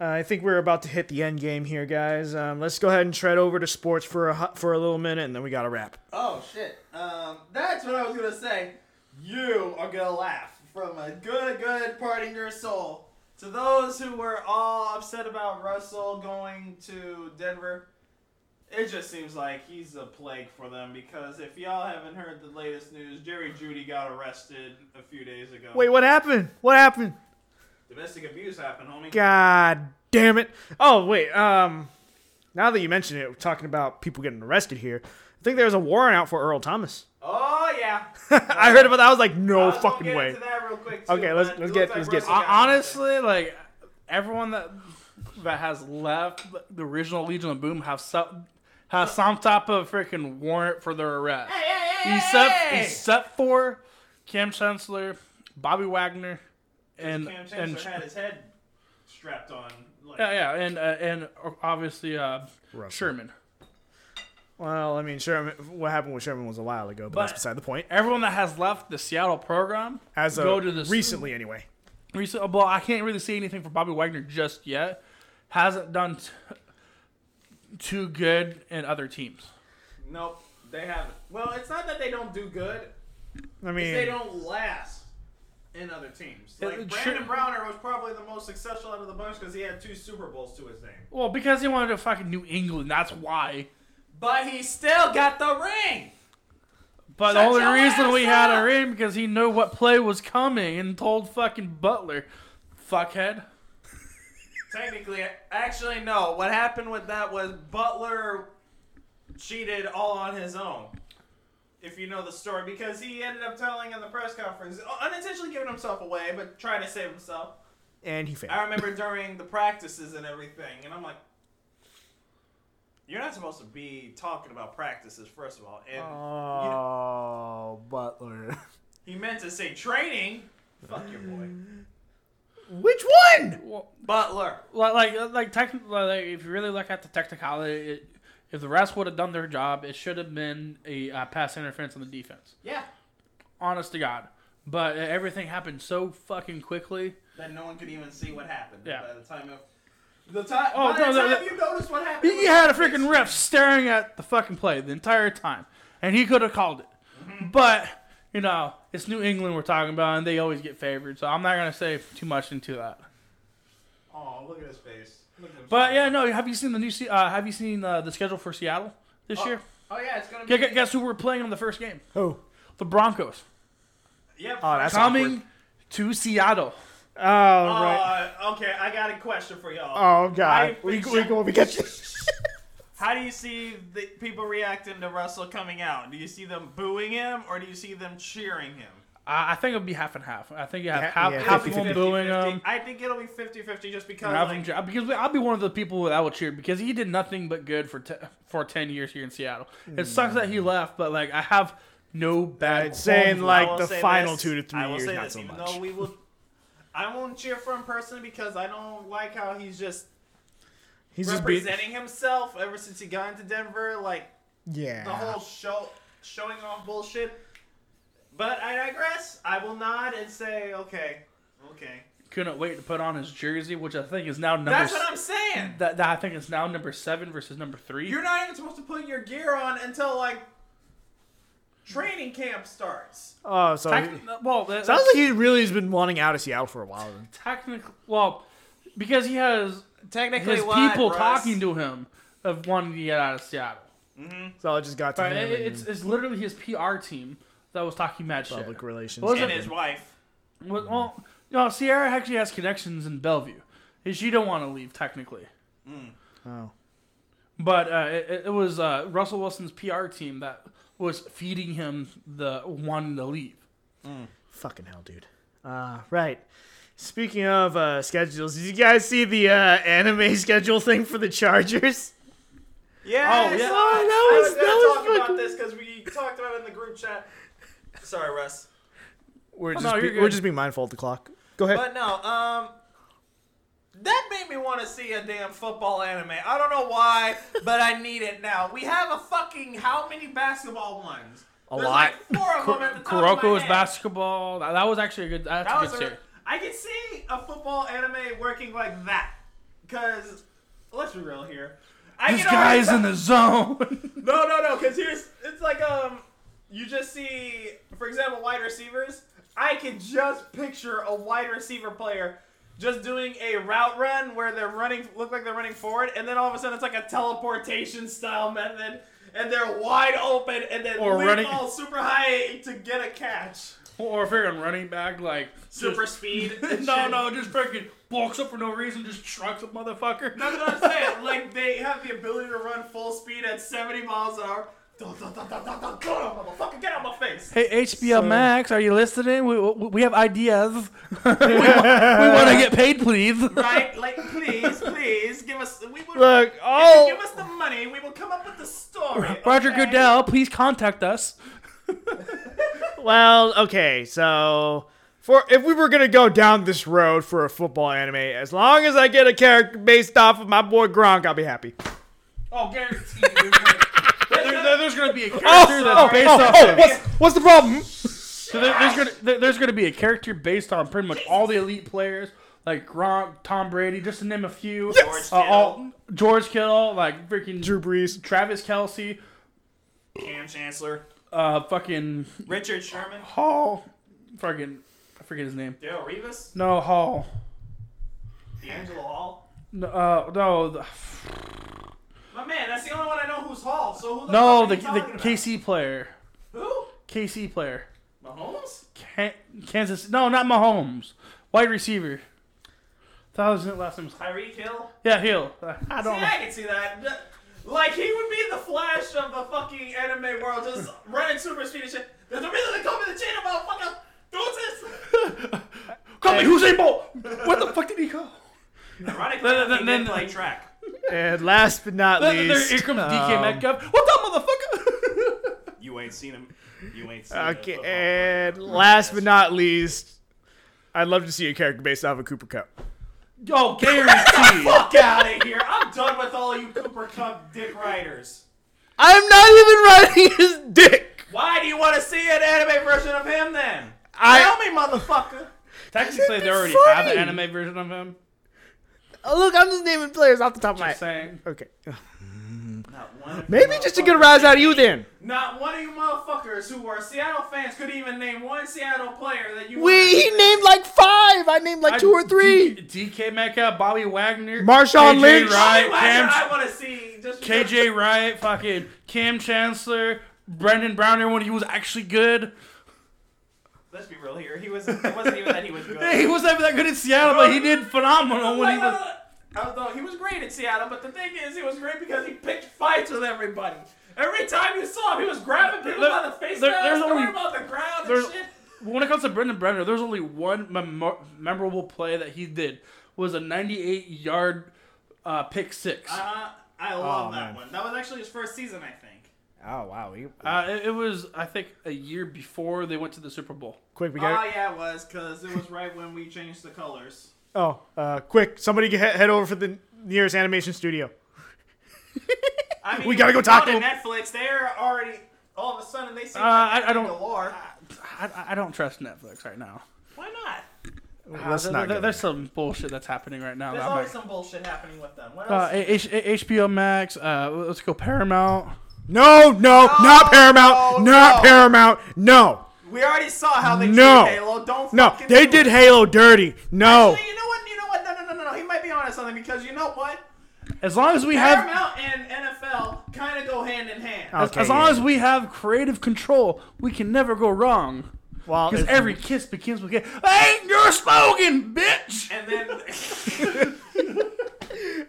Speaker 3: Uh, I think we're about to hit the end game here, guys. Um, let's go ahead and tread over to sports for a hu- for a little minute, and then we got to wrap.
Speaker 7: Oh shit. Um, that's what I was gonna say. You are gonna laugh from a good, good part in your soul. To those who were all upset about Russell going to Denver, it just seems like he's a plague for them because if y'all haven't heard the latest news, Jerry Judy got arrested a few days ago.
Speaker 3: Wait, what happened? What happened?
Speaker 7: Domestic abuse happened, homie.
Speaker 3: God damn it. Oh, wait. Um, now that you mention it, we're talking about people getting arrested here. I think there's a warrant out for Earl Thomas.
Speaker 7: Oh yeah.
Speaker 3: I heard about that. I was like,
Speaker 7: I
Speaker 3: no
Speaker 7: was gonna
Speaker 3: fucking
Speaker 7: get
Speaker 3: way.
Speaker 7: into that real quick, too,
Speaker 3: Okay, let's-
Speaker 7: but
Speaker 3: let's
Speaker 7: it
Speaker 3: get-
Speaker 7: looks like
Speaker 3: let's get-
Speaker 7: Russell
Speaker 2: Hon-
Speaker 7: got arrested.
Speaker 2: honestly, like everyone that that has left the original Legion of Boom have some have some type of freaking warrant for their arrest, except except for Cam Chancellor, Bobby Wagner, and
Speaker 7: Cam
Speaker 2: and
Speaker 7: Chancellor had his head strapped on. Like,
Speaker 2: yeah yeah and uh, and obviously uh,
Speaker 3: Russell.
Speaker 2: Sherman.
Speaker 3: Well, I mean, Sherman, what happened with Sherman was a while ago, but, that's
Speaker 2: But-
Speaker 3: beside the point.
Speaker 2: Everyone that has left the Seattle program
Speaker 3: As of
Speaker 2: go to the
Speaker 3: recently, anyway.
Speaker 2: Recent, well, I can't really see anything for Bobby Wagner just yet. Hasn't done t- too good in other teams.
Speaker 7: Nope, they haven't. Well, it's not that they don't do good;
Speaker 3: I
Speaker 7: it's they
Speaker 3: mean,
Speaker 7: don't last in other teams.
Speaker 2: Uh,
Speaker 7: Like
Speaker 2: sure.
Speaker 7: Brandon Browner was probably the most successful out of the bunch because he had two Super Bowls to his name.
Speaker 2: Well, because he wanted to fucking New England, that's why.
Speaker 7: But he still got the ring.
Speaker 2: But
Speaker 7: Shut
Speaker 2: the
Speaker 7: your
Speaker 2: only reason
Speaker 7: ass
Speaker 2: we had
Speaker 7: up!
Speaker 2: her in because he knew what play was coming and told fucking Butler, fuckhead.
Speaker 7: Technically, actually, no. What happened with that was Butler cheated all on his own. If you know the story, because he ended up telling in the press conference, unintentionally giving himself away, but trying to save himself.
Speaker 3: and he failed.
Speaker 7: I remember during the practices and everything, and I'm like, you're not supposed to be talking about practices, first of all. And you know,
Speaker 3: Oh, Butler.
Speaker 7: he meant to say training. Fuck your boy.
Speaker 3: Which one?
Speaker 2: Well,
Speaker 7: Butler.
Speaker 2: li- like, uh, like, technically, like, if you really look at the technicality, it, if the refs would have done their job, it should have been a uh, pass interference on the defense.
Speaker 7: Yeah.
Speaker 2: Honest to God. But uh, everything happened so fucking quickly.
Speaker 7: That no one could even see what happened
Speaker 2: Yeah.
Speaker 7: by the time of. The time,
Speaker 2: Oh,
Speaker 7: by
Speaker 2: no,
Speaker 7: the
Speaker 2: no,
Speaker 7: time
Speaker 2: no.
Speaker 7: you noticed what happened.
Speaker 2: He
Speaker 7: was
Speaker 2: had a
Speaker 7: like
Speaker 2: freaking
Speaker 7: six-
Speaker 2: ref staring at the fucking play the entire time, and he could have called it. But you know, it's New England we're talking about, and they always get favored. So I'm not gonna say too much into that.
Speaker 7: Oh, look at his face.
Speaker 2: But yeah, no. Have you seen the new? Se- Uh, have you seen uh, the schedule for Seattle this year?
Speaker 7: Oh yeah, it's gonna be.
Speaker 2: Gu- gu- Guess who we're playing on the first game?
Speaker 3: Oh,
Speaker 2: The Broncos
Speaker 7: Yep.
Speaker 3: oh, that's
Speaker 2: coming
Speaker 3: awkward.
Speaker 2: to Seattle.
Speaker 3: Oh, right.
Speaker 7: Uh, okay, I got a question for y'all.
Speaker 3: Oh God,
Speaker 7: I-
Speaker 3: we we going to get you.
Speaker 7: How do you see the people reacting to Russell coming out? Do you see them booing him or do you see them cheering him?
Speaker 2: I I think it'll be half and half. I think you have
Speaker 3: Yeah,
Speaker 2: half,
Speaker 3: yeah,
Speaker 2: half of
Speaker 3: 50-50.
Speaker 2: them booing
Speaker 7: 50-50.
Speaker 3: um,
Speaker 2: him.
Speaker 7: I think it'll be 50-50 just because
Speaker 2: and half of
Speaker 7: like,
Speaker 2: them- because I'll be one of the people that will cheer because he did nothing but good for te- for ten years here in Seattle. It sucks that he left, but like I have no bad.
Speaker 3: I'd say in
Speaker 2: qualms
Speaker 3: like
Speaker 7: I will
Speaker 3: the
Speaker 7: say
Speaker 3: final
Speaker 7: this-
Speaker 3: two to three
Speaker 7: I will
Speaker 3: years,
Speaker 7: say
Speaker 3: not
Speaker 7: this,
Speaker 3: so
Speaker 7: even
Speaker 3: much.
Speaker 7: Though we will, I won't cheer for him personally because I don't like how he's just
Speaker 3: He's just beat.
Speaker 7: representing himself ever since he got into Denver. Like the
Speaker 3: Yeah.
Speaker 7: whole show showing off bullshit. But I digress. I will nod and say, okay, okay.
Speaker 2: couldn't wait to put on his jersey, which I think is now number.
Speaker 7: That's
Speaker 2: s-
Speaker 7: what I'm saying.
Speaker 2: that, that I think is now number seven versus number three.
Speaker 7: You're not even supposed to put your gear on until like training camp starts.
Speaker 3: Oh, so
Speaker 2: Tec- well, that,
Speaker 3: sounds like he really has been wanting out of Seattle for a while. Then.
Speaker 2: technically well because he has
Speaker 7: Technically,
Speaker 2: his people talking to him of wanting to get out of Seattle.
Speaker 3: So it just got to
Speaker 2: But
Speaker 3: him
Speaker 2: it,
Speaker 3: and
Speaker 2: it's it's literally his PR team that was talking mad shit.
Speaker 3: public relations.
Speaker 2: What was
Speaker 7: and
Speaker 2: it?
Speaker 7: his wife.
Speaker 2: Well, well, no, Sierra actually has connections in Bellevue. And She don't want to leave technically, Mm.
Speaker 3: Oh.
Speaker 2: but uh, it, it was uh, Russell Wilson's PR team that was feeding him the wanting to leave.
Speaker 3: Fucking hell, dude. Uh, right. Speaking of uh, schedules, did you guys see the uh, anime schedule thing for the Chargers?
Speaker 7: Yeah.
Speaker 2: Oh, yeah.
Speaker 3: Oh, that was-
Speaker 7: I was
Speaker 3: that
Speaker 7: gonna
Speaker 3: was
Speaker 7: talk
Speaker 3: fucking-
Speaker 7: about this because we talked about it in the group chat. Sorry, Russ.
Speaker 3: We're
Speaker 2: Oh,
Speaker 3: just
Speaker 2: no,
Speaker 3: be-
Speaker 2: you're
Speaker 3: we're
Speaker 2: good.
Speaker 3: just being mindful of the clock. Go ahead.
Speaker 7: But no, um, that made me want to see a damn football anime. I don't know why, but I need it now. We have a fucking how many basketball ones?
Speaker 3: A
Speaker 7: There's
Speaker 3: lot.
Speaker 7: Like four of them at the top of my
Speaker 2: Kuroko is
Speaker 7: head.
Speaker 2: basketball. That, Oh, that was actually a good. That's
Speaker 7: That
Speaker 2: a
Speaker 7: was
Speaker 2: good
Speaker 7: a-
Speaker 2: series.
Speaker 7: I can see a football anime working like that. Cause let's be real here. I
Speaker 2: This
Speaker 7: can already
Speaker 2: guy's in the zone.
Speaker 7: No, no, no. Because here's it's like um, you just see, for example, wide receivers. I can just picture a wide receiver player just doing a route run where they're running, look like they're running forward, and then all of a sudden it's like a teleportation style method, and they're wide open, and then
Speaker 2: Or
Speaker 7: leap
Speaker 2: running-
Speaker 7: all super high to get a catch,
Speaker 2: Or if you're on running back, like
Speaker 7: super
Speaker 2: just-
Speaker 7: speed.
Speaker 2: no, no, just freaking walks up for no reason, just trucks a motherfucker.
Speaker 7: That's what I'm saying. Like they have the ability to run full speed at 70 miles an hour. Dun, dun, dun, dun, dun, dun, Get on, motherfucker! Get on my face!
Speaker 2: Hey HBO Max, are you listening? We, we, we have ideas. we, want to get paid, please.
Speaker 7: right? Like, please, please give us. We would
Speaker 3: Look, oh!
Speaker 7: If you
Speaker 3: all
Speaker 7: give us the money, we will come up with the story.
Speaker 2: Oh. Roger
Speaker 7: okay?
Speaker 2: Goodell, please contact us.
Speaker 3: well, okay. So for if we were gonna go down this road for a football anime, as long as I get a character based off of my boy Gronk, I'll be happy.
Speaker 2: Oh, guaranteed. There's gonna, there's gonna be a character
Speaker 3: Oh,
Speaker 2: that's
Speaker 3: oh,
Speaker 2: based
Speaker 3: oh,
Speaker 2: off.
Speaker 3: oh, what's, what's the problem?
Speaker 2: So there, there's gonna there, there's gonna be a character based on pretty much all the elite players, like Gronk, Tom Brady, just to name a few.
Speaker 7: Yes!
Speaker 2: Uh, all, George Kittle, like freaking
Speaker 3: Drew Brees.
Speaker 2: Travis Kelsey,
Speaker 7: Cam Chancellor,
Speaker 2: uh, fucking
Speaker 7: Richard Sherman,
Speaker 2: Hall, fucking I forget his name.
Speaker 7: Daryl Rivas,
Speaker 2: No Hall.
Speaker 7: D'Angelo Hall.
Speaker 2: No, uh, no, the,
Speaker 7: My man, that's the only one I know who's Hall. So who the
Speaker 2: no,
Speaker 7: fuck are
Speaker 2: the,
Speaker 7: you
Speaker 2: the
Speaker 7: talking
Speaker 2: KC player,
Speaker 7: About?
Speaker 2: KC player,
Speaker 7: Who? Mahomes?
Speaker 2: Can, Kansas. No, not Mahomes. Wide receiver. That was his last name.
Speaker 7: Tyreek Hill?
Speaker 2: Yeah, Hill. I
Speaker 7: See,
Speaker 2: don't know.
Speaker 7: I can see that. Th- Like he would be the Flash of the fucking anime world, just running super speed and shit. There's a reason they call me the chain motherfucker. Deuces.
Speaker 2: Call me Usain Bolt. What the fuck did he call?
Speaker 7: Ironically,
Speaker 2: Then-
Speaker 7: he
Speaker 2: then-
Speaker 7: did play track.
Speaker 3: And last but not
Speaker 2: There,
Speaker 3: least,
Speaker 2: here comes DK
Speaker 3: um,
Speaker 2: Metcalf. What's up, motherfucker?
Speaker 7: You ain't seen him. You ain't seen him.
Speaker 3: Okay, and last but not least, I'd love to see a character based off of Cooper Cup.
Speaker 2: Yo, guaranteed.
Speaker 7: Fuck out of here! I'm done with all you Cooper Cup dick writers.
Speaker 3: I'm not even riding his dick.
Speaker 7: Why do you want to see an anime version of him then?
Speaker 3: I-
Speaker 7: Tell me, motherfucker.
Speaker 2: Technically, they already have an anime version of him.
Speaker 3: Oh, look, I'm just naming players off the top of my
Speaker 2: Just
Speaker 3: head.
Speaker 2: saying.
Speaker 3: Okay,
Speaker 7: Not one.
Speaker 3: maybe just to get a rise out of you then.
Speaker 7: Not one of you motherfuckers who are Seattle fans could even name one Seattle player that you.
Speaker 3: We he named like five. I named like two or three.
Speaker 2: D- DK Metcalf, Bobby Wagner,
Speaker 3: Marshawn
Speaker 2: KJ
Speaker 3: Lynch.
Speaker 2: Wright,
Speaker 7: Why
Speaker 2: Cam,
Speaker 7: I want to see just
Speaker 2: KJ Wright, fucking Cam Chancellor, Brendan Browner when he was actually good.
Speaker 7: Let's be real here. He was. It wasn't even that he was good.
Speaker 2: He wasn't ever that good in Seattle, but he did phenomenal when he was.
Speaker 7: Although he was great in Seattle, but the thing is, he was great because he picked fights with everybody. Every time you saw him, he was grabbing people
Speaker 2: There-
Speaker 7: by the face
Speaker 2: there-
Speaker 7: mask,
Speaker 2: there's
Speaker 7: throwing
Speaker 2: only-
Speaker 7: them on the ground and
Speaker 2: there's-
Speaker 7: shit.
Speaker 2: When it comes to Brendan Brenner, there's only one memo memorable play that he did was a 98 yard uh, pick six. Uh,
Speaker 7: Uh, I love
Speaker 3: Oh,
Speaker 7: that
Speaker 3: man.
Speaker 7: one. That was actually his first season, I think.
Speaker 3: Oh wow, he,
Speaker 2: Uh, it, it was I think a year before they went to the Super Bowl.
Speaker 3: quick we
Speaker 7: Oh
Speaker 3: got.
Speaker 7: yeah, it was because it was right when we changed the colors.
Speaker 3: Oh, uh, quick! Somebody get, head over for the nearest animation studio.
Speaker 7: I mean,
Speaker 3: We gotta go
Speaker 7: if you
Speaker 3: tackle
Speaker 7: to Netflix. They're already all of a sudden they see
Speaker 2: Uh, I, I don't
Speaker 7: galore.
Speaker 3: Ah,
Speaker 2: I, I- I don't trust Netflix right now.
Speaker 7: Why not?
Speaker 3: Let's
Speaker 2: There-
Speaker 3: not.
Speaker 2: there-
Speaker 3: go
Speaker 2: there's
Speaker 3: there.
Speaker 2: some bullshit that's happening right now.
Speaker 7: There's
Speaker 2: that I'm
Speaker 7: always
Speaker 2: not-
Speaker 7: some bullshit happening with them. What
Speaker 2: uh,
Speaker 7: else?
Speaker 2: H- H- HBO Max. Uh, let's go Paramount.
Speaker 3: No, no, not Paramount,
Speaker 7: no,
Speaker 3: not
Speaker 7: no.
Speaker 3: Paramount, no,
Speaker 7: we already saw how they
Speaker 3: No.
Speaker 7: treat Halo. Don't
Speaker 3: no.
Speaker 7: fucking
Speaker 3: They
Speaker 7: do
Speaker 3: did
Speaker 7: it.
Speaker 3: Halo dirty. No,
Speaker 7: Actually, you know what? You know what? No, no, no, no, no. He might be onto something because you know what?
Speaker 2: As long as we have,
Speaker 7: Paramount and NFL kind of go hand in hand.
Speaker 3: Oh,
Speaker 2: as
Speaker 3: Okay,
Speaker 2: long
Speaker 3: yeah.
Speaker 2: as we have creative control, we can never go wrong.
Speaker 3: well,
Speaker 2: Because
Speaker 3: if-
Speaker 2: every kiss begins with "Ain't your slogan, bitch."
Speaker 7: And then,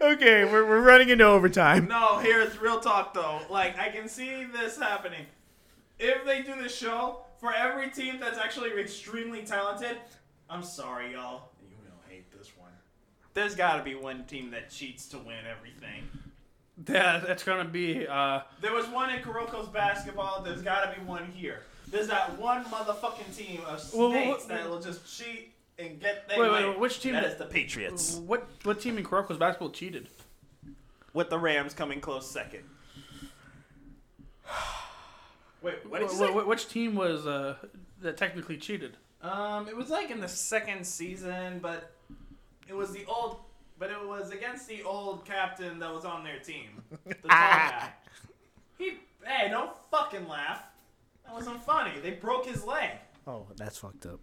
Speaker 3: okay, we're, we're running into overtime.
Speaker 7: no, here's real talk though. Like, I can see this happening. If they do this show, for every team that's actually extremely talented, I'm sorry, y'all. You're going to hate this one. There's got to be one team that cheats to win everything.
Speaker 2: Yeah, that's gonna be. Uh,
Speaker 7: There was one in Kuroko's basketball. There's got to be one here. There's that one motherfucking team of snakes
Speaker 2: Well, what-
Speaker 7: that will just cheat and get their
Speaker 2: Wait,
Speaker 7: way.
Speaker 2: wait, which team
Speaker 7: That
Speaker 2: did-
Speaker 7: is the Patriots.
Speaker 2: what what team in Kuroko's basketball cheated?
Speaker 7: With the Rams coming close second. Wait, what did you
Speaker 2: Wh-
Speaker 7: say?
Speaker 2: wh- which team was uh, that technically cheated?
Speaker 7: Um, it was like in the second season, but it was the old, but it was against the old captain that was on their team, the tall
Speaker 2: Ah.
Speaker 7: guy. He, hey, don't fucking laugh. That wasn't funny. They broke his leg.
Speaker 3: Oh, that's fucked up.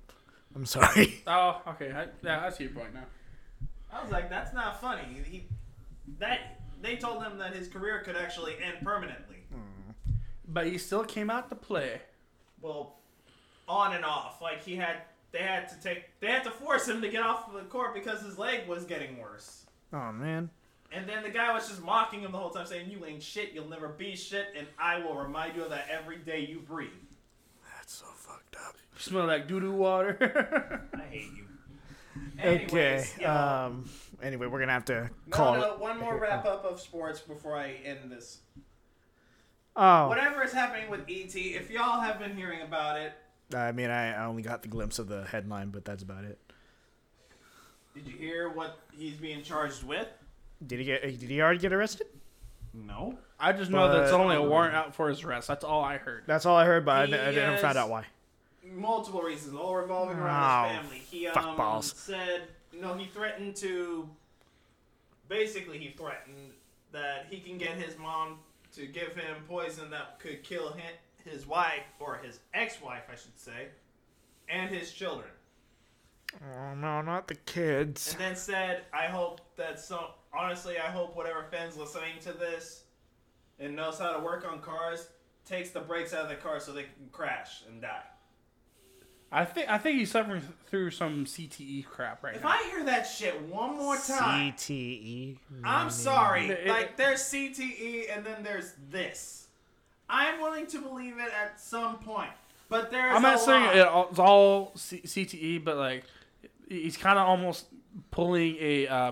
Speaker 3: I'm sorry.
Speaker 2: Oh, okay. I, yeah, I see your point now.
Speaker 7: I was like, that's not funny. He- He, that they told him that his career could actually end permanently.
Speaker 2: But he still came out to play.
Speaker 7: Well, on and off. Like he had, they had to take, they had to force him to get off the court because his leg was getting worse.
Speaker 3: Oh man.
Speaker 7: And then the guy was just mocking him the whole time, saying, "You ain't shit. You'll never be shit, and I will remind you of that every day you breathe."
Speaker 3: That's so fucked up.
Speaker 2: Smell like doo doo water.
Speaker 7: I hate you.
Speaker 3: Okay.
Speaker 7: Anyways, yeah.
Speaker 3: um. Anyway, we're gonna have to
Speaker 7: no,
Speaker 3: call
Speaker 7: no,
Speaker 3: it.
Speaker 7: one more wrap up of sports before I end this.
Speaker 3: Oh.
Speaker 7: Whatever is happening with ET, if y'all have been hearing about it,
Speaker 3: I mean, I, I only got the glimpse of the headline, but that's about it.
Speaker 7: did you hear what he's being charged with?
Speaker 3: Did he get? Did he already get arrested?
Speaker 7: No.
Speaker 2: I just know that it's
Speaker 3: But-
Speaker 2: only a warrant out for his arrest. That's all I heard.
Speaker 3: That's all I heard, but I,
Speaker 7: He
Speaker 3: I never found
Speaker 7: is-
Speaker 3: out why.
Speaker 7: Multiple reasons, all revolving around
Speaker 3: Oh,
Speaker 7: his family. He
Speaker 3: fuck
Speaker 7: um,
Speaker 3: balls.
Speaker 7: said, no, he threatened to. Basically, he threatened that he can get his mom to give him poison that could kill him, his wife, or his ex wife, I should say, and his children.
Speaker 3: Oh no, not the kids.
Speaker 7: And then said, I hope that some. Honestly, I hope whatever fans listening to this and knows how to work on cars takes the brakes out of the car so they can crash and die.
Speaker 2: I think I think he's suffering through some CTE crap right
Speaker 7: If
Speaker 2: now.
Speaker 7: I hear that shit one more time,
Speaker 3: CTE.
Speaker 7: I'm sorry.
Speaker 2: It-
Speaker 7: like there's CTE and then there's this. I'm willing to believe it at some point, but there is.
Speaker 2: I'm
Speaker 7: a
Speaker 2: not saying
Speaker 7: lot.
Speaker 2: it all, it's all C- CTE, but like he's kind of almost pulling a uh,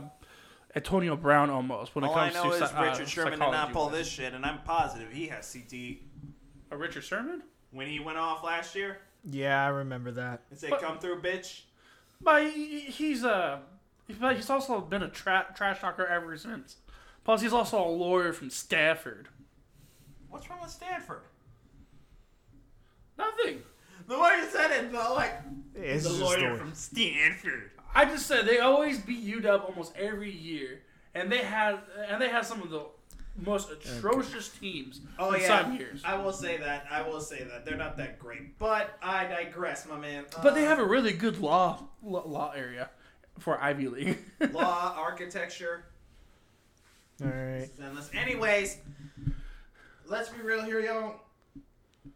Speaker 2: Antonio Brown almost when it
Speaker 7: All I
Speaker 2: comes
Speaker 7: know
Speaker 2: to
Speaker 7: is
Speaker 2: psy- uh,
Speaker 7: Richard Sherman did not
Speaker 2: psychology.
Speaker 7: pull this shit, and I'm positive he has CTE.
Speaker 2: Uh, Richard Sherman,
Speaker 7: When he went off last year
Speaker 3: Yeah, I remember that.
Speaker 7: and said,
Speaker 2: But-
Speaker 7: "Come through, bitch."
Speaker 2: but he, he's uh, but he's also been a tra- trash talker ever since. Plus, he's also a lawyer from Stafford.
Speaker 7: What's wrong with Stanford?
Speaker 2: Nothing.
Speaker 7: The way you said it, though, like
Speaker 3: It's
Speaker 7: the
Speaker 3: just
Speaker 7: lawyer
Speaker 3: the-
Speaker 7: from Stanford.
Speaker 2: I just said they always beat UW almost every year, and they had and they had some of the most atrocious teams
Speaker 7: Oh
Speaker 2: in
Speaker 7: yeah,
Speaker 2: some years.
Speaker 7: I will say that. I will say that they're not that great, but I digress, my man.
Speaker 2: But they
Speaker 7: Uh,
Speaker 2: have a really good law law, law area for Ivy League.
Speaker 7: Uh, law, architecture,
Speaker 3: All right.
Speaker 7: endless. Anyways, let's be real here, yo.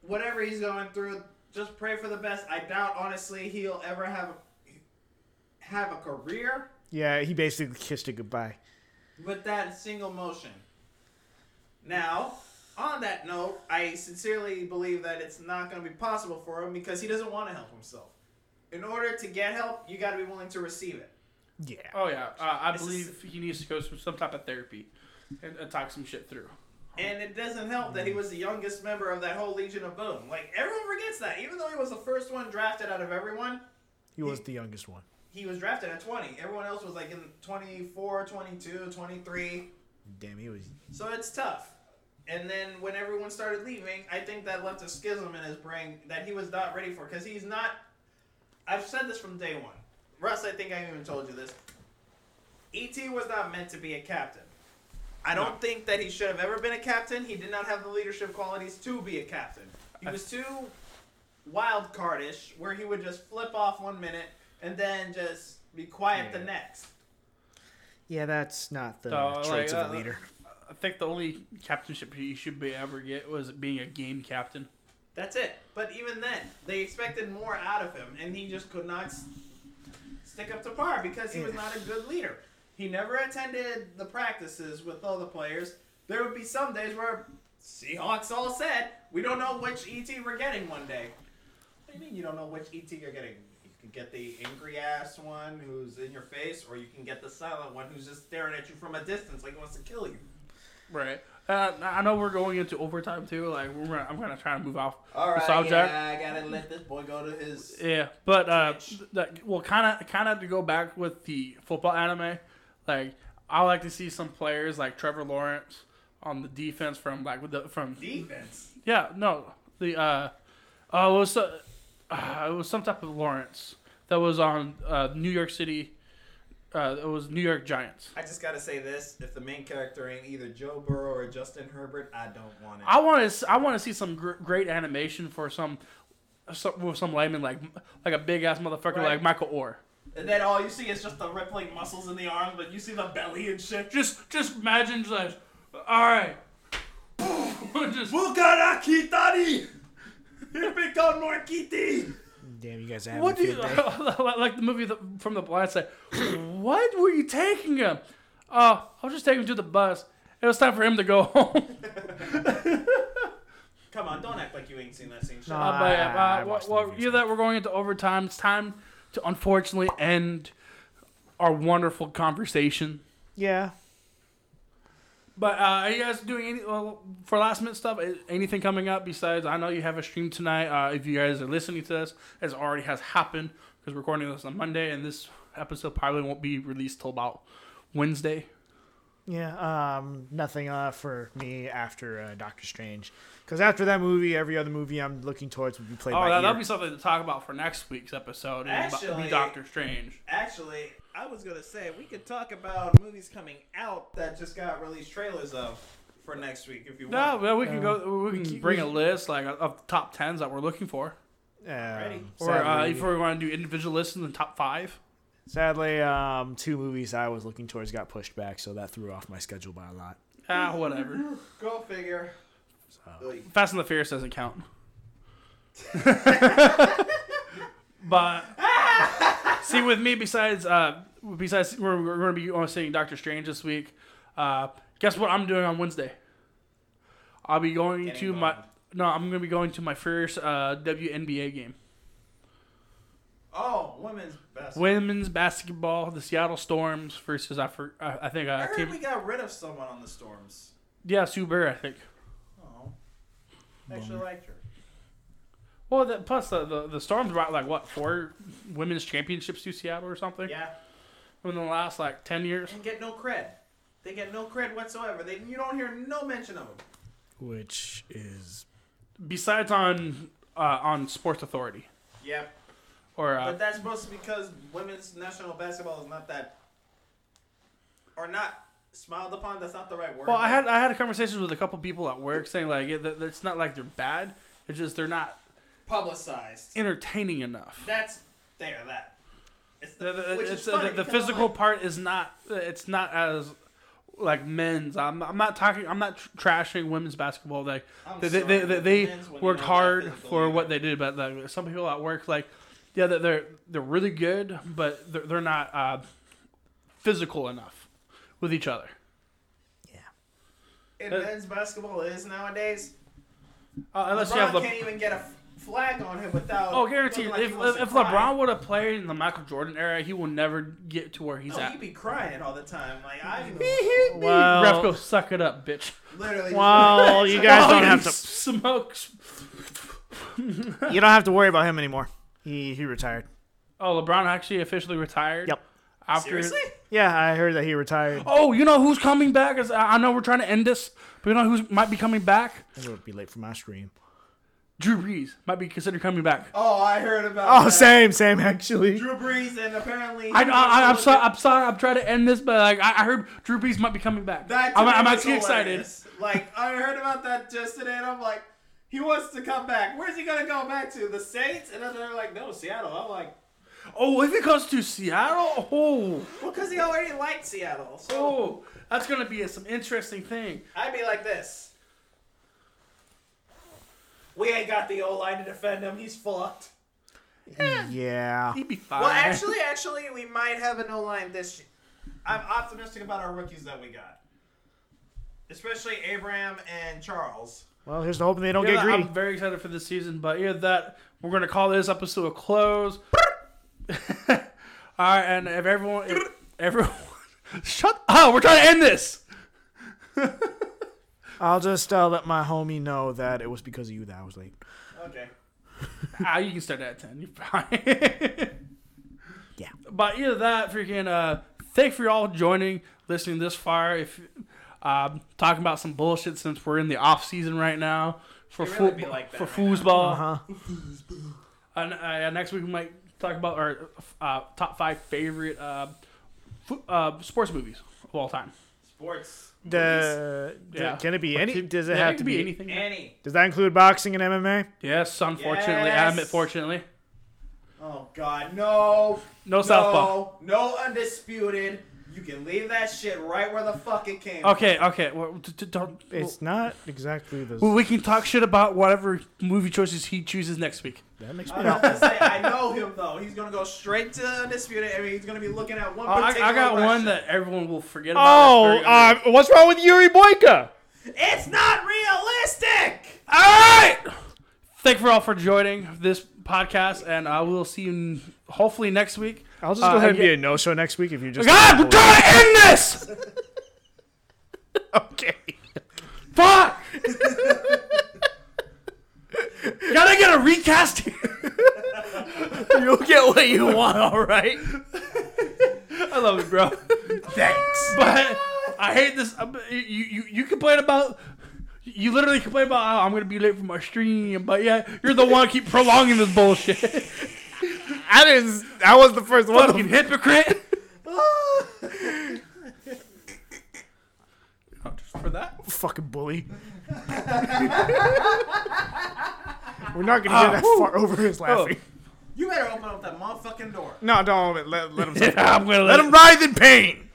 Speaker 7: Whatever he's going through, just pray for the best. I doubt, honestly, he'll ever have have a career
Speaker 3: Yeah, he basically kissed it goodbye.
Speaker 7: with that single motion. Now, on that note, I sincerely believe that it's not going to be possible for him because he doesn't want to help himself. In order to get help, you got to be willing to receive it.
Speaker 3: Yeah.
Speaker 2: oh yeah, uh, I
Speaker 7: This is-
Speaker 2: believe he needs to go through some type of therapy and, and talk some shit through.
Speaker 7: And it doesn't help that he was the youngest member of that whole Legion of Boom. Like, everyone forgets that. Even though he was the first one drafted out of everyone,
Speaker 3: He was the youngest one.
Speaker 7: he was drafted at 20. Everyone else was like in 24, 22, 23.
Speaker 3: Damn, he was.
Speaker 7: So it's tough. And then when everyone started leaving, I think that left a schism in his brain that he was not ready for because he's not. I've said this from day one. Russ, I think I even told you this. ET was not meant to be a captain. I don't think that he should have ever been a captain. He did not have the leadership qualities to be a captain. He was too wild cardish, where he would just flip off one minute and then just be quiet the
Speaker 3: Yeah.
Speaker 7: next.
Speaker 3: Yeah, that's not the
Speaker 2: So,
Speaker 3: traits
Speaker 2: like,
Speaker 3: of
Speaker 2: uh,
Speaker 3: a leader.
Speaker 2: I think the only captainship he should be ever get was being a game captain.
Speaker 7: That's it. But even then, they expected more out of him, and he just could not s- stick up to par because he was
Speaker 3: Yeah.
Speaker 7: not a good leader. He never attended the practices with all the players. There would be some days where Seahawks all said, "We don't know which ET we're getting one day." What do you mean you don't know which ET you're getting? You can get the angry ass one who's in your face, or you can get the silent one who's just staring at you from a distance like he wants to kill you.
Speaker 2: Right. Uh, I know we're going into overtime too. Like we're gonna, I'm gonna try to move off
Speaker 7: All
Speaker 2: the
Speaker 7: right,
Speaker 2: subject.
Speaker 7: yeah, I gotta let this boy go to his.
Speaker 2: Yeah, but uh,
Speaker 7: Twitch.
Speaker 2: that, well, kind of, kind of to go back with the football anime, like I like to see some players like Trevor Lawrence on the defense from like with the from
Speaker 7: Defense.
Speaker 2: yeah no the uh oh it was uh, uh, it was some type of Lawrence that was on uh, New York City, uh, it was New York Giants.
Speaker 7: I just gotta say this: if the main character ain't either Joe Burrow or Justin Herbert, I don't want it.
Speaker 2: I want to. I want to see some gr- great animation for some, some with some layman like like a big ass motherfucker
Speaker 7: Right.
Speaker 2: like Michael Orr.
Speaker 7: and then all you see is just the rippling muscles in the arms, but you see the belly and shit.
Speaker 2: Just just imagine just like, all right, just
Speaker 7: Bukara Kitari, Hibiko Norkiti.
Speaker 3: Damn, you guys are having
Speaker 2: what
Speaker 3: a
Speaker 2: do you
Speaker 3: field day.
Speaker 2: like, like the movie the, from the blind side? what were you taking him? Oh, I was just taking him to the bus. It was time for him to go home.
Speaker 7: Come on, don't act like you ain't seen that scene.
Speaker 3: No.
Speaker 2: Uh, but yeah,
Speaker 3: Ah,
Speaker 2: uh,
Speaker 3: I
Speaker 2: well,
Speaker 3: watched the
Speaker 2: well,
Speaker 3: movie.
Speaker 2: either that we're going into overtime. It's time to unfortunately end our wonderful conversation.
Speaker 3: Yeah.
Speaker 2: But uh, are you guys doing any well, for last minute stuff? a- Anything coming up besides? I know you have a stream tonight. Uh, if you guys are listening to this, as already has happened because we're recording this on Monday, and this episode probably won't be released till about Wednesday.
Speaker 3: Yeah, um, nothing uh, for me after uh, Doctor Strange, because after that movie, every other movie I'm looking towards will be played
Speaker 2: Oh,
Speaker 3: by
Speaker 2: that,
Speaker 3: ear.
Speaker 2: that'll be something to talk about for next week's episode. and it'll
Speaker 7: Actually-
Speaker 2: be Doctor Strange.
Speaker 7: Actually, I was gonna say we could talk about movies coming out that just got released trailers of for next week if you
Speaker 2: No,
Speaker 7: want.
Speaker 2: well, we can
Speaker 3: Uh,
Speaker 2: go. We
Speaker 3: we
Speaker 2: can
Speaker 3: can-
Speaker 2: bring a list like of the top tens that we're looking for,
Speaker 3: Um,
Speaker 7: Ready.
Speaker 2: or uh,
Speaker 3: sadly,
Speaker 2: if we want to do individual lists in the top five.
Speaker 3: sadly, um, two movies I was looking towards got pushed back, so that threw off my schedule by a lot.
Speaker 2: Ah, whatever.
Speaker 7: Go figure. Like,
Speaker 2: Fast and the Furious doesn't count. but see, with me, besides uh, besides we're, we're going to be on seeing Doctor Strange this week. Uh, guess what I'm doing on Wednesday? I'll be going
Speaker 7: Getting
Speaker 2: to my
Speaker 7: boned.
Speaker 2: no, I'm going to be going to my first uh, WNBA game,
Speaker 7: Oh, women's best.
Speaker 2: women's basketball, the Seattle Storms versus I, for, I I think
Speaker 7: I
Speaker 2: uh,
Speaker 7: heard we
Speaker 2: team,
Speaker 7: got rid of someone on the storms.
Speaker 2: yeah Sue Bird, I think.
Speaker 7: Oh, actually liked her.
Speaker 2: Well, that, plus the, the the Storms brought like what four women's championships to Seattle or something
Speaker 7: Yeah.
Speaker 2: in the last like ten years.
Speaker 7: and get no cred. They get no cred whatsoever. They you don't hear no mention of them.
Speaker 3: Which is
Speaker 2: besides on uh, on Sports Authority
Speaker 7: Yep.
Speaker 2: or uh,
Speaker 7: But that's mostly because women's national basketball is not that, or not Smiled upon. That's not the right word.
Speaker 2: Well, I had I had conversations with a couple people at work saying like it, that- it's not like they're bad. It's just they're not
Speaker 7: publicized.
Speaker 2: entertaining enough.
Speaker 7: That's there. That. It's
Speaker 2: The,
Speaker 7: the,
Speaker 2: the,
Speaker 7: which
Speaker 2: it's- uh,
Speaker 7: is
Speaker 2: the-
Speaker 7: funny
Speaker 2: the
Speaker 7: because I'm
Speaker 2: physical
Speaker 7: like,
Speaker 2: part is not. It's not as like men's. I'm, I'm not talking. I'm not tr- trashing women's basketball. Like
Speaker 7: I'm
Speaker 2: they, they,
Speaker 7: sorry,
Speaker 2: they, they,
Speaker 7: but men's when you
Speaker 2: worked
Speaker 7: know
Speaker 2: hard
Speaker 7: that physical
Speaker 2: for what
Speaker 7: labor.
Speaker 2: they did, but like, some people at work like yeah, they're- they're they're really good, but they're, they're not uh, physical enough with each other.
Speaker 7: in men's basketball is nowadays.
Speaker 2: Uh, unless you
Speaker 7: LeBron
Speaker 2: have the
Speaker 7: can't even get a f- flag on him without.
Speaker 2: Oh, guaranteed.
Speaker 7: looking like
Speaker 2: if
Speaker 7: he wants
Speaker 2: if,
Speaker 7: to
Speaker 2: if
Speaker 7: cry.
Speaker 2: LeBron would have played in the Michael Jordan era, he will never get to where he's
Speaker 7: no,
Speaker 2: at.
Speaker 7: he'd be crying all the time. Like I'm
Speaker 3: Well-
Speaker 2: Ref, go suck it up, bitch.
Speaker 7: literally.
Speaker 3: Well, Oh, you guys don't have to.
Speaker 2: Smokes.
Speaker 3: You don't have to worry about him anymore. He he retired.
Speaker 2: Oh, LeBron actually officially retired.
Speaker 3: Yep.
Speaker 2: After.
Speaker 7: seriously.
Speaker 3: Yeah, I heard that he retired.
Speaker 2: Oh, you know who's coming back? Is I I know we're trying to end this, but you know who might be coming back?
Speaker 3: It would be late for my stream.
Speaker 2: Drew Brees might be considered coming back.
Speaker 7: Oh, I heard about.
Speaker 3: Oh,
Speaker 7: that.
Speaker 3: same, same actually.
Speaker 7: Drew Brees and apparently.
Speaker 2: I, I, I'm sorry. I'm sorry. I'm trying to end this, but like I, I heard Drew Brees might be coming back.
Speaker 7: That to
Speaker 2: I'm,
Speaker 7: me
Speaker 2: I'm
Speaker 7: was
Speaker 2: actually excited.
Speaker 7: hilarious. Like I heard about that just today, and I'm like, he wants to come back. Where's he gonna go back to? The Saints? And then they're like, no, Seattle. I'm like,
Speaker 2: Oh, if it comes to Seattle, oh.
Speaker 7: well, because he already liked Seattle. So
Speaker 2: Oh, that's gonna be some interesting thing.
Speaker 7: I'd be like this. We ain't got the O line to defend him. He's fucked.
Speaker 3: Yeah.
Speaker 2: He'd be fine.
Speaker 7: Well, actually, actually, we might have an O line this year. I'm optimistic about our rookies that we got, especially Abraham and Charles.
Speaker 3: Well, here's the hoping they don't
Speaker 2: Yeah,
Speaker 3: get greedy.
Speaker 2: I'm very excited for this season, but yeah, that we're gonna call this episode a close. All right, and if everyone, if everyone, shut up! We're trying to end this.
Speaker 3: I'll just uh, let my homie know that it was because of you that I was late.
Speaker 7: Okay.
Speaker 2: ah, you can start at ten. You're fine.
Speaker 3: Yeah.
Speaker 2: But either that, freaking. Uh, thank you for y'all joining, listening this far. If um, talking about some bullshit since we're in the off season right now for
Speaker 7: It'd really
Speaker 2: football,
Speaker 7: be like that
Speaker 2: for
Speaker 7: right now.
Speaker 2: foosball.
Speaker 3: Uh huh.
Speaker 2: And uh, yeah, next week we might talk about our uh, top five favorite uh, fo- uh, sports movies of all time.
Speaker 7: Sports.
Speaker 3: The, the-
Speaker 2: Yeah.
Speaker 3: can it be any? Does it
Speaker 2: Yeah,
Speaker 3: have
Speaker 2: could
Speaker 3: to be?
Speaker 2: anything?
Speaker 7: movies. Annie.
Speaker 3: Does that include boxing and MMA?
Speaker 2: Yes, unfortunately,
Speaker 7: Yes.
Speaker 2: I'm fortunately.
Speaker 7: Oh God, no!
Speaker 2: No Southpaw.
Speaker 7: No undisputed. You can leave that shit right where the fuck it came.
Speaker 2: Okay, okay. Well, d- d- don't.
Speaker 3: It's not exactly the.
Speaker 2: well, we can talk shit about whatever movie choices he chooses next week.
Speaker 3: that makes
Speaker 7: I
Speaker 3: me.
Speaker 7: was gonna say, I know him though. He's gonna go straight to undisputed. I mean, he's gonna be looking at one.
Speaker 2: Oh, I,
Speaker 7: particular
Speaker 2: I got
Speaker 7: Russian.
Speaker 2: one that everyone will forget about.
Speaker 3: Oh, uh, what's wrong with Yuri Boyka?
Speaker 7: It's not realistic.
Speaker 2: all right. Thank you all for joining this podcast, and uh, we'll see you n- hopefully next week.
Speaker 3: I'll just
Speaker 2: Uh,
Speaker 3: go ahead and Ah,
Speaker 2: yeah.
Speaker 3: be a no-show next week if you just.
Speaker 2: God, we're trying to end this.
Speaker 3: okay.
Speaker 2: Fuck! Gotta get a recast here.
Speaker 3: You'll get what you want, all right.
Speaker 2: I love it, bro.
Speaker 3: Thanks.
Speaker 2: But I hate this. um, You you, you complain about. You literally complain about oh, I'm gonna be late for my stream, but yeah, you're the one keep prolonging this bullshit.
Speaker 3: I didn't. I was the first one.
Speaker 2: Fucking hypocrite. Oh, just for that.
Speaker 3: fucking bully. We're not gonna get
Speaker 2: Ah,
Speaker 3: that
Speaker 2: woo.
Speaker 3: far over his laughing.
Speaker 7: You better open up that motherfucking door.
Speaker 3: Oh. No, don't let, let him.
Speaker 2: Yeah, I'm gonna
Speaker 3: let him writhe in pain.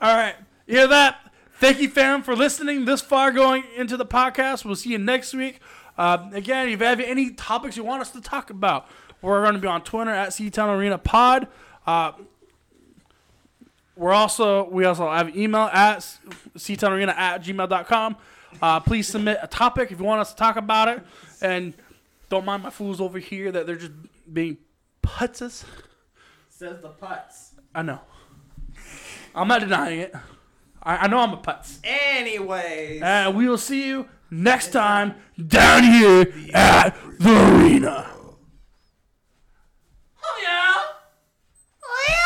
Speaker 2: All right, you hear that? Thank you, fam, for listening this far going into the podcast. We'll see you next week. Uh, again, if you have any topics you want us to talk about, we're going to be on Twitter at Seatown Arena Pod. Uh, we're also we also have email at seatownarena at gmail.com. Uh, please submit a topic if you want us to talk about it, and don't mind my fools over here that they're just being putzes.
Speaker 7: Says the putts.
Speaker 2: I know. I'm not denying it. I, I know I'm a putz.
Speaker 7: Anyways.
Speaker 2: And we will see you next time down here at the arena.